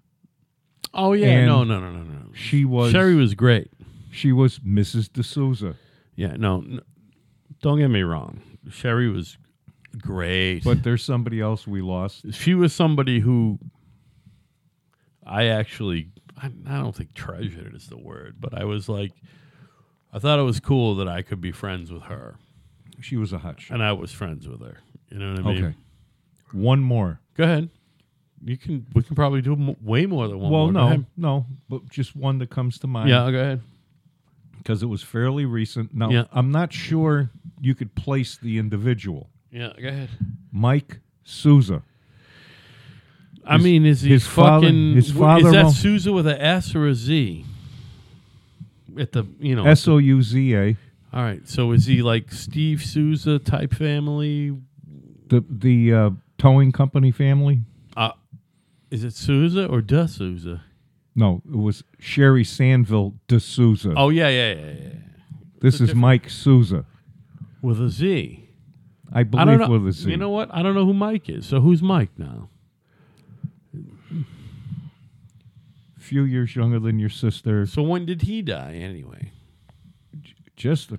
oh yeah,
and
no, no, no, no, no.
She was
Sherry was great.
she was Mrs. D'Souza.
Yeah, no, n don't get me wrong. Sherry was great,
But there's somebody else we lost.
she was somebody who I actually I, I don't think treasured is the word, but I was like, I thought it was cool that I could be friends with her,
She was a hot shot.
and I was friends with her. You know what I mean?
Okay. One more.
Go ahead. You can. We can probably do m- way more than one.
well,
more. Go
no,
ahead.
no, but just one that comes to mind.
Yeah. Go ahead.
Because it was fairly recent. Now,
Yeah.
I'm not sure you could place the individual.
Yeah. Go ahead.
Mike Souza.
I mean, is he
his father-
fucking?
his
w-
father
is that
won't-
Souza with a S or a Z? At the you know.
S O U Z A.
all right. So is he like Steve Souza type family?
The, the uh, towing company family.
Uh, is it Souza or Da Souza?
No, it was Sherry Sandville D'Souza.
Oh yeah, yeah, yeah, yeah.
this is Mike Souza.
With a Z.
I
I don't
believe
know.
with a Z.
You know what? I don't know who Mike is. So who's Mike now?
few years younger than your sister.
So when did he die anyway?
Just a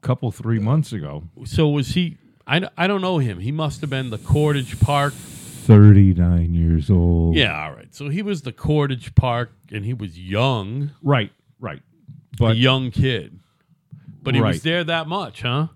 couple, three months ago.
So was he? I, d- I don't know him. He must have been the Cordage Park.
39 years old.
Yeah, all right. So he was the Cordage Park, and he was young,
Right, right.
a
But
young kid. But he was
Right.
there that much, huh?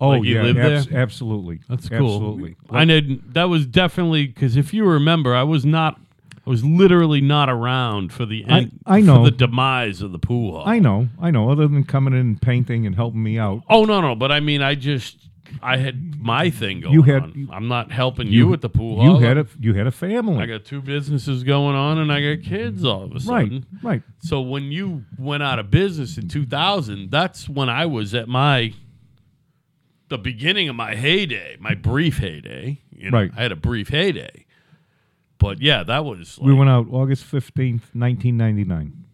oh
like you
yeah,
live
abs-
there?
absolutely.
That's cool.
Absolutely.
I didn't. That was definitely because if you remember, I was not. I was literally not around for the
I-
end.
I
for
know.
the demise of the pool hall.
I know, I know. Other than coming in and painting and helping me out,
Oh no, no. But I mean, I just I had my thing going.
You had-
on. I'm not helping you, at the pool
you
hall.
had a you had a family.
I got two businesses going on, and I got kids all of a
right,
sudden.
right.
So when you went out of business in 2000, that's when I was at my the beginning of my heyday, my brief heyday. You know,
Right.
I had a brief heyday. But yeah, that was like,
We went out August 15th, 1999.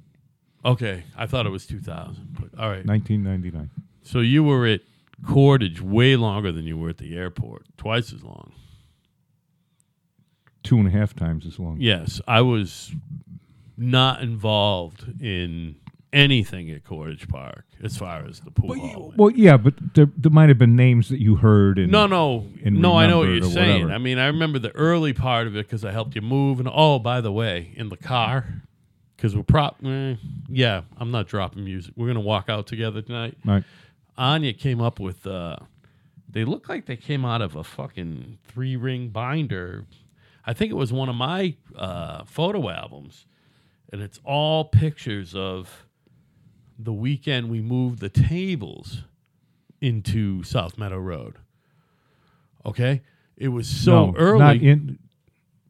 okay. I thought it was 2000, but all right.
1999.
So you were at Cordage way longer than you were at the airport, twice as long.
Two and a half times as long.
Yes, I was not involved in anything at Cordage Park as far as the pool hall went.
Well, yeah, but there, there might have been names that you heard. And
No, no,
and
no. I know what you're
remembered or
saying.
whatever.
I mean, I remember the early part of it because I helped you move. And oh, by the way, in the car, because we're prop. eh, yeah, I'm not dropping music. We're gonna walk out together tonight.
Right.
Anya came up with. Uh, they look like they came out of a fucking three ring binder. I think it was one of my uh, photo albums, and it's all pictures of the weekend we moved the tables into South Meadow Road. Okay, it was so
No,
early.
Not in,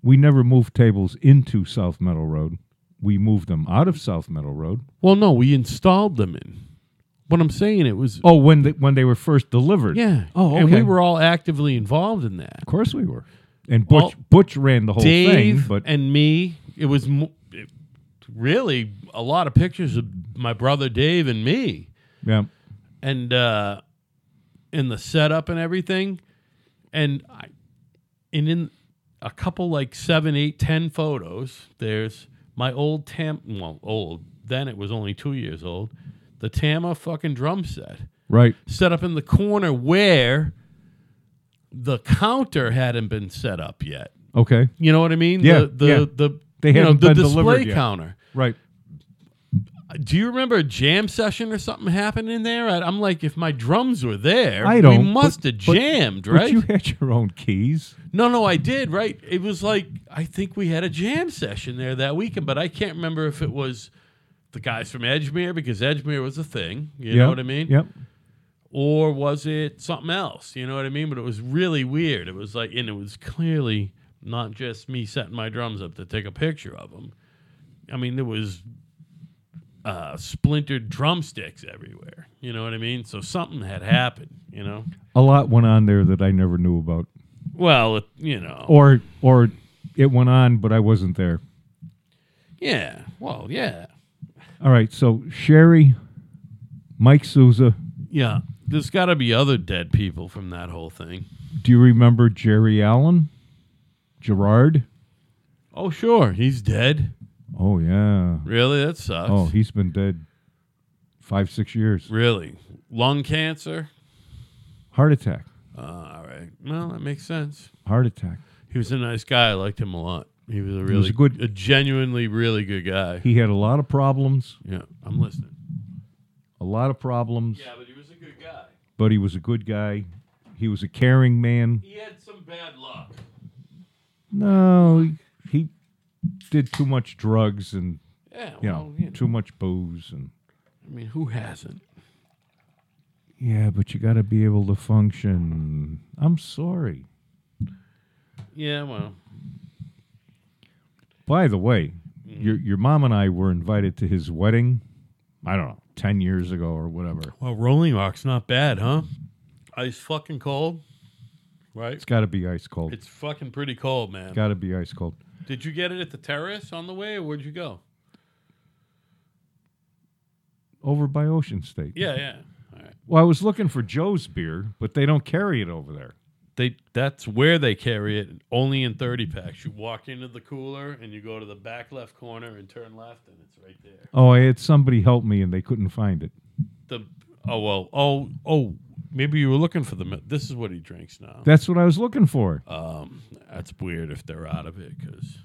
we never moved tables into South Meadow Road. We moved them out of South Meadow Road.
well, no, we installed them in. What I'm saying, it was
Oh, when they, when they were first delivered.
yeah.
Oh,
and we
okay.
were all actively involved in that.
Of course we were. And Butch
Well,
Butch ran the whole
Dave
thing, but
and me. It was mo- it, really a lot of pictures of my brother Dave and me,
yeah.
and uh, in the setup and everything, and I, and in a couple like seven, eight, ten photos. There's my old Tam. Well, old then it was only two years old. The Tama fucking drum set
Right.
set up in the corner where the counter hadn't been set up yet.
Okay.
You know what I mean?
Yeah,
the the,
yeah.
the
They
you know,
haven't
the
been
display
delivered yet.
counter.
Right.
Do you remember a jam session or something happened in there? I, I'm like, if my drums were there,
I don't,
We must
but-
have
but-
jammed,
But
right?
you had your own keys.
no, no, I did. Right? It was like I think we had a jam session there that weekend, but I can't remember if it was the guys from Edgemere because Edgemere was a thing. You know
Yep,
what I mean?
Yep.
or was it something else? You know what I mean? But it was really weird. It was like, and it was clearly not just me setting my drums up to take a picture of them. I mean, there was uh, splintered drumsticks everywhere. You know what I mean? So something had happened. You know?
A lot went on there that I never knew about.
Well, it, you know,
Or or it went on but I wasn't there.
yeah. Well, yeah,
All right, so Sherry, Mike Souza,
yeah. There's got to be other dead people from that whole thing.
do you remember Jerry Allen? Gerard?
Oh, sure, he's dead.
Oh yeah.
Really? That sucks.
Oh, he's been dead 5 6 years.
really? Lung cancer.
Heart attack.
Uh, all right. Well, that makes sense.
Heart attack.
He was a nice guy. I liked him a lot. He was a really
was a good-
a genuinely really good guy.
He had a lot of problems,
yeah, I'm listening.
a lot of problems,
Yeah, but he was a good guy.
but he was a good guy. He was a caring man.
He had some bad luck.
No, he did too much drugs and
Oh, Yeah,
you
well,
know,
you know,
too much booze and
I mean, who hasn't?
yeah, but you got to be able to function. I'm sorry.
Yeah, well,
By the way,
Mm-hmm.
your your mom and I were invited to his wedding. I don't know, ten years ago or whatever.
well, Rolling Rock's not bad, huh? Ice fucking cold, right?
It's got to be ice cold.
It's fucking pretty cold, man.
got to be ice cold.
Did you get it at the terrace on the way, or where'd you go?
Over by Ocean State.
Yeah, yeah. All right.
Well, I was looking for Joe's beer, but they don't carry it over there.
They that's where they carry it, only in thirty packs. You walk into the cooler and you go to the back left corner and turn left, and it's right there.
Oh, I had somebody help me, and they couldn't find it.
The oh well oh oh maybe you were looking for the mi- this is what he drinks now.
That's what I was looking for.
Um, that's weird if they're out of it because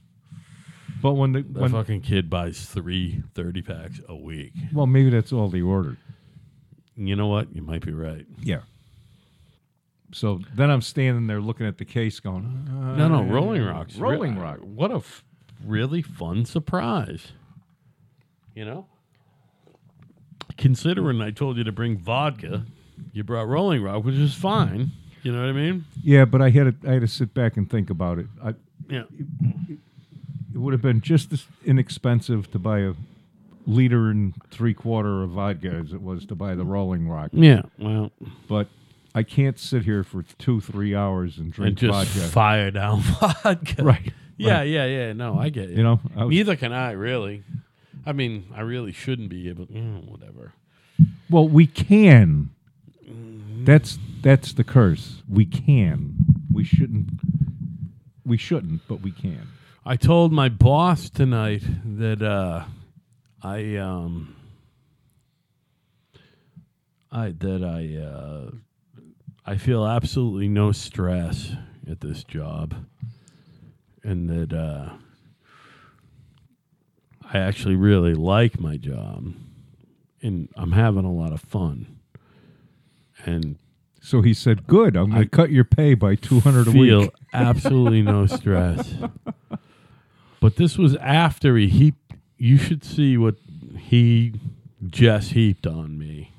But when the
the
when,
fucking kid buys three 30 packs a week.
well, maybe that's all they ordered.
You know what? You might be right.
Yeah. So then I'm standing there looking at the case, going, uh,
No, no, Rolling Rock's re-
Rolling Rock.
What a f- really fun surprise. You know, considering I told you to bring vodka, you brought Rolling Rock, which is fine. You know what I mean?
"Yeah." But I had to, I had to sit back and think about it. I,
Yeah.
it would have been just as inexpensive to buy a liter and three quarter of vodka as it was to buy the Rolling Rock.
Yeah. Well,
But I can't sit here for two, three hours and
and
drink
just
vodka.
fire down vodka.
right.
Yeah,
Right.
yeah, yeah. No, I get it.
You know, I was-
Neither can I really. I mean, I really shouldn't be able. mm, whatever.
Well, we can. That's that's the curse. We can. We shouldn't. We shouldn't, but we can.
I told my boss tonight that uh, I um, I that I uh, I feel absolutely no stress at this job, and that uh, I actually really like my job, and I'm having a lot of fun, and
So he said, "Good. I'm going to cut your pay by two hundred a
feel
week."
absolutely no stress. But this was after he heaped. You should see what he just heaped on me,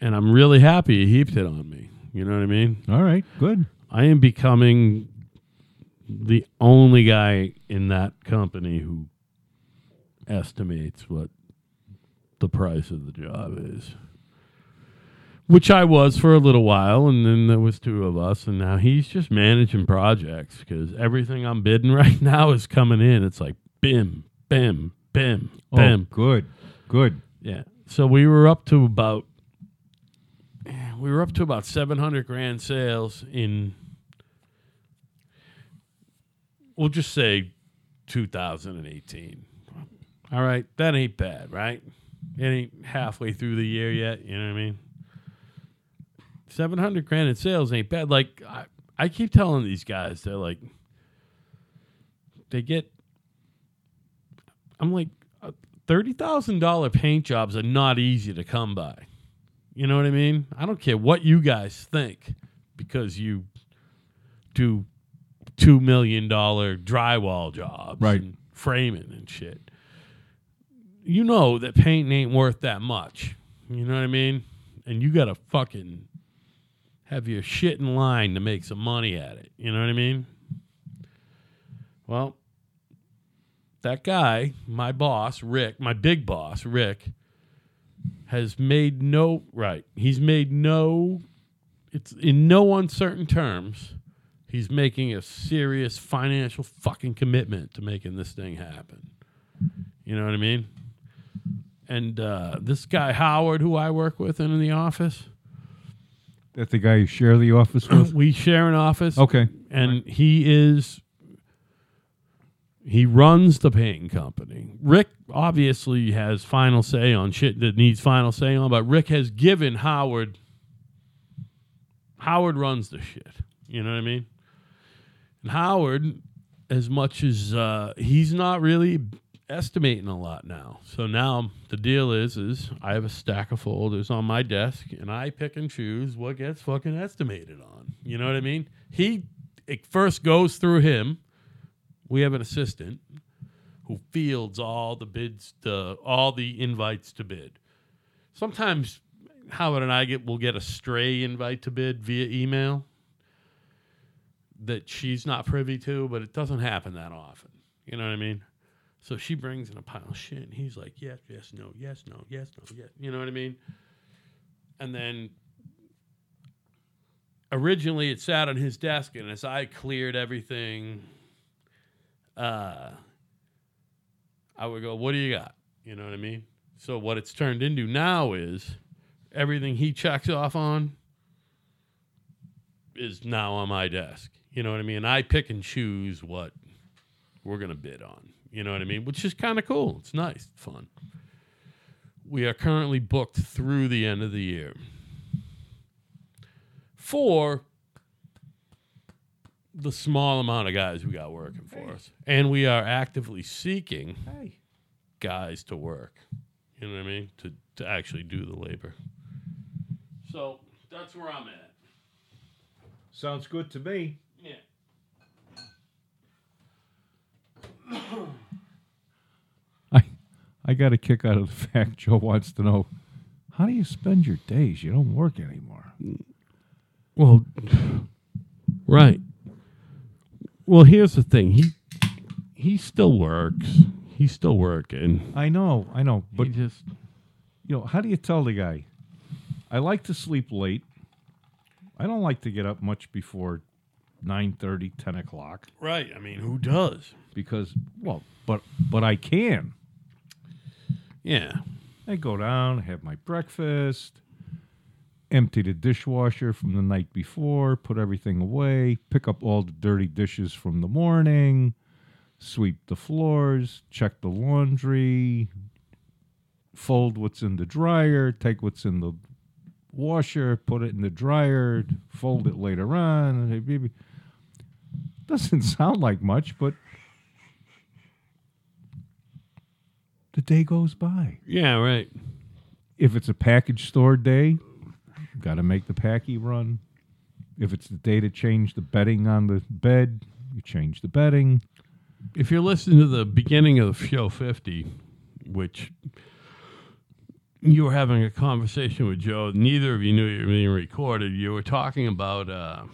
and I'm really happy he heaped it on me. You know what I mean?
All right. Good.
I am becoming the only guy in that company who estimates what the price of the job is. Which I was for a little while, and then there was two of us, and now he's just managing projects because everything I'm bidding right now is coming in. It's like bim, bim, bim, bim.
Oh, good. Good.
Yeah. So we were up to about we were up to about 700 grand sales in we'll just say 2018. All right, that ain't bad, right? It ain't halfway through the year yet, you know what I mean? 700 grand in sales ain't bad. Like I, I keep telling these guys, they're like they get I'm like uh, thirty thousand dollar paint jobs are not easy to come by. You know what I mean? I don't care what you guys think because you do two million dollar drywall jobs,
Right.
And framing and shit. You know that painting ain't worth that much. You know what I mean? And you got to fucking have your shit in line to make some money at it. You know what I mean? Well, that guy, my boss, Rick, my big boss, Rick, has made no right. He's made no it's in no uncertain terms. He's making a serious financial fucking commitment to making this thing happen. You know what I mean? And uh, this guy Howard, who I work with in the office,
That the guy you share the office with.
we share an office
okay.
and he is he runs the painting company. Rick obviously has final say on shit that needs final say on, but Rick has given Howard Howard runs the shit. You know what I mean? And Howard as much as uh, he's not really estimating a lot now. So now the deal is is I have a stack of folders on my desk and I pick and choose what gets fucking estimated on. You know what I mean? He it first goes through him. We have an assistant who fields all the bids to all the invites to bid. Sometimes Howard and I get will get a stray invite to bid via email that she's not privy to, but it doesn't happen that often. You know what I mean? So she brings in a pile of shit, and he's like, yes, yes, no, yes, no, yes, no, yes. You know what I mean? And then originally it sat on his desk, and as I cleared everything, uh, I would go, what do you got? You know what I mean? So what it's turned into now is everything he checks off on is now on my desk. You know what I mean? I pick and choose what we're going to bid on. You know what I mean? Which is kind of cool. It's nice, fun. We are currently booked through the end of the year for the small amount of guys we got working for us. And we are actively seeking guys to work. You know what I mean? To, to actually do the labor. So that's where I'm at.
Sounds good to me.
Yeah.
I I got a kick out of the fact Joe wants to know how do you spend your days? You don't work anymore.
Well, right. Well, here's the thing. He he still works. He's still working.
I know, I know, but
he just
you know, how do you tell the guy? I like to sleep late. I don't like to get up much before 9:30, 10 o'clock
right. I mean, who does?
because well, but but I can.
Yeah.
I go down, have my breakfast, empty the dishwasher from the night before, put everything away, pick up all the dirty dishes from the morning, sweep the floors, check the laundry, fold what's in the dryer, take what's in the washer, put it in the dryer, fold it later on. and it- Doesn't sound like much, but the day goes by
Yeah. Right.
if it's a package store day, got to make the packy run. If it's the day to change the bedding on the bed, you change the bedding.
If you're listening to the beginning of the show 50, which you were having a conversation with Joe, neither of you knew you were being recorded. You were talking about uh,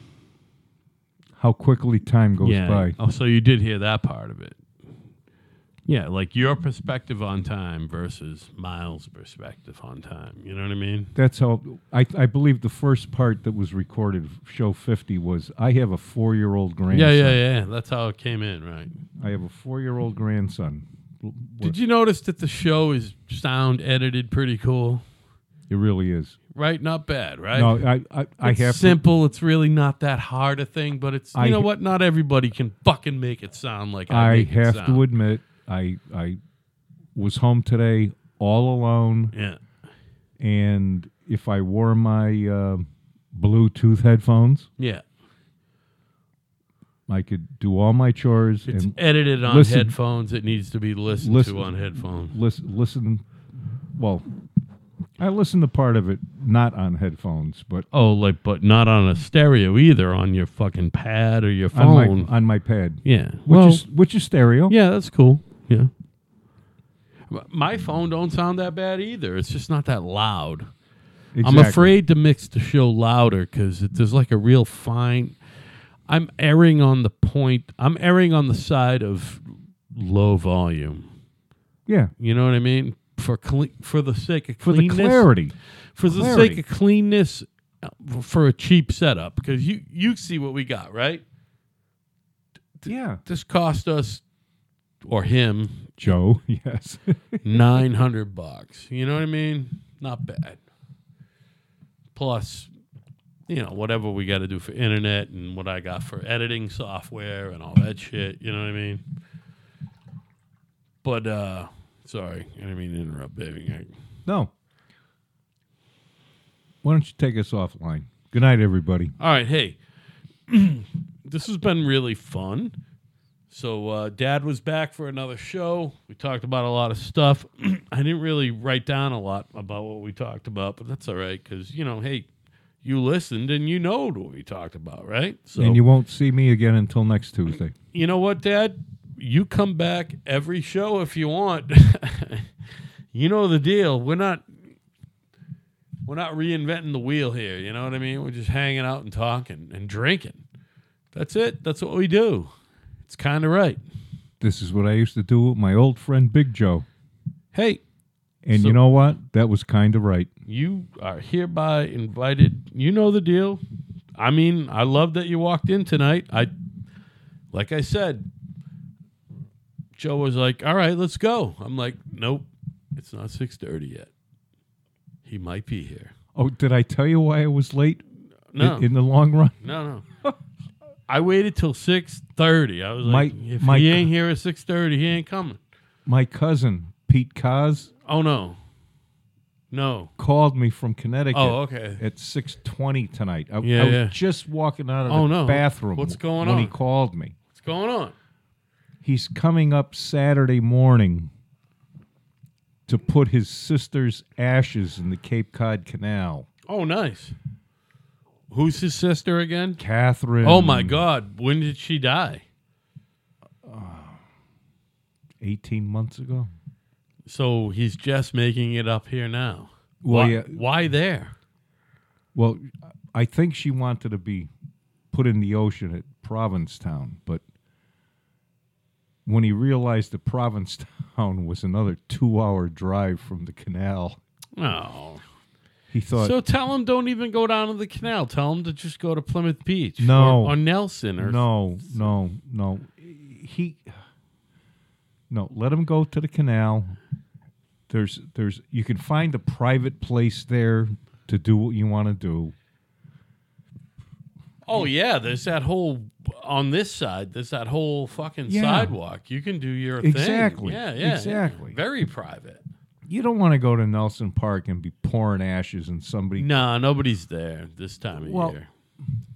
How quickly time goes by.
Oh, so you did hear that part of it. Yeah, like your perspective on time versus Miles' perspective on time. You know what I mean?
That's how I, I believe the first part that was recorded, of show 50, was I have a four year old
Yeah,
grandson.
yeah, yeah. That's how it came in, right?
I have a four year old grandson. L-
Did you notice that the show is sound edited pretty cool?
It really is.
Right? Not bad, right?
No, I, I, I
it's
have. to-
simple. it's really not that hard a thing, but it's you
I-
know what? Not everybody can fucking make it sound like I,
I
make it
have
sound.
to admit, I, I was home today all alone.
Yeah,
and if I wore my uh, Bluetooth headphones,
yeah.
I could do all my chores
It's
and
edited on
listen-
headphones. It needs to be listened
Listen-
to on headphones.
listen. Listen, well, I listened to part of it not on headphones, but
Oh, like, but not on a stereo either. On your fucking pad or your
on
phone.
my on my pad,
yeah.
which
well,
is which is stereo.
yeah, that's cool. Yeah. M- My phone don't sound that bad either. It's just not that loud.
exactly.
I'm afraid to mix the show louder because there's like a real fine. I'm erring on the point. I'm erring on the side of low volume.
Yeah,
You know what I mean? For cle- for the sake of
for the
cleanness,
clarity.
for the
clarity.
sake of cleanness, uh, for a cheap setup because you you see what we got right.
Yeah,
This cost us or him
Joe. Yes,
nine hundred bucks. You know what I mean? Not bad. Plus, you know, whatever we got to do for internet and what I got for editing software and all that shit. You know what I mean? But uh sorry, I didn't mean to interrupt, baby. I-
no. Why don't you take us offline? Good night, everybody.
All right, hey, this has been really fun. So uh, Dad was back for another show. We talked about a lot of stuff. I didn't really write down a lot about what we talked about, but that's all right because you know, hey, you listened and you know what we talked about, right? So
And you won't see me again until next Tuesday.
you know what, Dad? You come back every show if you want. you know the deal. We're not we're not reinventing the wheel here, you know what I mean? We're just hanging out and talking and drinking. That's it. That's what we do. It's kind of right.
This is what I used to do with my old friend Big Joe.
Hey,
And
So-
you know what? That was kind of right.
you are hereby invited. You know the deal. I mean, I love that you walked in tonight. I, like I said, Joe was like, "All right, let's go." I'm like, "Nope, it's not six thirty yet. He might be here."
Oh, did I tell you why I was late i-
No,
in, the long run?
no, no. I waited till six thirty. I was like,
My-
"If
my-
he ain't here at six thirty, he ain't coming."
My cousin, Pete Kaz,
Oh no, no.
called me from Connecticut
Oh, okay.
at 6.20 tonight. I, I
Yeah,
was
yeah.
just walking out of the
Oh, no.
bathroom
What's going
when
on?
he called me.
What's going on?
He's coming up Saturday morning to put his sister's ashes in the Cape Cod Canal.
Oh, nice. Who's his sister again?
Catherine.
Oh my God! When did she die?
18 months ago.
So he's just making it up here now.
Well,
why,
yeah.
why there?
Well, I think she wanted to be put in the ocean at Provincetown, but when he realized that Provincetown was another two hour drive from the canal, Oh.
No.
he thought,
so tell him don't even go down to the canal. Tell him to just go to Plymouth Beach.
No.
Or, or Nelson. Or
no, no, no. He, no, let him go to the canal. There's, there's, you can find a private place there to do what you want to do.
Oh yeah, there's that whole on this side. There's that whole fucking
Yeah.
sidewalk. You can do your thing.
Exactly.
Yeah, yeah, yeah.
Exactly.
Very private.
You don't want to go to Nelson Park and be pouring ashes in somebody
Nah, nobody's there this time of
Well-
year.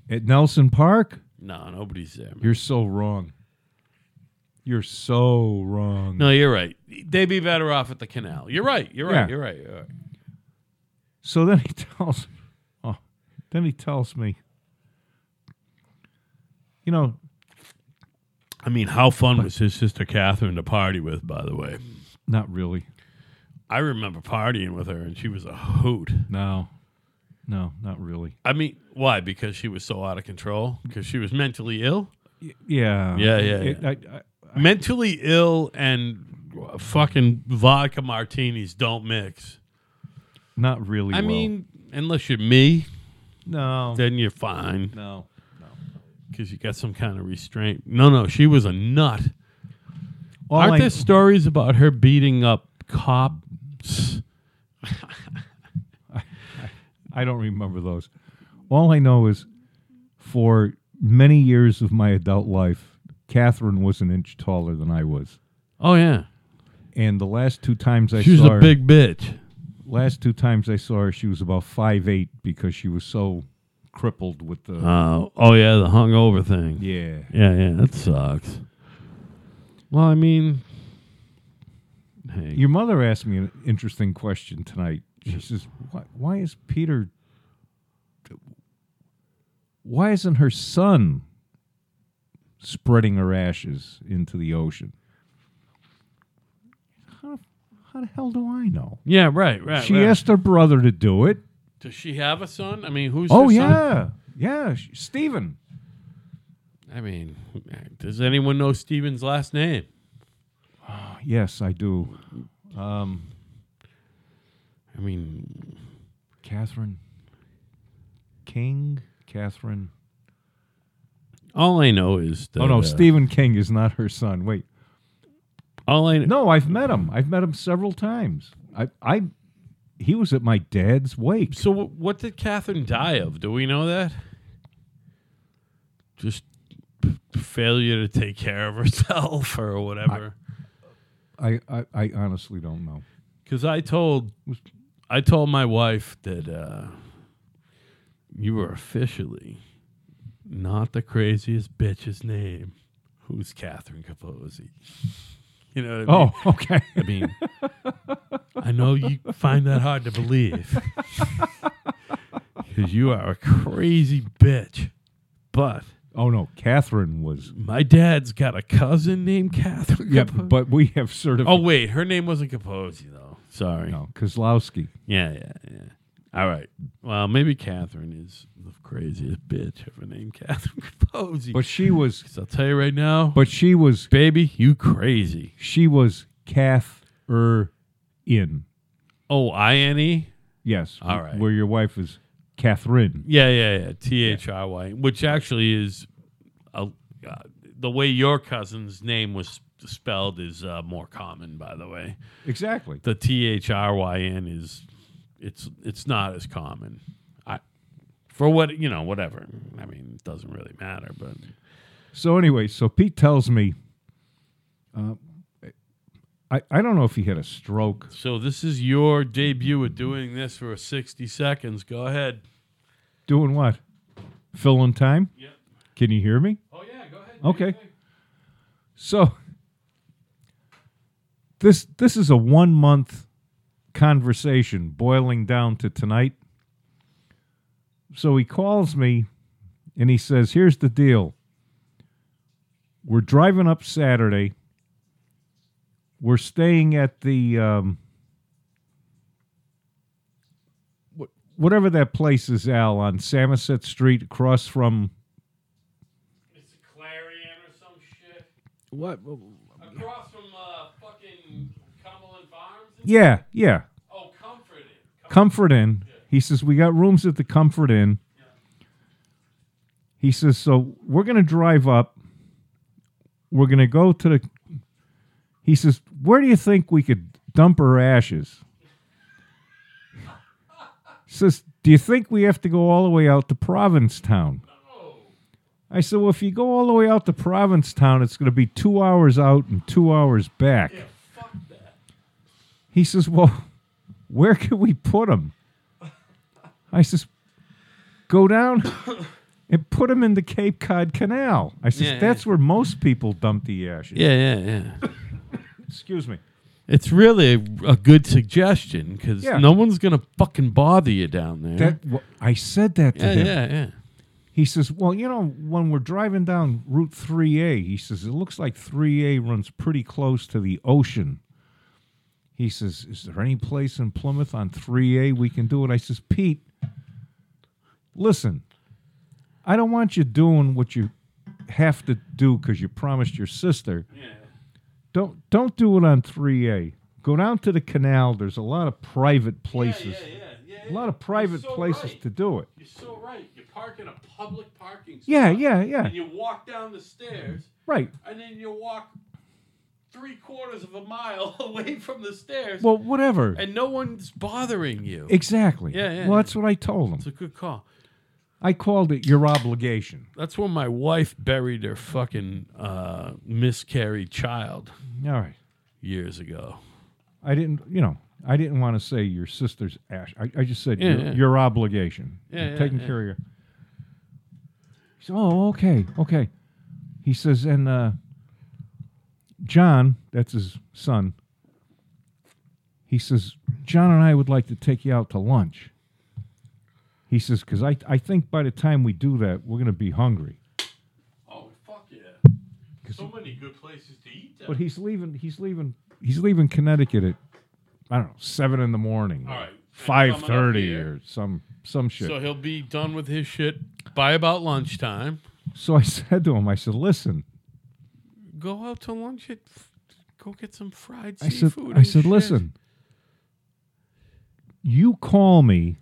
at Nelson Park.
Nah, nobody's there. man.
You're so wrong. You're so wrong.
No, you're right. They'd be better off at the canal. You're right. You're right.
Yeah.
You're right. You're right.
So then he tells, oh, then he tells me, you know,
I mean, how fun was his sister Catherine to party with, by the way?
not really.
I remember partying with her, and she was a hoot.
No, no, not really.
I mean, why? Because she was so out of control? Because she was mentally ill?
Yeah,
Yeah, yeah,
It-
yeah.
I- I-
mentally ill and fucking vodka martinis don't mix.
not really.
I
well.
mean, unless you're me,
no,
then you're fine
no.
because you got some kind of restraint. No, no, she was a nut.
All
Aren't
I-
there stories about her beating up cops?
I don't remember those. All I know is for many years of my adult life, Catherine was an inch taller than I was.
Oh yeah,
And the last two times I
she was
saw
a
her,
big bitch.
last two times I saw her, she was about five eight because she was so crippled with the
Uh, oh yeah, the hungover thing.
yeah.
yeah, yeah, that sucks. Well, I mean, hey,
Your mother asked me an interesting question tonight. She says, "Why, why is Peter? Why isn't her son spreading her ashes into the ocean?" How, how the hell do I know?
yeah, right, right.
she
right.
asked her brother to do it.
does she have a son? I mean, who's?
oh
her son?
yeah, yeah, she, Stephen.
I mean, does anyone know Steven's last name?
Yes, I do. Um,
I mean,
Catherine King. Catherine.
all I know is that.
Oh no,
uh,
Stephen King is not her son. Wait,
All I know.
no, I've met him. I've met him several times. I, I, he was at my dad's wake.
So, wh- what did Catherine die of? Do we know that? Just p- failure to take care of herself or whatever.
I, I, I honestly don't know.
Because I told, I told my wife that uh, you were officially not the craziest bitch's name. who's Catherine Capozzi? You know what I mean?
Oh, okay.
I mean,
Oh.
I know you find that hard to believe because you are a crazy bitch. But
oh no, Catherine was.
my dad's got a cousin named Catherine.
Yeah,
Capo-
but we have sort of.
oh wait, her name wasn't Capozzi though. Sorry.
no, Kozlowski.
Yeah, yeah, yeah. All right. Well, maybe Catherine is the craziest bitch ever named Catherine Capozzi.
But she was.
'Cause I'll tell you right now,
But she was.
baby, you crazy.
She was Kath er in.
Oh, I N E.
Yes.
All right.
Where your wife is Catherine.
Yeah, yeah, yeah. T H I Y, which actually is a, uh, the way your cousin's name was spelled is uh, more common, by the way.
Exactly.
The T H R Y N is it's it's not as common. I for what you know, whatever. I mean, it doesn't really matter, but
So anyway, so Pete tells me. Uh, I I don't know if he had a stroke.
so this is your debut at doing this for 60 seconds. Go ahead.
Doing what? Filling time.
Yep.
Can you hear me?
Oh yeah, go ahead.
Okay. So this this is a one month conversation boiling down to tonight. So he calls me and he says, "Here's the deal. We're driving up Saturday. We're staying at the um, wh- whatever that place is, Al, on Samoset Street, across from
It's a Clarion or some shit. What? Across from uh, fucking Cumberland Farms? and-
yeah, yeah."
Oh, Comfort Inn.
Comfort Inn. He says, We got rooms at the Comfort Inn. He says, So we're going to drive up. We're going to go to the. He says, Where do you think we could dump her ashes? says, Do you think we have to go all the way out to Provincetown? I said, Well, if you go all the way out to Provincetown, it's going to be two hours out and two hours back.
Fuck that.
He says, Well, where can we put him? I says, Go down and put him in the Cape Cod Canal. I says,
Yeah, yeah.
That's where most people dump the ashes.
Yeah, yeah, yeah.
Excuse me.
It's really a, a good suggestion because
Yeah.
no one's going to fucking bother you down there.
That wh- I said that to
yeah,
him.
yeah, yeah.
He says, Well, you know, when we're driving down Route 3A, he says, It looks like 3A runs pretty close to the ocean. He says, Is there any place in Plymouth on 3A we can do it? I says, Pete, listen, I don't want you doing what you have to do because you promised your sister. Don't don't do it on 3A. Go down to the canal. There's a lot of private places. A lot of private
so
places
right.
to do it.
You're so right. You park in a public parking spot.
Yeah, yeah, yeah.
And you walk down the stairs,
Right.
and then you walk three quarters of a mile away from the stairs,
Well, whatever.
and no one's bothering you.
Exactly.
Yeah, yeah,
Well,
yeah.
that's what I told him.
It's a good call.
I called it your obligation.
That's when my wife buried her fucking uh, miscarried child
All right.
years ago.
I didn't, you know, I didn't want to say your sister's ash. I, I just said
Yeah,
your,
yeah.
your obligation.
Yeah,
You're
yeah,
taking
yeah.
care of your. He said, oh, okay, okay. He says, and uh, John, that's his son, he says, John and I would like to take you out to lunch. He says, because I, I think by the time we do that, we're going to be hungry.
Oh fuck yeah! So many good places to eat. Down.
But he's leaving. He's leaving. He's leaving Connecticut at I don't know seven in the morning,
All right.
five thirty
Coming up here.
or some some shit.
So
So,
he'll be done with his shit by about lunchtime.
I said to him, I said, listen,
Go out to lunch. At, go get some fried
I said,
seafood.
I
and
said,
shit.
listen, you call me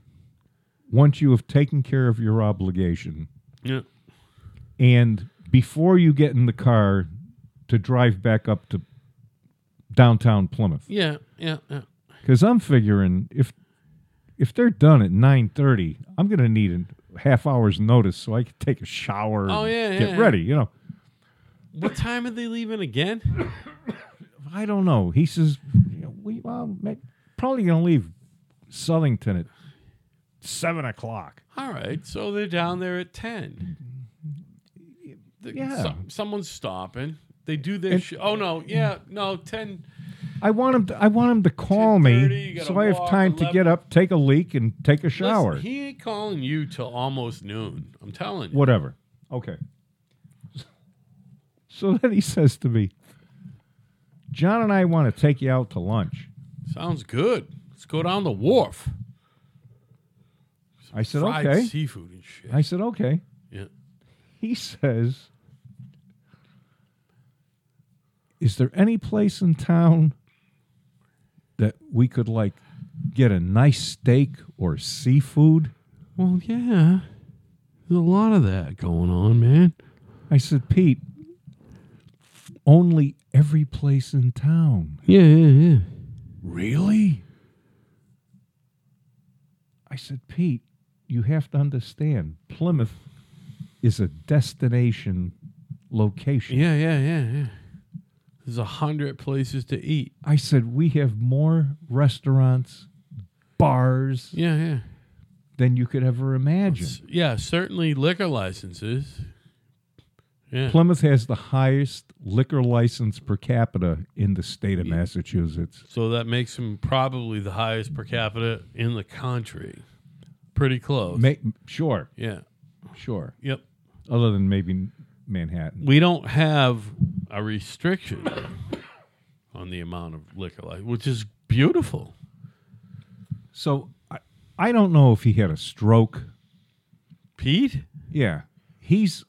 once you have taken care of your obligation,
Yeah.
and before you get in the car to drive back up to downtown Plymouth.
Yeah. Yeah. Yeah.
Because I'm figuring if if they're done at nine thirty, I'm gonna need a half hour's notice so I can take a shower.
Oh,
and
yeah,
get
yeah, yeah.
ready. You know,
What time are they leaving again?
I don't know. He says you know, we well, may probably gonna leave Southington at seven o'clock.
All right. So they're down there at ten. the-
Yeah.
so- someone's stopping. They do their
And-
sh- oh no, yeah, no, ten.
I want him. To, I want him to call me
10:30, you
so
gotta
I have
walk
time to
11.
get up, take a leak, and take a
Listen,
shower.
he ain't calling you till almost noon. I'm telling you.
Whatever. Okay. So then he says to me, "John and I want to take you out to lunch."
Sounds good. Let's go down the wharf.
I said,
Fried
"Okay."
seafood and shit.
I said, "Okay."
yeah.
He says, "Is there any place in town that we could like get a nice steak or seafood?"
Well, yeah. There's a lot of that going on, man.
I said, Pete, only every place in town.
Yeah, yeah, yeah.
Really? I said, Pete, you have to understand Plymouth is a destination location.
Yeah, yeah, yeah, yeah. There's a hundred places to eat.
I said, we have more restaurants, bars
Yeah, yeah.
than you could ever imagine.
S- yeah, certainly liquor licenses. Yeah.
Plymouth has the highest liquor license per capita in the state of Massachusetts.
so that makes him probably the highest per capita in the country. Pretty close.
Ma- sure,
yeah.
sure.
Yep.
Other than maybe Manhattan.
we don't have a restriction on the amount of liquor, li- which is beautiful.
So I, I don't know if he had a stroke.
Pete,
Yeah. He's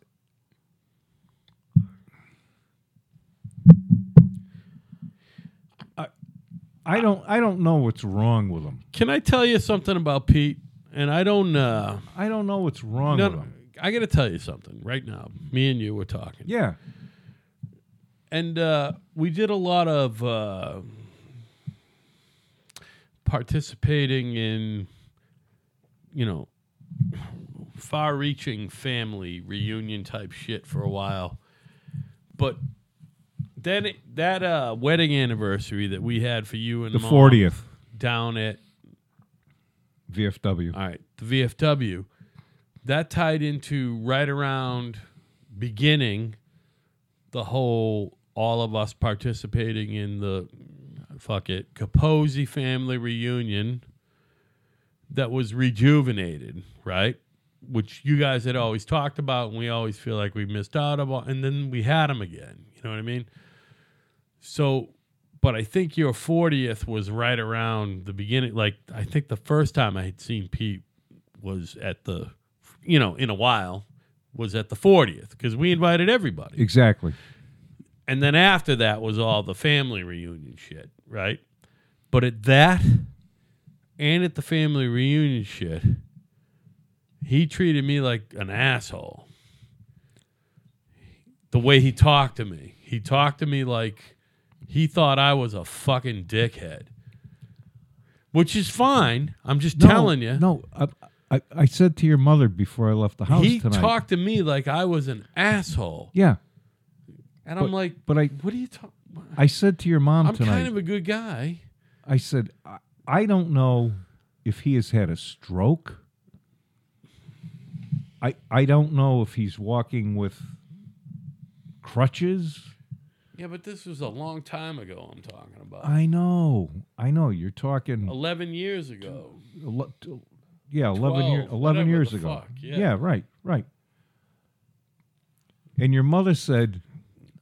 I I don't I don't know what's wrong with him.
can I tell you something about Pete? And I don't. Uh,
I don't know what's wrong
no,
with him.
I got to tell you something right now. Me and you were talking,
Yeah.
and uh, we did a lot of uh, participating in, you know, far-reaching family reunion type shit for a while. but then it, that uh, wedding anniversary that we had for you and
The
Mom
40th
down at
VFW.
all right the VFW that tied into right around beginning the whole all of us participating in the fuck it Capozzi family reunion that was rejuvenated right which you guys had always talked about and we always feel like we missed out about and then we had them again you know what I mean so, but I think your 40th was right around the beginning. Like, I think the first time I had seen Pete was at the, you know, in a while, was at the 40th because we invited everybody.
Exactly.
And then after that was all the family reunion shit, right? But at that and at the family reunion shit, he treated me like an asshole. The way he talked to me, he talked to me like he thought I was a fucking dickhead, which is fine. I'm just telling you.
No, I, I, I said to your mother before I left the house
he
tonight.
talked to me like I was an asshole.
yeah,
And
but-
I'm like,
but I
what are you talking?
I said to your mom
I'm
tonight.
kind of a good guy.
I said, I, I don't know if he has had a stroke. I I don't know if he's walking with crutches.
Yeah, but this was a long time ago. I'm talking about
I know, I know. You're talking,
eleven years ago.
ele- t- yeah, eleven years,
12,
eleven
whatever
years
the
ago.
fuck, yeah.
right, right. And your mother said,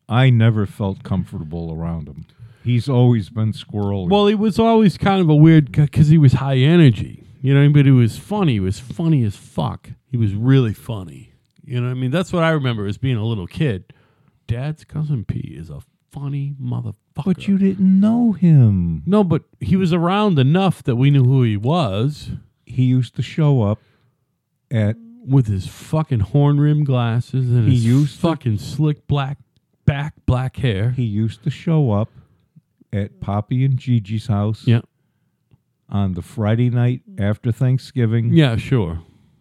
I never felt comfortable around him. He's always been squirrely.
Well, he was always kind of a weird guy because he was high energy. You know, what I mean? but he was funny. He was funny as fuck. He was really funny. You know, what I mean, that's what I remember as being a little kid. Dad's cousin P is a funny motherfucker.
but you didn't know him.
no, but he was around enough that we knew who he was
He used to show up at
with his fucking horn rimmed glasses and
He
his
used to-
fucking slick black back black hair.
he used to show up at Poppy and Gigi's house
yeah,
on the Friday night after Thanksgiving
yeah, sure.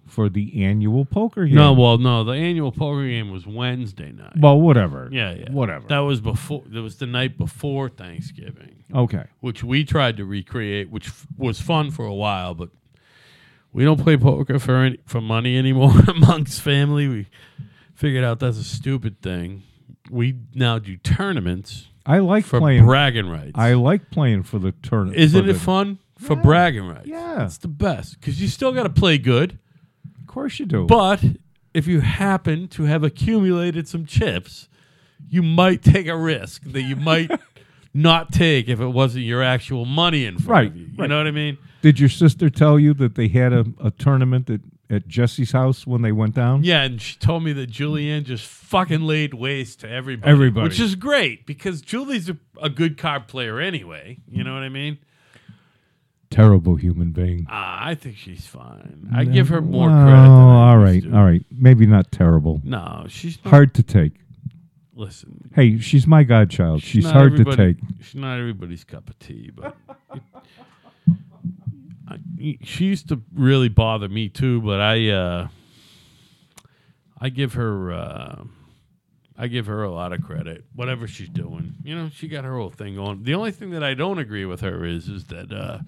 for the annual poker game.
No, well, no, the annual poker game was Wednesday night.
well, whatever.
yeah, yeah,
Whatever.
That was before. That was the night before Thanksgiving,
okay.
which we tried to recreate, which f- was fun for a while, but we don't play poker for any, for money anymore amongst family. We figured out that's a stupid thing. We now do tournaments
I like
for
playing.
bragging rights.
I like playing for the tournament.
Isn't it fun for bragging rights?
Yeah.
it's the best because you still got to play good.
Of course you do.
But if you happen to have accumulated some chips, you might take a risk that you might not take if it wasn't your actual money in front
Right,
of you. You
right.
know what I mean?
Did your sister tell you that they had a, a tournament at, at Jesse's house when they went down?
Yeah, and she told me that Julianne just fucking laid waste to everybody.
Everybody.
Which is great because Julie's a, a good card player anyway. You know what I mean?
Terrible human being.
Ah, I think she's fine. I give her more credit. Than
Oh,
I
all right,
used to.
all right. Maybe not terrible.
No, she's not.
Hard to take.
Listen,
Hey, she's my godchild. She's,
not
hard to
everybody-
take.
She's not everybody's cup of tea, but I, she used to really bother me too. But I, uh, I give her, uh, I give her a lot of credit. Whatever she's doing, you know, she got her whole thing going. The only thing that I don't agree with her is, is that uh,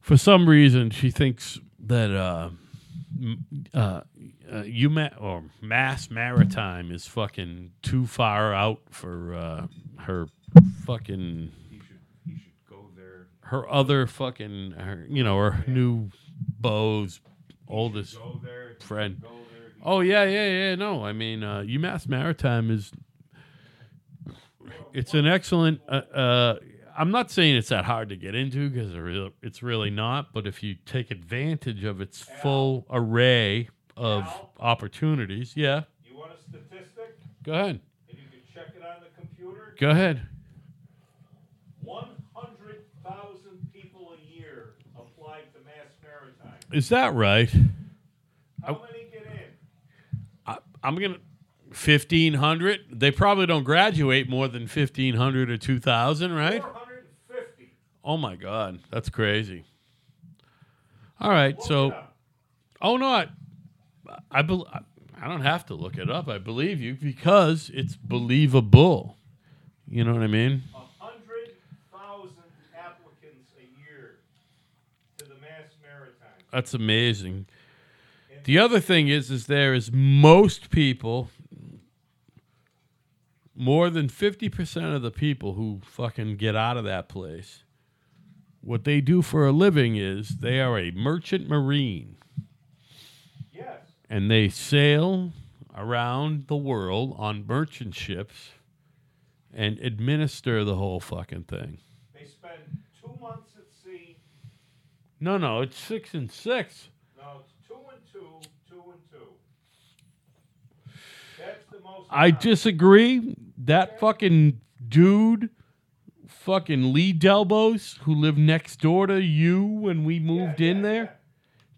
for some reason she thinks that. Uh, m- uh, uh, UMass or Mass Maritime is fucking too far out for uh, her fucking her other fucking her, you know her new beau's oldest friend. Oh yeah, yeah, yeah. No, I mean uh, UMass Maritime is it's an excellent. Uh, uh, I'm not saying it's that hard to get into because it's really not. But if you take advantage of its full array of opportunities, yeah,
You want a statistic?
go ahead,
And you can check it on the computer?
go ahead.
100,000 people a year applied to Mass Maritime.
Is that right?
How many get in?
I, I'm gonna. 1500 they probably don't graduate more than 1500 or 2000 right
450.
Oh my god, that's crazy. All right,
Look
so
it up.
oh no, I, I bel I don't have to look it up. I believe you because it's believable. You know what I mean?
100,000 applicants a year to the Mass Maritime.
That's amazing. The other thing is, is there is most people, more than fifty percent of the people who fucking get out of that place, what they do for a living is they are a merchant marine.
Yes.
and they sail around the world on merchant ships and administer the whole fucking thing.
They spend two months at sea.
No, no, it's six and six.
No, it's two and two, two and two. That's the most.
I
common.
disagree. That fucking dude, fucking Lee Delbos, who lived next door to you when we moved in there,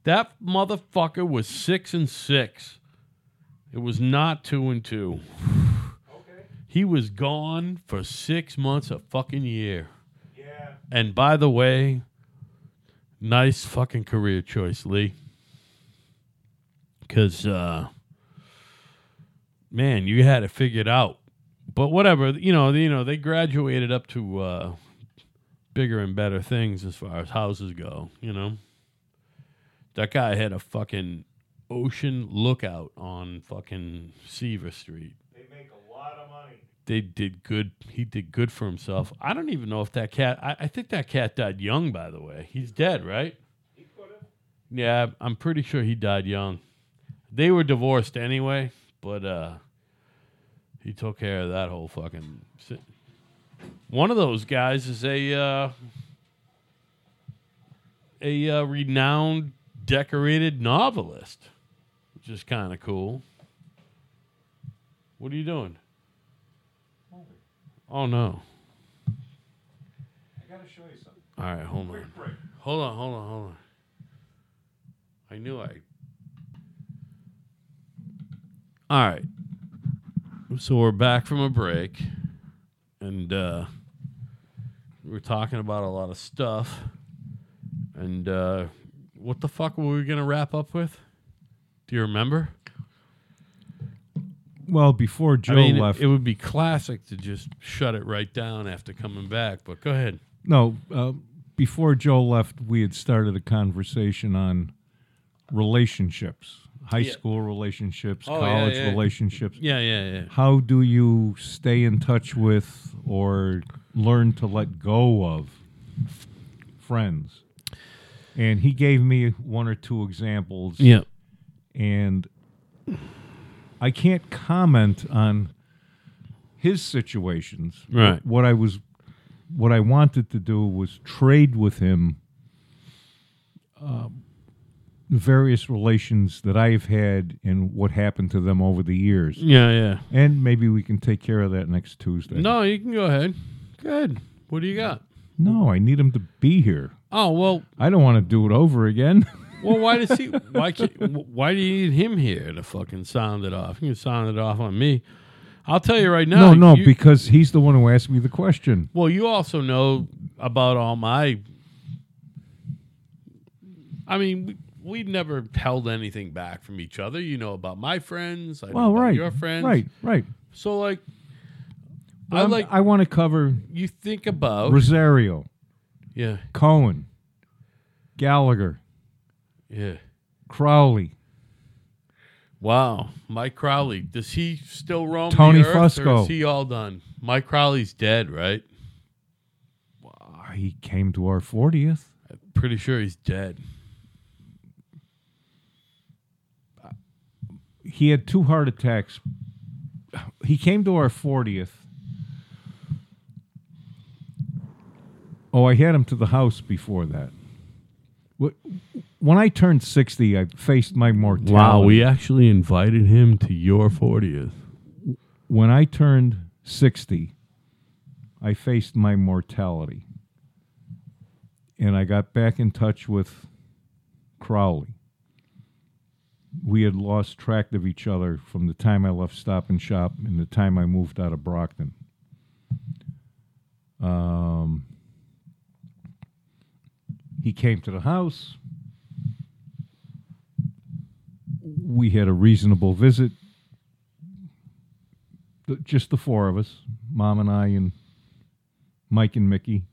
that motherfucker was six and six. It was not two and two.
Okay.
He was gone for six months a fucking year.
Yeah.
And by the way, nice fucking career choice, Lee. Because, uh, man, you had it figured out. But whatever, you know, you know, they graduated up to uh, bigger and better things as far as houses go. You know, that guy had a fucking ocean lookout on fucking Seaver Street
They make a lot of money.
they did good. He did good for himself. I don't even know if that cat. I, I think that cat died young. By the way, he's dead, right?
He could have.
Yeah, I'm pretty sure he died young. They were divorced anyway, but uh, he took care of that whole fucking. si- One of those guys is a uh, a uh, renowned, decorated novelist, which is kind of cool. What are you doing? Oh no!
I gotta show you something.
All right, hold on.
Quick break.
Hold on, hold on, hold on. I knew I. All right. So we're back from a break, and uh, we are talking about a lot of stuff. And uh, what the fuck were we gonna wrap up with? Do you remember?
Well, before Joe
I mean, it-
left,
it would be classic to just shut it right down after coming back. But go ahead.
no, uh, before Joe left, we had started a conversation on relationships high
Yeah.
school relationships,
Oh, yeah,
college
yeah.
relationships.
Yeah, yeah, yeah.
How do you stay in touch with or learn to let go of friends? And he gave me one or two examples.
Yeah.
and I can't comment on his situations.
Right.
What I was, what I wanted to do was trade with him uh, various relations that I've had and what happened to them over the years.
Yeah, yeah.
And maybe we can take care of that next Tuesday.
No, you can go ahead. Good. What do you got?
no, I need him to be here.
Oh, well,
I don't want to do it over again.
well, why does he? Why can't, Why do you need him here to fucking sound it off? You can sound it off on me. I'll tell you right now.
no, no,
you-
because he's the one who asked me the question.
well, you also know about all my. I mean, we, we've never held anything back from each other. You know about my friends. I know
Well,
about
right,
your friends.
right, right.
So, like, I
I'm-
like
I want to cover
you think about.
Rosario,
yeah,
Cohen, Gallagher,
yeah.
Crowley,
Wow, Mike Crowley. Does he still roam
Tony
the earth, or
Fusco.
is he all done? Mike Crowley's dead, right?
Ah, he came to our 40th.
Pretty sure he's dead.
He had two heart attacks. He came to our 40th. Oh, I had him to the house before that. Wh- When I turned 60, I faced my mortality.
actually invited him to your 40th.
when I turned 60, I faced my mortality. And I got back in touch with Crowley. We had lost track of each other from the time I left Stop and Shop and the time I moved out of Brockton. Um, he came to the house. We had a reasonable visit the, just the four of us, mom and I, and Mike and Mickey.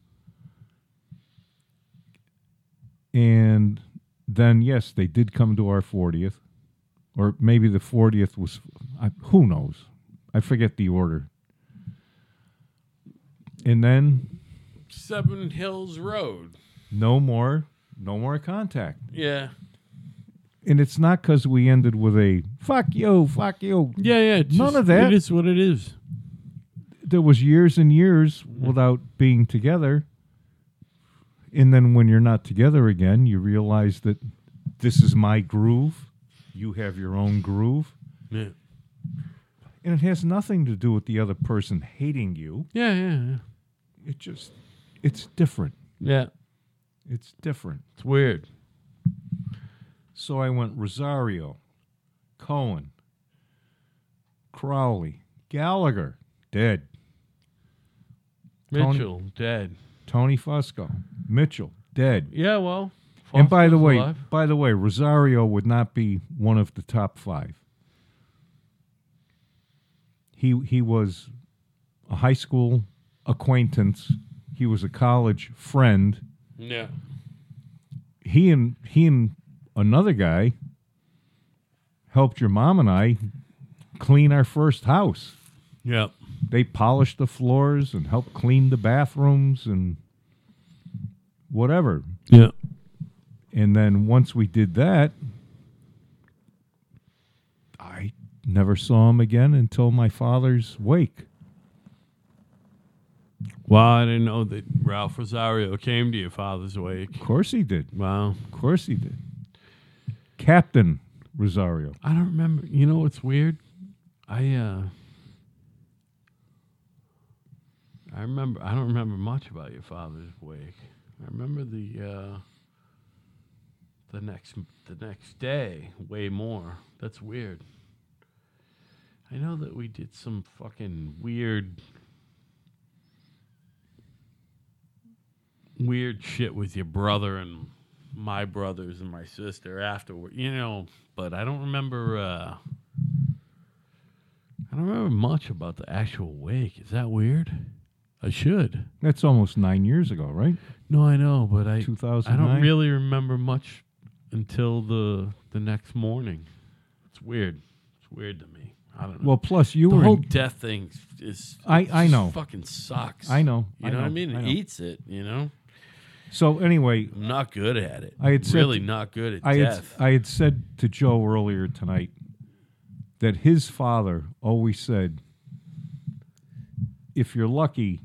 And then, yes, they did come to our 40th, or maybe the 40th was, I, who knows? I forget the order. And then,
Seven Hills Road.
no more, no more contact.
Yeah.
And it's not because we ended with a fuck you, fuck you.
Yeah, yeah. it's
None of that.
It is what it is.
there was years and years without being together and then when you're not together again you realize that this is my groove you have your own groove
Yeah.
and it has nothing to do with the other person hating you
Yeah, yeah, yeah.
it just it's different
Yeah.
it's different
It's weird.
so i went rosario cohen crowley gallagher dead Tony-
Mitchell, dead.
tony fusco mitchell dead
Yeah, well.
and by the
Foster's
way,
alive.
by the way, Rosario would not be one of the top five. He he was a high school acquaintance. He was a college friend.
Yeah.
He and he and another guy helped your mom and I clean our first house.
Yeah.
They polished the floors and helped clean the bathrooms and whatever.
Yeah.
And then once we did that, I never saw him again until my father's wake.
Wow, I didn't know that Ralph Rosario came to your father's wake.
Of course he did.
Wow.
Of course he did. Captain Rosario.
I don't remember. You know what's weird? I uh I remember I don't remember much about your father's wake. I remember the uh the next the next day way more. That's weird. I know that we did some fucking weird weird shit with your brother and my brothers and my sister afterward, you know, but I don't remember uh I don't remember much about the actual wake. Is that weird? I should.
That's almost nine years ago, right?
No, I know, but I I don't
2009?
really remember much until the the next morning. It's weird. It's weird to me. I don't know.
Well, plus you
the
were.
whole
in-
death thing is.
I-
it
I
just
know.
Fucking sucks.
I know.
You know, what I mean?
I
It
know.
eats it. You know,
so anyway,
I'm not good at it.
I had said-
really not good at
I had,
death.
I had said to Joe earlier tonight that his father always said, if you're lucky,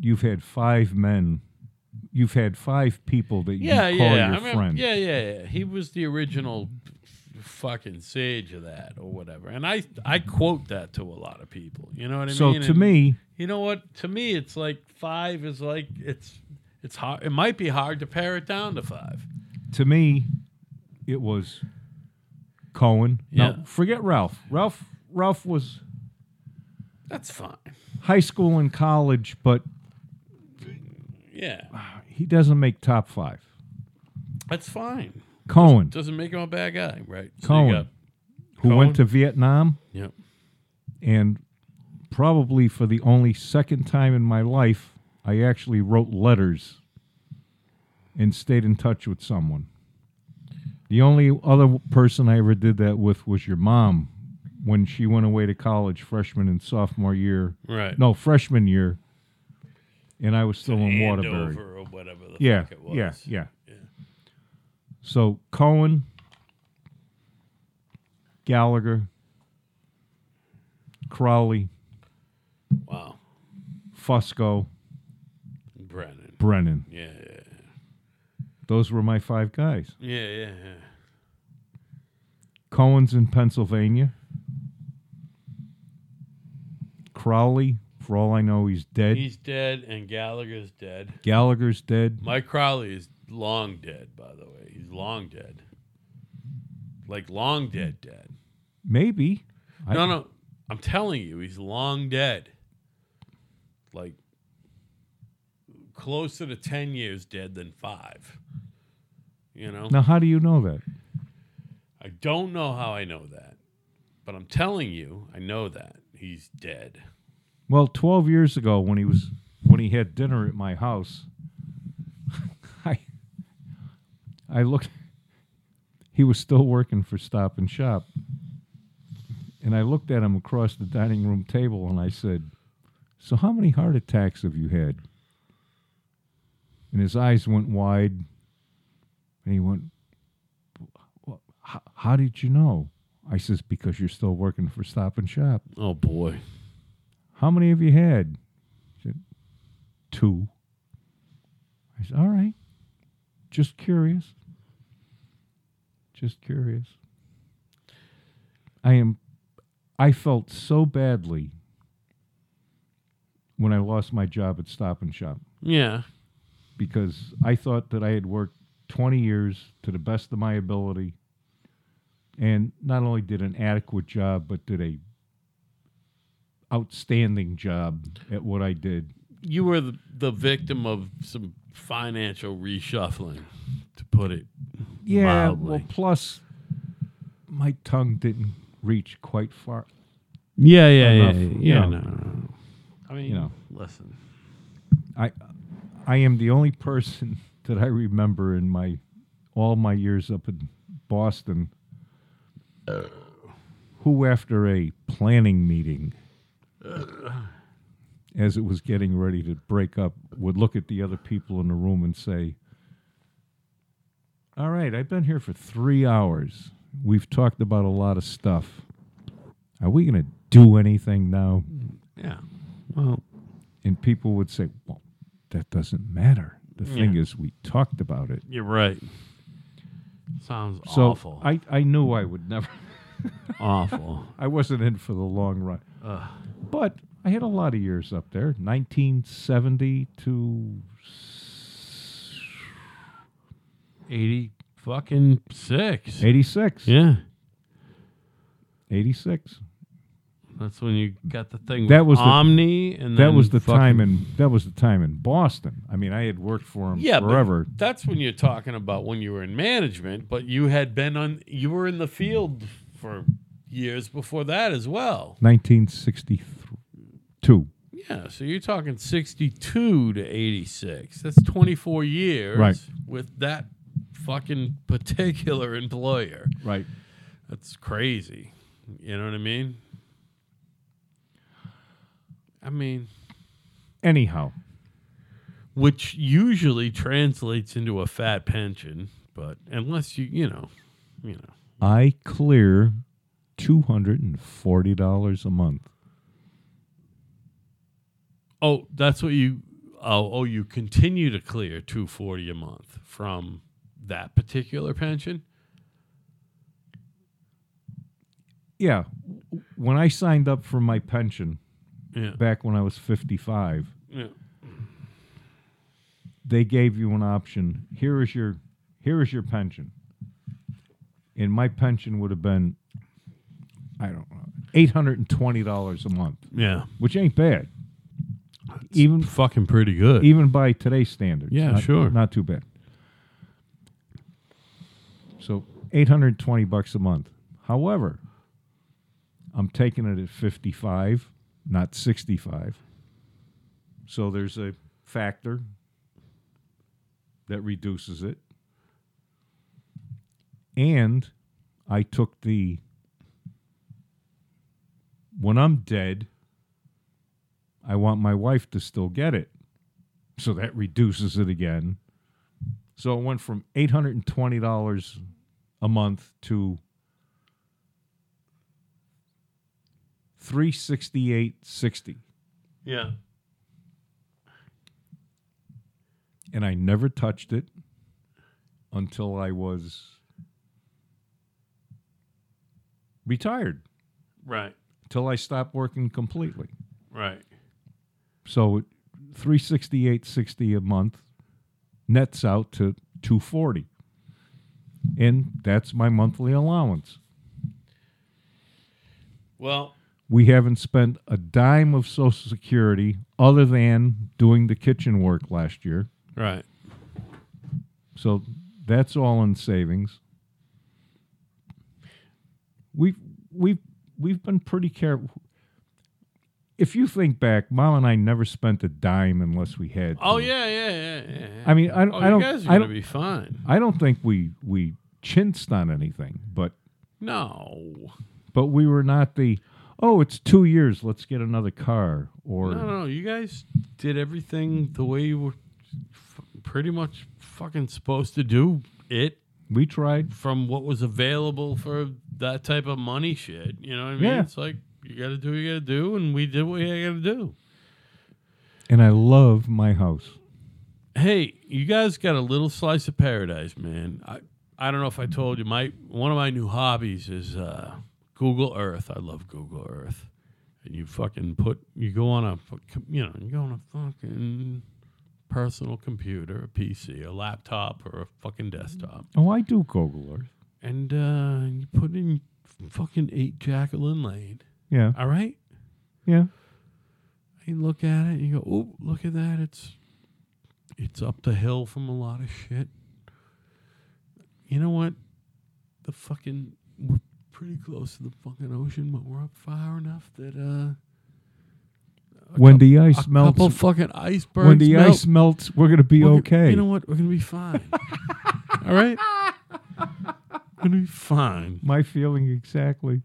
you've had five men, you've had five people that
yeah,
you call
yeah.
your
I mean,
friend.
yeah, yeah, yeah. He was the original fucking sage of that or whatever. And I I quote that to a lot of people. You know what I
so
mean?
to
And
me,
you know what? To me it's like 5 is like it's it's hard it might be hard to pare it down to 5.
to me, it was Cohen.
Yeah.
Now forget Ralph. Ralph Ralph was
That's fine.
high school and college, but
Yeah.
he doesn't make top five.
That's fine.
Cohen,
Doesn't make him a bad guy, right? So you
Cohen.
got-
who
Cohen?
went to Vietnam
yeah.
and probably for the only second time in my life, I actually wrote letters and stayed in touch with someone. The only other person I ever did that with was your mom when she went away to college freshman and sophomore year.
Right.
No, freshman year. And I was still in Waterbury.
Andover or whatever the
Yeah,
fuck it was.
yeah, yeah. So Cohen, Gallagher, Crowley,
Wow.
Fusco,
Brennan.
Brennan.
Yeah, yeah.
Those were my five guys.
Yeah, yeah, yeah.
Cohen's in Pennsylvania. Crowley, for all I know, he's dead.
He's dead and Gallagher's dead.
Gallagher's dead.
Mike Crowley is long dead, by the way. He's long dead. Like long dead dead.
Maybe. I-
no, no. I'm telling you, he's long dead. Like closer to 10 years dead than 5. You know?
Now, how do you know that?
I don't know how I know that. But I'm telling you, I know that he's dead.
Well, 12 years ago when he was when he had dinner at my house, I I looked he was still working for Stop and Shop. And I looked at him across the dining room table and I said, "So how many heart attacks have you had?" And his eyes went wide and he went, "Wh- wh- h- "How did you know?" I says, "Because you're still working for Stop and Shop."
Oh boy.
How many have you had? He said, Two. I said, All right. Just curious. Just curious. I am I felt so badly when I lost my job at Stop and Shop
Yeah.
because I thought that I had worked 20 years to the best of my ability and not only did an adequate job but did a outstanding job at what I did.
You were the, the victim of some financial reshuffling, to put it
Yeah, well
Mildly.
plus my tongue didn't reach quite far.
Yeah, yeah,
enough,
yeah,
you
yeah.
know.
no, no, no. I mean,
You know.
listen.
I I am the only person that I remember in my all my years up in Boston who after a planning meeting as it was getting ready to break up would look at the other people in the room and say all right i've been here for three hours we've talked about a lot of stuff are we going to do anything now
Yeah. Well,
and people would say, "Well, that doesn't matter." The thing is, we talked about it.
you're right. Sounds
So
awful.
I, I knew I would never.
awful.
I wasn't in for the long run. But I had a lot of years up there, 1970 to s-
80 fucking six.
86.
Yeah.
86.
That's when you got the thing
That
with
was the-
Omni and
That
then
was the
fucking-
time in that was the time in Boston. I mean, I had worked for him
yeah, but
forever.
that's when you're talking about when you were in management, but you had been on you were in the field for years before that as well.
1962.
Yeah, so you're talking 62 to 86. That's 24 years
Right.
with that fucking particular employer.
Right.
That's crazy. You know what I mean? I mean,
Anyhow,
which usually translates into a fat pension, but unless you, you know, you know.
I clear two hundred and forty dollars a month.
Oh, that's what you. Oh, oh, you continue to clear two forty a month from that particular pension.
Yeah, w- when I signed up for my pension
Yeah,
back when I was fifty-five,
yeah,
they gave you an option. Here is your here is your pension. And my pension would have been I don't know, eight hundred and twenty dollars a month,
yeah.
which ain't bad. Even
Fucking pretty good.
even by today's standards.
Yeah,
not-
sure.
Not too bad. So eight hundred and twenty bucks a month. However, I'm taking it at fifty five, not sixty five. So there's a factor that reduces it. And I took the when I'm dead, I want my wife to still get it. So that reduces it again. So it went from $820 a month to 368.60
yeah.
and I never touched it until I was retired,
Right.
till I stopped working completely.
Right.
So 368.60 a month nets out to 240. And that's my monthly allowance.
Well,
We haven't spent a dime of social security other than doing the kitchen work last year.
right.
So that's all in savings. We've we've we've been pretty careful. If you think back, Mom and I never spent a dime unless we had.
Oh
to.
yeah, yeah, yeah. yeah, yeah.
I mean, I,
oh,
I don't.
you guys are
I
gonna
don't.
be fine.
I don't think we we chintzed on anything, but
No.
but we were not the. Oh, it's two years. Let's get another car. Or
No, no, no. You guys did everything the way you were f- pretty much fucking supposed to do it
we tried.
from what was available for that type of money shit. You know what I mean?
Yeah.
It's like you got to do what you got to do, and we did what we got to do.
And I love my house.
Hey, you guys got a little slice of paradise, man. I I don't know if I told you my one of my new hobbies is uh, Google Earth. I love Google Earth. And you fucking put you go on a fuck- you know you go on a fucking personal computer, a PC, a laptop, or a fucking desktop,
Oh, I do Google Earth.
and uh, you put in fucking eight Jacqueline Lane.
Yeah,
All right.
yeah.
you look at it and you go, "Oh, look at that! It's it's up the hill from a lot of shit." You know what? The fucking we're pretty close to the fucking ocean, but we're up far enough that uh,
When the
a
ice melts,
couple fucking icebergs.
when the
melt,
ice melts, we're gonna be
we're go-
okay.
You know what? We're gonna be fine. All right. We're gonna be fine.
My feeling exactly.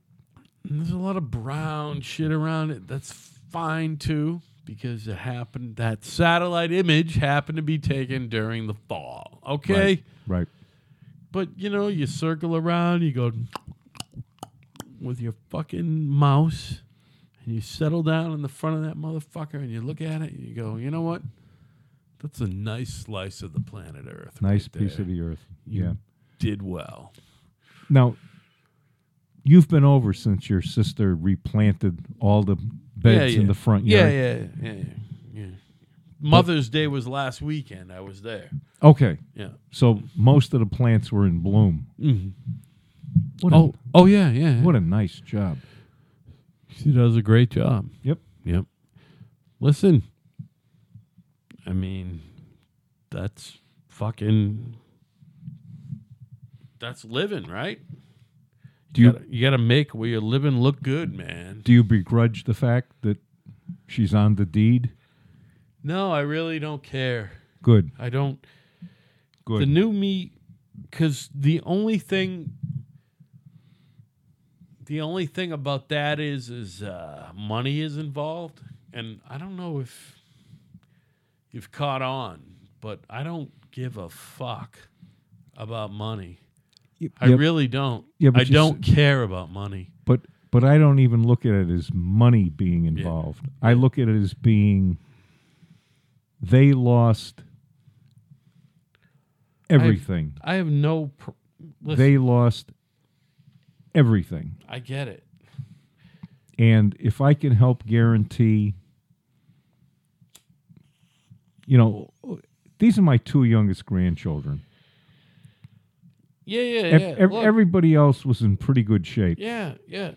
And there's a lot of brown shit around it. That's fine too, because it happened. That satellite image happened to be taken during the fall. Okay,
Right.
but you know, you circle around, you go with your fucking mouse, and you settle down in the front of that motherfucker, and you look at it, and you go, you know what? That's a nice slice of the planet Earth.
Nice
right
piece
there.
of e-" the earth.
You
Yeah.
Did well.
Now, you've been over since your sister replanted all the beds
yeah.
in the front
Yeah,
yard.
yeah, yeah, yeah. yeah. Mother's Day was last weekend. I was there.
Okay.
Yeah.
So most of the plants were in bloom. Mm-hmm. What
Oh, oh yeah, yeah.
a, what a nice job.
she does a great job.
Yep.
Um, Yep. Listen, I mean, that's fucking. That's living, right?
Do you
gotta, you got to make where you're living look good, man.
do you begrudge the fact that she's on the deed?
No, I really don't care.
Good.
I don't.
Good.
The new me, because the only thing the only thing about that is is uh, money is involved, and I don't know if you've caught on, but I don't give a fuck about money. I
Yep.
really don't.
Yeah, but
I
you s-
don't care about money.
But but I don't even look at it as money being involved. I look at it as being they lost everything.
I have no. Pr- Listen,
they lost everything.
I get it.
And if I can help guarantee, you know, these are my two youngest grandchildren.
Yeah, yeah,
Ev-
yeah.
ev-
Look,
everybody else was in pretty good shape.
yeah, yeah.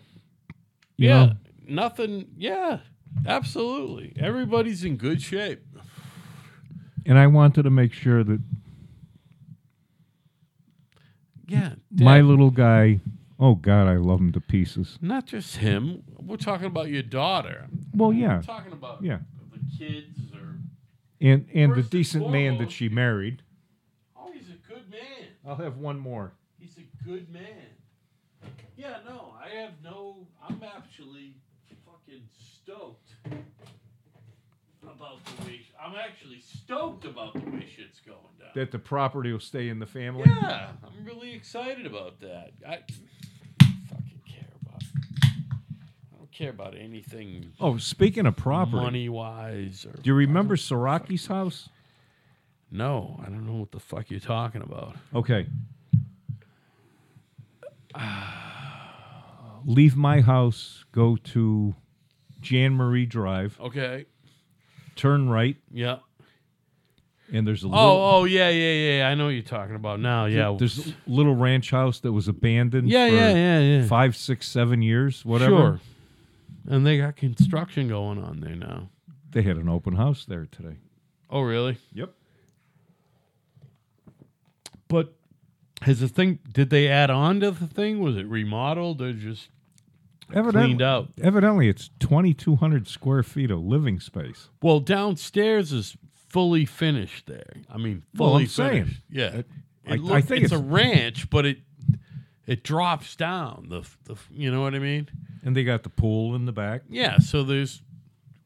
you
yeah,
know?
nothing. Yeah, absolutely. Everybody's in good shape.
And I wanted to make sure that
Yeah,
my
Dad,
little guy, oh God, I love him to pieces.
not just him. We're talking about your daughter.
Well, yeah,
We're talking about
yeah,
the kids. Or
and and the
First and
decent man that
foremost-
she married.
oh, he's a good man.
I'll have one more.
He's a good man. Yeah, no, I have no. I'm actually fucking stoked about the way. I'm actually stoked about the way shit's going down.
That the property will stay in the family.
Yeah, I'm really excited about that. I fucking care about. I don't care about anything
Oh, speaking of property,
money wise or.
do you remember Saraki's house?
No, I don't know what the fuck you're talking about.
Okay. Leave my house, go to Jan Marie Drive,
Okay.
turn right,
Yeah.
and there's a little,
Oh, oh, yeah, yeah, yeah. I know what you're talking about now. Yeah.
there's a little ranch house that was abandoned
yeah,
for
yeah, yeah, yeah.
five, six, seven years, whatever.
Sure. And they got construction going on there now.
They had an open house there today.
Oh, really?
Yep.
But has the thing? Did they add on to the thing? Was it remodeled or just cleaned
Evidently,
out?
evidently it's 2,200 square feet of living space.
Well, downstairs is fully finished there. I mean,
Well,
fully
I'm saying,
finished. yeah, it
I- I
look-
think
it's, a
it's-
ranch, but it it drops down. The f- the f- you know what I mean?
And they got the pool in the back.
Yeah. So there's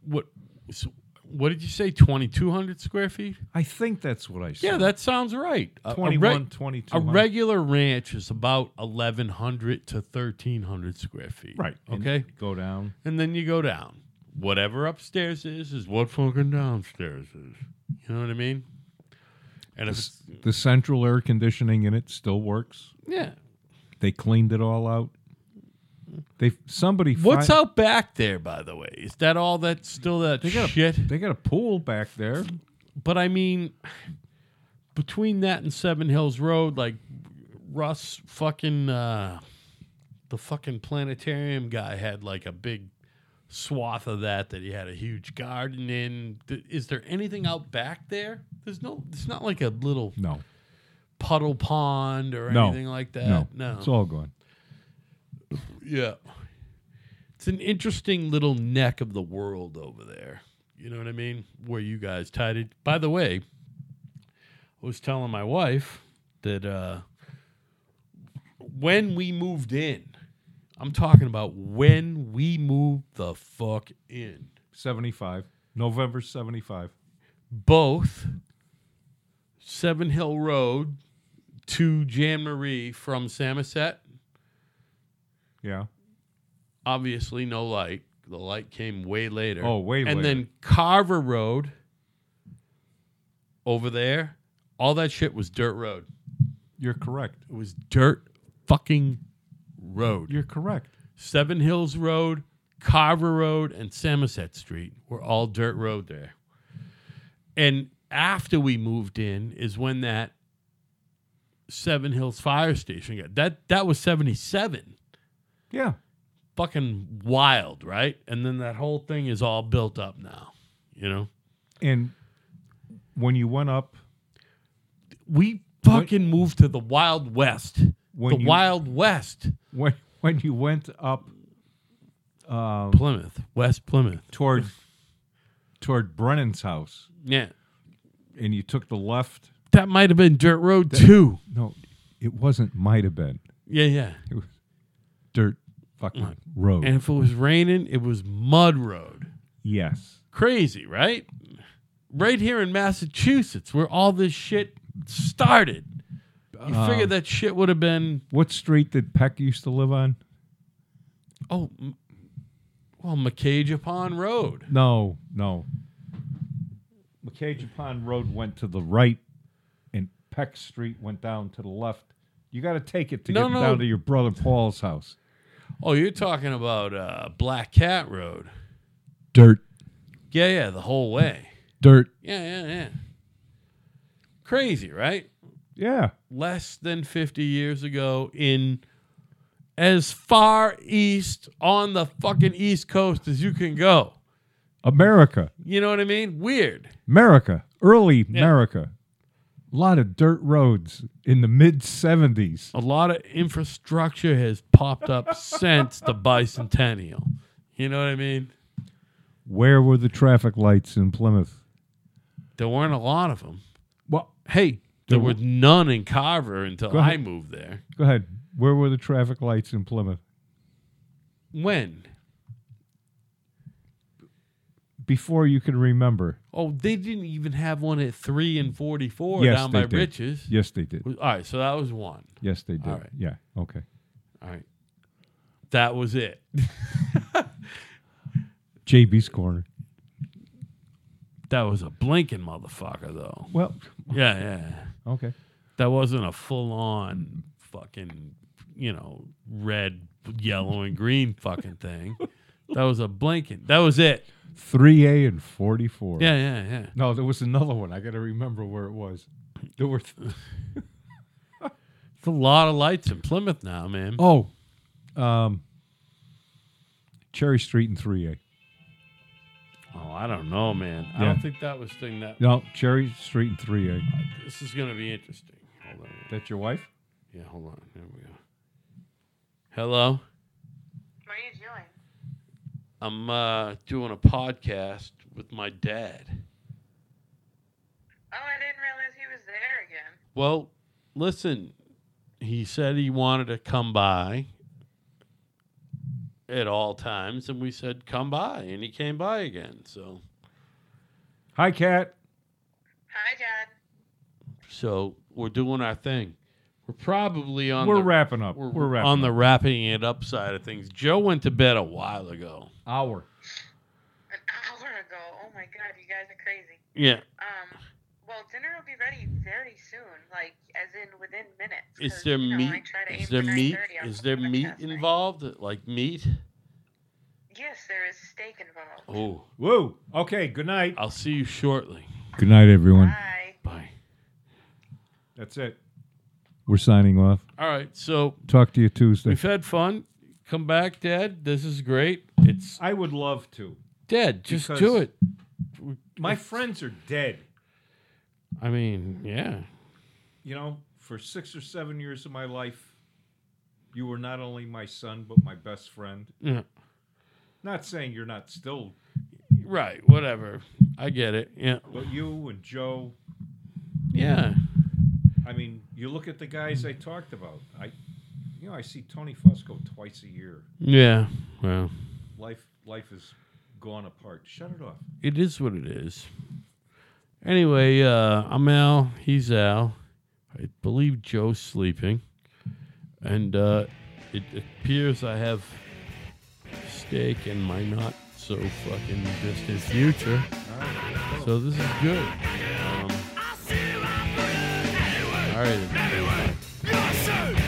what so what did you say? Twenty two hundred square feet?
I think that's what I saw.
Yeah, that sounds right. A- a reg-
21,
A
2,200.
regular ranch is about eleven hundred to thirteen hundred square feet.
Right. And
Okay.
go down.
and then you go down. Whatever upstairs is is what fucking downstairs is. You know what I mean? And if it's,
The central air conditioning in it still works.
yeah,
They cleaned it all out. They somebody
what's
fi-
out back there? By the way, is that all that still that
They got a-
shit?
They got a pool back there.
but I mean, between that and Seven Hills Road, like Russ fucking uh, the fucking planetarium guy had like a big swath of that that he had a huge garden in. Th- Is there anything out back there? There's no. It's not like a little
No,
puddle pond or
No.
anything like that.
no,
Uh, no.
It's all gone.
yeah. It's an interesting little neck of the world over there. You know what I mean? Where you guys tied it. By the way, I was telling my wife that uh, when we moved in, I'm talking about when we moved the fuck in.
Seventy-five, November seventy-five.
both Seven Hill Road to Jan Marie from Samoset.
Yeah,
Obviously, no light. The light came way later.
Oh, way
And
later.
then Carver Road over there, all that shit was dirt road.
you're correct.
It was dirt fucking road.
You're correct.
Seven Hills Road, Carver Road, and Samoset Street were all dirt road there. And after we moved in is when that Seven Hills fire station got that that was 77.
Yeah,
Fucking wild, right? And then that whole thing is all built up now, you know?
and when you went up,
We fucking moved to the Wild West.
When
the
you-
Wild West.
when when you went up
Plymouth, West Plymouth.
toward toward Brennan's house,
Yeah.
and you took the left.
That might have been dirt road too.
No, it wasn't. Might have been.
Yeah, yeah.
dirt fucking road.
And if it was raining, it was mud road.
yes.
Crazy, right? Right here in Massachusetts, where all this shit started. You
Um,
figure that shit would have been
What street did Peck used to live on?
oh, m- well, McCage Pond Road.
No, no. McCage Pond Road went to the right, and Peck Street went down to the left. You got to take it to
No,
get
no.
down to your brother Paul's house.
Oh, you're talking about uh, Black Cat Road.
Dirt,
Yeah, yeah, the whole way.
dirt.
Yeah, yeah, yeah. Crazy, right?
Yeah,
less than 50 years ago in as far east on the fucking east coast as you can go.
America,
You know what I mean? Weird.
America, early America. A lot of dirt roads in the mid '70s.
A lot of infrastructure has popped up since the bicentennial. You know what I mean?
Where were the traffic lights in Plymouth?
There weren't a lot of them.
Well,
Hey, there
There
was none in Carver until
Go ahead.
I moved there.
go ahead. Where were the traffic lights in Plymouth?
When?
Before you can remember.
Oh, they didn't even have one at 3 and 44
Yes,
down
they
by
did.
Riches.
Yes, they did.
All right, so that was one.
Yes, they did.
All right.
Yeah. Okay.
All right. That was it.
JB's corner.
That was a blinking motherfucker, though.
Well,
Yeah, yeah.
okay.
That wasn't a full on fucking, you know, red, yellow, and green fucking thing. That was a blinking. That was it.
3A and 44.
Yeah, yeah, yeah.
No, there was another one. I got to remember where it was. There were. th-
It's a lot of lights in Plymouth now, man.
oh, um, Cherry Street and 3A.
Oh, I don't know, man. I
Yeah.
don't think that was thing that.
No, Cherry Street and 3A.
This is going to be interesting. Hold on.
That's your wife?
Yeah, hold on. There we go. Hello?
What are you doing?
I'm uh, doing a podcast with my dad.
Oh, I didn't realize he was there again.
Well, listen, he said he wanted to come by at all times, and we said, come by, and he came by again. So,
Hi, Kat.
Hi, Dad.
so we're doing our thing. We're probably on
We're
the
wrapping up.
we're,
We're, wrapping
on the
up.
wrapping it up side of things. Joe went to bed a while ago.
hour.
An hour ago. Oh my God, you guys are crazy.
Yeah,
Um, well, dinner will be ready very soon, like as in within minutes.
is
'cause,
there
you know, I
meat?
try to aim
Is
for
there meat?
9:30 on
Is there
something
meat
last night.
involved? Like meat?
Yes, there is steak involved.
Oh,
Woo. Okay. Good night.
I'll see you shortly.
Good night, everyone.
Bye.
Bye.
That's it. We're signing off.
All right, so
Talk to you Tuesday.
We've had fun. Come back, Dad. This is great. It's
I would love to.
dead. Just
Because-
do it.
My friends are dead.
I mean, yeah.
you know, for six or seven years of my life, you were not only my son, but my best friend.
yeah.
Not saying you're not still,
Right. Whatever. I get it. Yeah.
but you and Joe,
Yeah.
I mean, you look at the guys I talked about. I, you know, I see Tony Fusco twice a year.
Yeah. Well,
Life, life is gone apart. Shut it off.
it is what it is. Anyway, uh, I'm Al. He's Al. I believe Joe's sleeping. And uh, it appears I have stake in my not so fucking distant future. So this is good. Um, all right. everybody.
You're a suit.